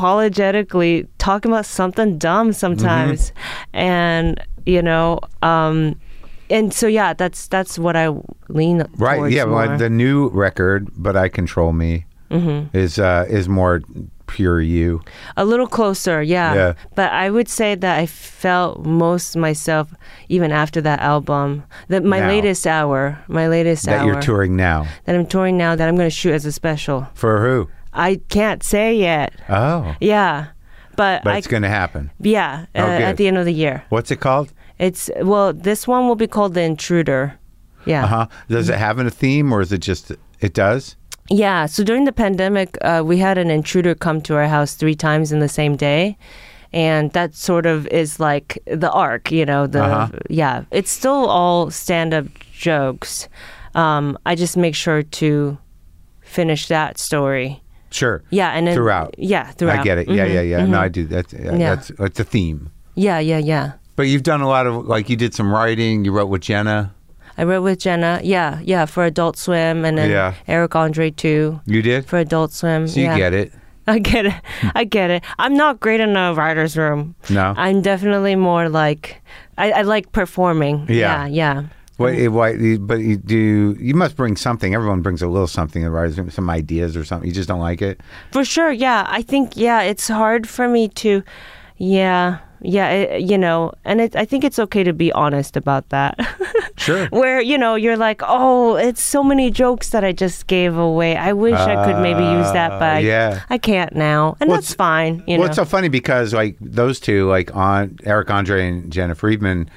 Speaker 3: unapologetically talking about something dumb sometimes.
Speaker 1: Mm-hmm.
Speaker 3: And, you know, um, and so yeah, that's that's what I lean
Speaker 1: Right.
Speaker 3: towards
Speaker 1: Yeah.
Speaker 3: more. Mm-hmm.
Speaker 1: Well, the new record, but I control me, is uh, is more pure you.
Speaker 3: a little closer, yeah.
Speaker 1: Yeah.
Speaker 3: But I would say that I felt most myself even after that album. That my
Speaker 1: Now.
Speaker 3: latest hour, my latest
Speaker 1: That
Speaker 3: hour
Speaker 1: you're touring now
Speaker 3: that I'm touring now that I'm going to shoot as a special.
Speaker 1: for who?
Speaker 3: I can't say yet.
Speaker 1: Oh,
Speaker 3: Yeah. But,
Speaker 1: but
Speaker 3: I
Speaker 1: it's going to happen.
Speaker 3: yeah, uh,
Speaker 1: Oh, good.
Speaker 3: at the end of the year.
Speaker 1: What's it called?
Speaker 3: It's well, this one will be called the intruder. Yeah.
Speaker 1: Uh huh. Does
Speaker 3: Mm-hmm.
Speaker 1: it have a theme, or is it just it does?
Speaker 3: Yeah. So during the pandemic, uh, we had an intruder come to our house three times in the same day. And that sort of is like the arc, you know, the,
Speaker 1: Uh-huh.
Speaker 3: yeah, it's still all stand up jokes. Um, I just make sure to finish that story.
Speaker 1: Sure.
Speaker 3: Yeah. And then,
Speaker 1: Throughout.
Speaker 3: Yeah. Throughout. Mm,
Speaker 1: I get it. Yeah, yeah, yeah. No, I do. That's uh,
Speaker 3: Yeah.
Speaker 1: that's that's a theme.
Speaker 3: Yeah. Yeah. Yeah.
Speaker 1: But you've done a lot of like you did some writing. You wrote with Jenna.
Speaker 3: I wrote with Jenna. Yeah. Yeah. For Adult Swim and then
Speaker 1: Yeah.
Speaker 3: Eric Andre too
Speaker 1: You did.
Speaker 3: for Adult Swim.
Speaker 1: so you
Speaker 3: yeah.
Speaker 1: get it.
Speaker 3: I get it. I get it. I'm not great in a writer's room.
Speaker 1: Hmm. No?
Speaker 3: I'm definitely more like I, I like performing.
Speaker 1: Yeah.
Speaker 3: Yeah. Yeah.
Speaker 1: What, it- why, you- but you do. You must bring something. Everyone brings a little something, right? Some- Some ideas or something. You just don't like it.
Speaker 3: For sure. Yeah. I think yeah, it's hard for me to yeah. Yeah, it, you know, and it, I think it's okay to be honest about that.
Speaker 1: Sure.
Speaker 3: Where, you know, you're like, "Oh, it's so many jokes that I just gave away. I wish I could maybe use that,
Speaker 1: Ah,
Speaker 3: but I-
Speaker 1: yeah.
Speaker 3: I can't now." And
Speaker 1: Well,
Speaker 3: that's
Speaker 1: it's-
Speaker 3: fine, you
Speaker 1: well,
Speaker 3: know.
Speaker 1: it's so funny because like those two, like on Eric Andre and Jenna Friedman,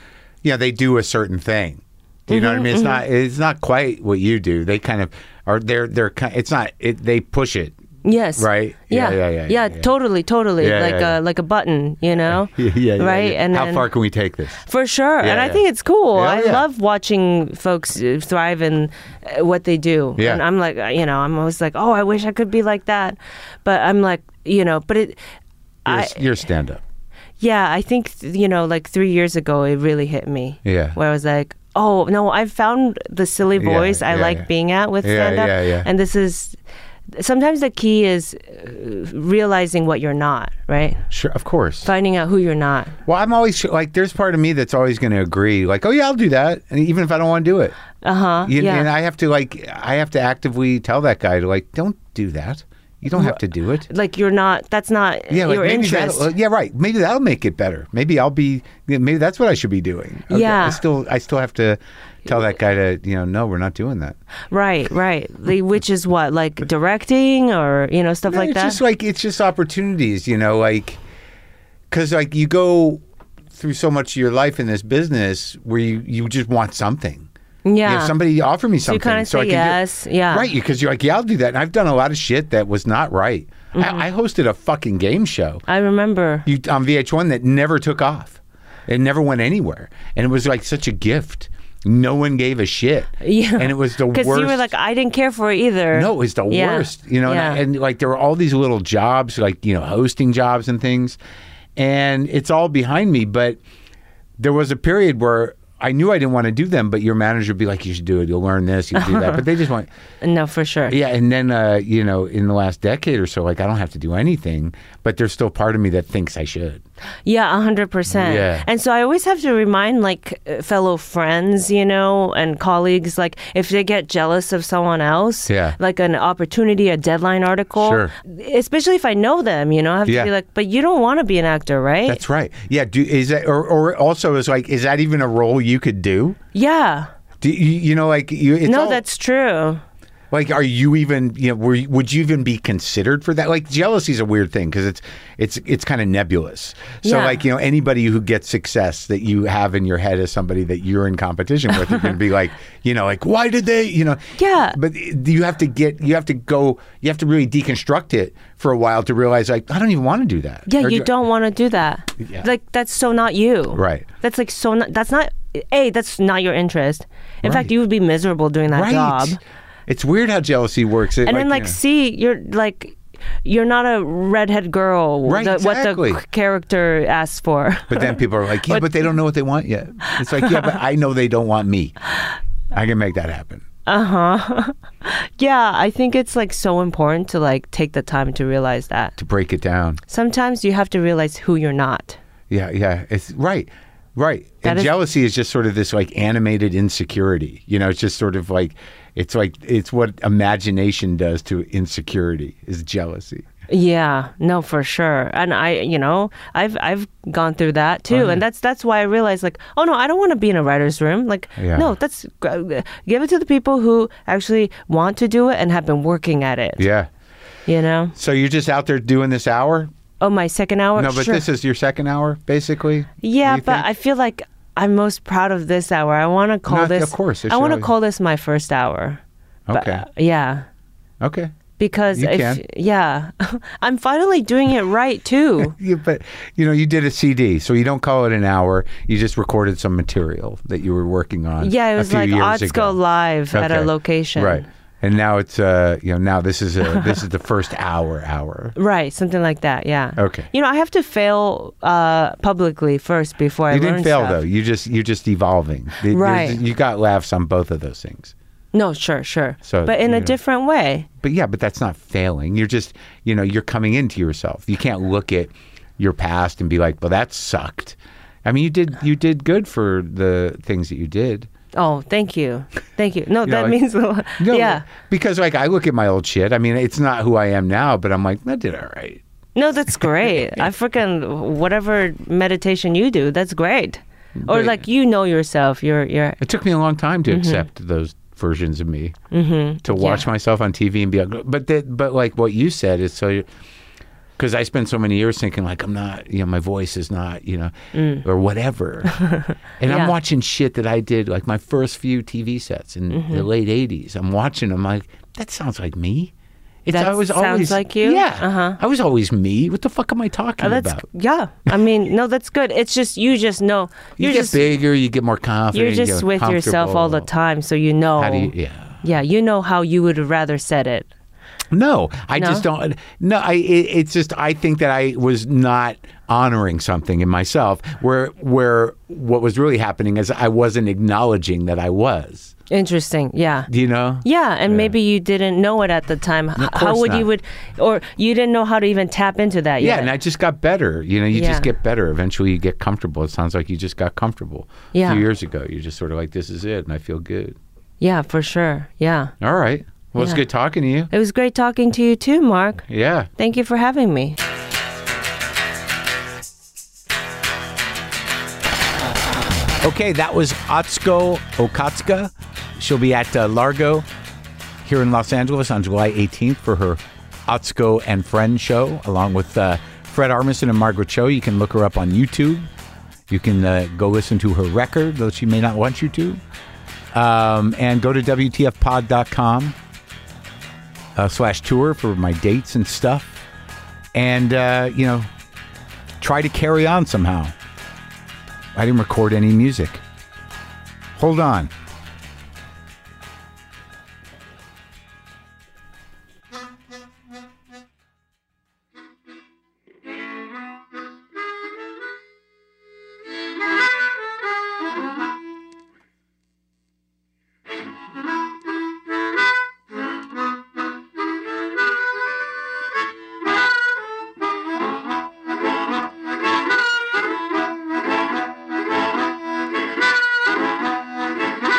Speaker 1: you know, they do a certain thing. Do you know what
Speaker 3: Mm-hmm,
Speaker 1: I mean? It's not. It's not quite what you do. They kind of are. They're. They're. ki- It's not. It, they push it.
Speaker 3: Yes.
Speaker 1: Right?
Speaker 3: Yeah. Yeah. Yeah. Yeah. Totally. Totally.
Speaker 1: Yeah,
Speaker 3: like
Speaker 1: yeah,
Speaker 3: a like a button. You know.
Speaker 1: Yeah. yeah, yeah
Speaker 3: right.
Speaker 1: yeah.
Speaker 3: And
Speaker 1: how
Speaker 3: then,
Speaker 1: far can we take this?
Speaker 3: For sure. and I
Speaker 1: yeah.
Speaker 3: think it's cool.
Speaker 1: Yeah,
Speaker 3: I
Speaker 1: yeah.
Speaker 3: love watching folks uh, thrive in uh, what they do.
Speaker 1: Yeah.
Speaker 3: And I'm like, uh, you know, I'm always like, oh, I wish I could be like that, but I'm like, you know, but it.
Speaker 1: Your,
Speaker 3: I,
Speaker 1: your stand up.
Speaker 3: yeah, I think th- you know, like three years ago, it really hit me.
Speaker 1: Yeah.
Speaker 3: where I was like, "Oh no, I found the silly
Speaker 1: Yeah,
Speaker 3: voice I
Speaker 1: yeah,
Speaker 3: like
Speaker 1: yeah.
Speaker 3: being at with
Speaker 1: Yeah,
Speaker 3: stand up."
Speaker 1: yeah, yeah.
Speaker 3: And this is sometimes the key is uh, realizing what you're not, right?
Speaker 1: Sure, of course.
Speaker 3: Finding out who you're not.
Speaker 1: Well, I'm always like, there's part of me that's always going to agree, like, oh yeah, I'll do that, and even if I don't want to do it,
Speaker 3: Uh huh.
Speaker 1: You-
Speaker 3: Yeah.
Speaker 1: and I have to like, I have to actively tell that guy to like, don't do that. You don't have to do it.
Speaker 3: like you're not. That's not
Speaker 1: Yeah, like,
Speaker 3: your
Speaker 1: maybe
Speaker 3: interest.
Speaker 1: that'll- uh, yeah, right. Maybe that'll make it better. Maybe I'll be. yeah, Maybe that's what I should be doing.
Speaker 3: Yeah.
Speaker 1: I still, I still have to tell that guy to, you know, no, we're not doing that.
Speaker 3: Right. Right. The- Which is what, like directing or you know stuff
Speaker 1: No,
Speaker 3: like
Speaker 1: it's
Speaker 3: that.
Speaker 1: just like it's just opportunities, you know, like because like you go through so much of your life in this business where you you just want something. You know,
Speaker 3: yeah.
Speaker 1: if somebody offer me something,
Speaker 3: kinda
Speaker 1: so I can
Speaker 3: say
Speaker 1: do-
Speaker 3: yes, yeah.
Speaker 1: right. Because you're like, yeah, I'll do that. And I've done a lot of shit that was not right.
Speaker 3: Mm-hmm.
Speaker 1: I, I hosted a fucking game show
Speaker 3: I remember.
Speaker 1: you, on VH1 that never took off. It never went anywhere, and it was like such a gift. No one gave a shit.
Speaker 3: Yeah.
Speaker 1: and it was the worst.
Speaker 3: Because you were like, I didn't care for it either.
Speaker 1: No, it was the
Speaker 3: Yeah.
Speaker 1: worst. You know,
Speaker 3: Yeah.
Speaker 1: and, I- and like there were all these little jobs, like you know, hosting jobs and things, and it's all behind me. But there was a period where I knew I didn't want to do them, but your manager would be like, "You should do it. You'll learn this. You'll do that." But they just want,
Speaker 3: no, for sure.
Speaker 1: yeah. And then uh, you know, in the last decade or so, like I don't have to do anything, but there's still part of me that thinks I should.
Speaker 3: Yeah, a hundred percent.
Speaker 1: Yeah.
Speaker 3: And so I always have to remind like uh, fellow friends, you know, and colleagues, like if they get jealous of someone else,
Speaker 1: Yeah.
Speaker 3: like an opportunity, a deadline article,
Speaker 1: Sure.
Speaker 3: especially if I know them, you know, I have
Speaker 1: Yeah.
Speaker 3: to be like, but you don't want to be an actor, right?
Speaker 1: That's right. Yeah. Do is that or, or also is like is that even a role you could do?
Speaker 3: yeah.
Speaker 1: Do you, you know like you? It's
Speaker 3: no,
Speaker 1: all-
Speaker 3: that's true.
Speaker 1: Like, are you even? You know, were you- would you even be considered for that? Like, jealousy is a weird thing because it's it's it's kind of nebulous. So,
Speaker 3: Yeah.
Speaker 1: like, you know, anybody who gets success that you have in your head as somebody that you're in competition with, you're going to be like, you know, like, why did they? You know,
Speaker 3: Yeah.
Speaker 1: But you have to get, you have to go, you have to really deconstruct it for a while to realize, like, I don't even want to do that.
Speaker 3: Yeah,
Speaker 1: Or
Speaker 3: you
Speaker 1: do-
Speaker 3: don't want to do that.
Speaker 1: Yeah.
Speaker 3: Like that's so not you.
Speaker 1: Right.
Speaker 3: That's like so not. That's not. A. That's not your interest. In fact,
Speaker 1: Right.
Speaker 3: you would be miserable doing that
Speaker 1: Right.
Speaker 3: job.
Speaker 1: It's weird how jealousy works. It,
Speaker 3: And then like
Speaker 1: you know-
Speaker 3: C, you're like. You're not a redhead girl.
Speaker 1: Right,
Speaker 3: the-
Speaker 1: exactly.
Speaker 3: What the c- character asks for.
Speaker 1: But then people are like, yeah, but they don't know what they want yet. It's like, yeah, but I know they don't want me. I can make that happen.
Speaker 3: yeah, I think it's like so important to like take the time to realize that.
Speaker 1: To break it down.
Speaker 3: Sometimes you have to realize who you're not.
Speaker 1: Yeah, yeah. It's right. Right.
Speaker 3: That
Speaker 1: and
Speaker 3: is-
Speaker 1: jealousy is just sort of this like animated insecurity. You know, it's just sort of like it's like it's what imagination does to insecurity is jealousy.
Speaker 3: Yeah, no, for sure. And I, you know, I've I've gone through
Speaker 1: Oh,
Speaker 3: that too, and that's that's why I realized like, oh no, I don't want to be in a writer's room. Like,
Speaker 1: Yeah.
Speaker 3: no, that's give it to the people who actually want to do it and have been working at it.
Speaker 1: Yeah.
Speaker 3: You know.
Speaker 1: So you're just out there doing this hour?
Speaker 3: Oh, my second hour.
Speaker 1: No, but
Speaker 3: Sure.
Speaker 1: this is your second hour, basically.
Speaker 3: Yeah,
Speaker 1: you
Speaker 3: but
Speaker 1: think?
Speaker 3: I feel like I'm most proud of this hour. I want to call
Speaker 1: No, of
Speaker 3: this.
Speaker 1: course, it
Speaker 3: I
Speaker 1: should
Speaker 3: want to
Speaker 1: always-
Speaker 3: call this my first hour. But, uh,
Speaker 1: Okay.
Speaker 3: yeah.
Speaker 1: Okay.
Speaker 3: Because
Speaker 1: You
Speaker 3: if
Speaker 1: can.
Speaker 3: yeah, I'm finally doing it right too.
Speaker 1: Yeah, but you know, you did a CD, so you don't call it an hour. You just recorded some material that you were working on.
Speaker 3: Yeah, it
Speaker 1: a
Speaker 3: was
Speaker 1: few
Speaker 3: like
Speaker 1: years
Speaker 3: odds
Speaker 1: ago.
Speaker 3: go live at a
Speaker 1: Okay.
Speaker 3: location.
Speaker 1: right? And now it's uh, you know, now this is a this is the first hour hour.
Speaker 3: Right, something like that. Yeah.
Speaker 1: Okay.
Speaker 3: You know, I have to fail uh, publicly first before I
Speaker 1: You
Speaker 3: learn
Speaker 1: didn't fail
Speaker 3: stuff.
Speaker 1: though. You just you're just evolving. Th- there's-
Speaker 3: Right.
Speaker 1: You got laughs on both of those things.
Speaker 3: No, sure, sure.
Speaker 1: So,
Speaker 3: but in
Speaker 1: you
Speaker 3: a
Speaker 1: know.
Speaker 3: different way.
Speaker 1: But yeah, but that's not failing. You're just you know you're coming into yourself. You can't look at your past and be like, well, that sucked. I mean, you did you did good for the things that you did.
Speaker 3: Oh, thank you, thank you. No,
Speaker 1: You know,
Speaker 3: that
Speaker 1: like-
Speaker 3: means a lot.
Speaker 1: No,
Speaker 3: yeah.
Speaker 1: Because like I look at my old shit. I mean, it's not who I am now, but I'm like, I did all right.
Speaker 3: No, that's great. I freaking whatever meditation you do, that's great. Or
Speaker 1: But-
Speaker 3: like you know yourself. You're you're
Speaker 1: It took me a long time
Speaker 3: Mm-hmm.
Speaker 1: to accept those versions of me. Mm-hmm. To watch myself on TV and be like, but that, but like what you said is so. Because I spent so many years thinking like I'm not, you know, my voice is not, you know, or whatever, and
Speaker 3: Mm. Yeah.
Speaker 1: I'm watching shit that I did like my first few TV sets in
Speaker 3: Mm-hmm.
Speaker 1: the late '80s. I'm watching them like that sounds like me. It's,
Speaker 3: That sounds like you?
Speaker 1: Yeah,
Speaker 3: Uh-huh.
Speaker 1: I was always me. What the fuck am I talking
Speaker 3: Oh, that's
Speaker 1: about?
Speaker 3: yeah. I mean, no, that's good. It's just you just know
Speaker 1: You
Speaker 3: you're
Speaker 1: get
Speaker 3: just
Speaker 1: bigger, you get more confident.
Speaker 3: you're
Speaker 1: you
Speaker 3: just
Speaker 1: get
Speaker 3: with yourself all the
Speaker 1: comfortable.
Speaker 3: time, so you know.
Speaker 1: How do you, yeah.
Speaker 3: Yeah, you know how you would have rather said it.
Speaker 1: No, I
Speaker 3: No?
Speaker 1: just don't. No, I. It, it's just I think that I was not honoring something in myself. Where where what was really happening is I wasn't acknowledging that I was.
Speaker 3: Interesting. Yeah.
Speaker 1: Do you know?
Speaker 3: Yeah, and maybe you didn't know it at the time. H- how
Speaker 1: course
Speaker 3: would you
Speaker 1: not.
Speaker 3: would, or you didn't know how to even tap into that
Speaker 1: Yeah,
Speaker 3: yet?
Speaker 1: and I just got better. You know, you just
Speaker 3: Yeah.
Speaker 1: get better. Eventually, you get comfortable. It sounds like you just got comfortable.
Speaker 3: Yeah.
Speaker 1: A few years ago, you're just sort of like, this is it, and I feel good.
Speaker 3: yeah, for sure. Yeah,
Speaker 1: All right. Well, it's
Speaker 3: Yeah.
Speaker 1: good talking to you.
Speaker 3: it was great talking to you too, Mark.
Speaker 1: Yeah.
Speaker 3: Thank you for having me.
Speaker 1: Okay, that was Atsuko Okatsuka. She'll be at uh, Largo here in Los Angeles on July 18th for her Atsuko and Friend show, along with uh, Fred Armisen and Margaret Cho. You can look her up on YouTube. You can uh, go listen to her record, though she may not want you to. Um, and go to WTFpod.com uh, slash tour for my dates and stuff. And, uh, you know, try to carry on somehow. I didn't record any music. Hold on.
Speaker 4: Thank you.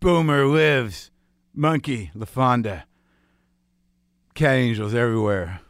Speaker 1: Boomer lives. Monkey, LaFonda. Cat angels everywhere.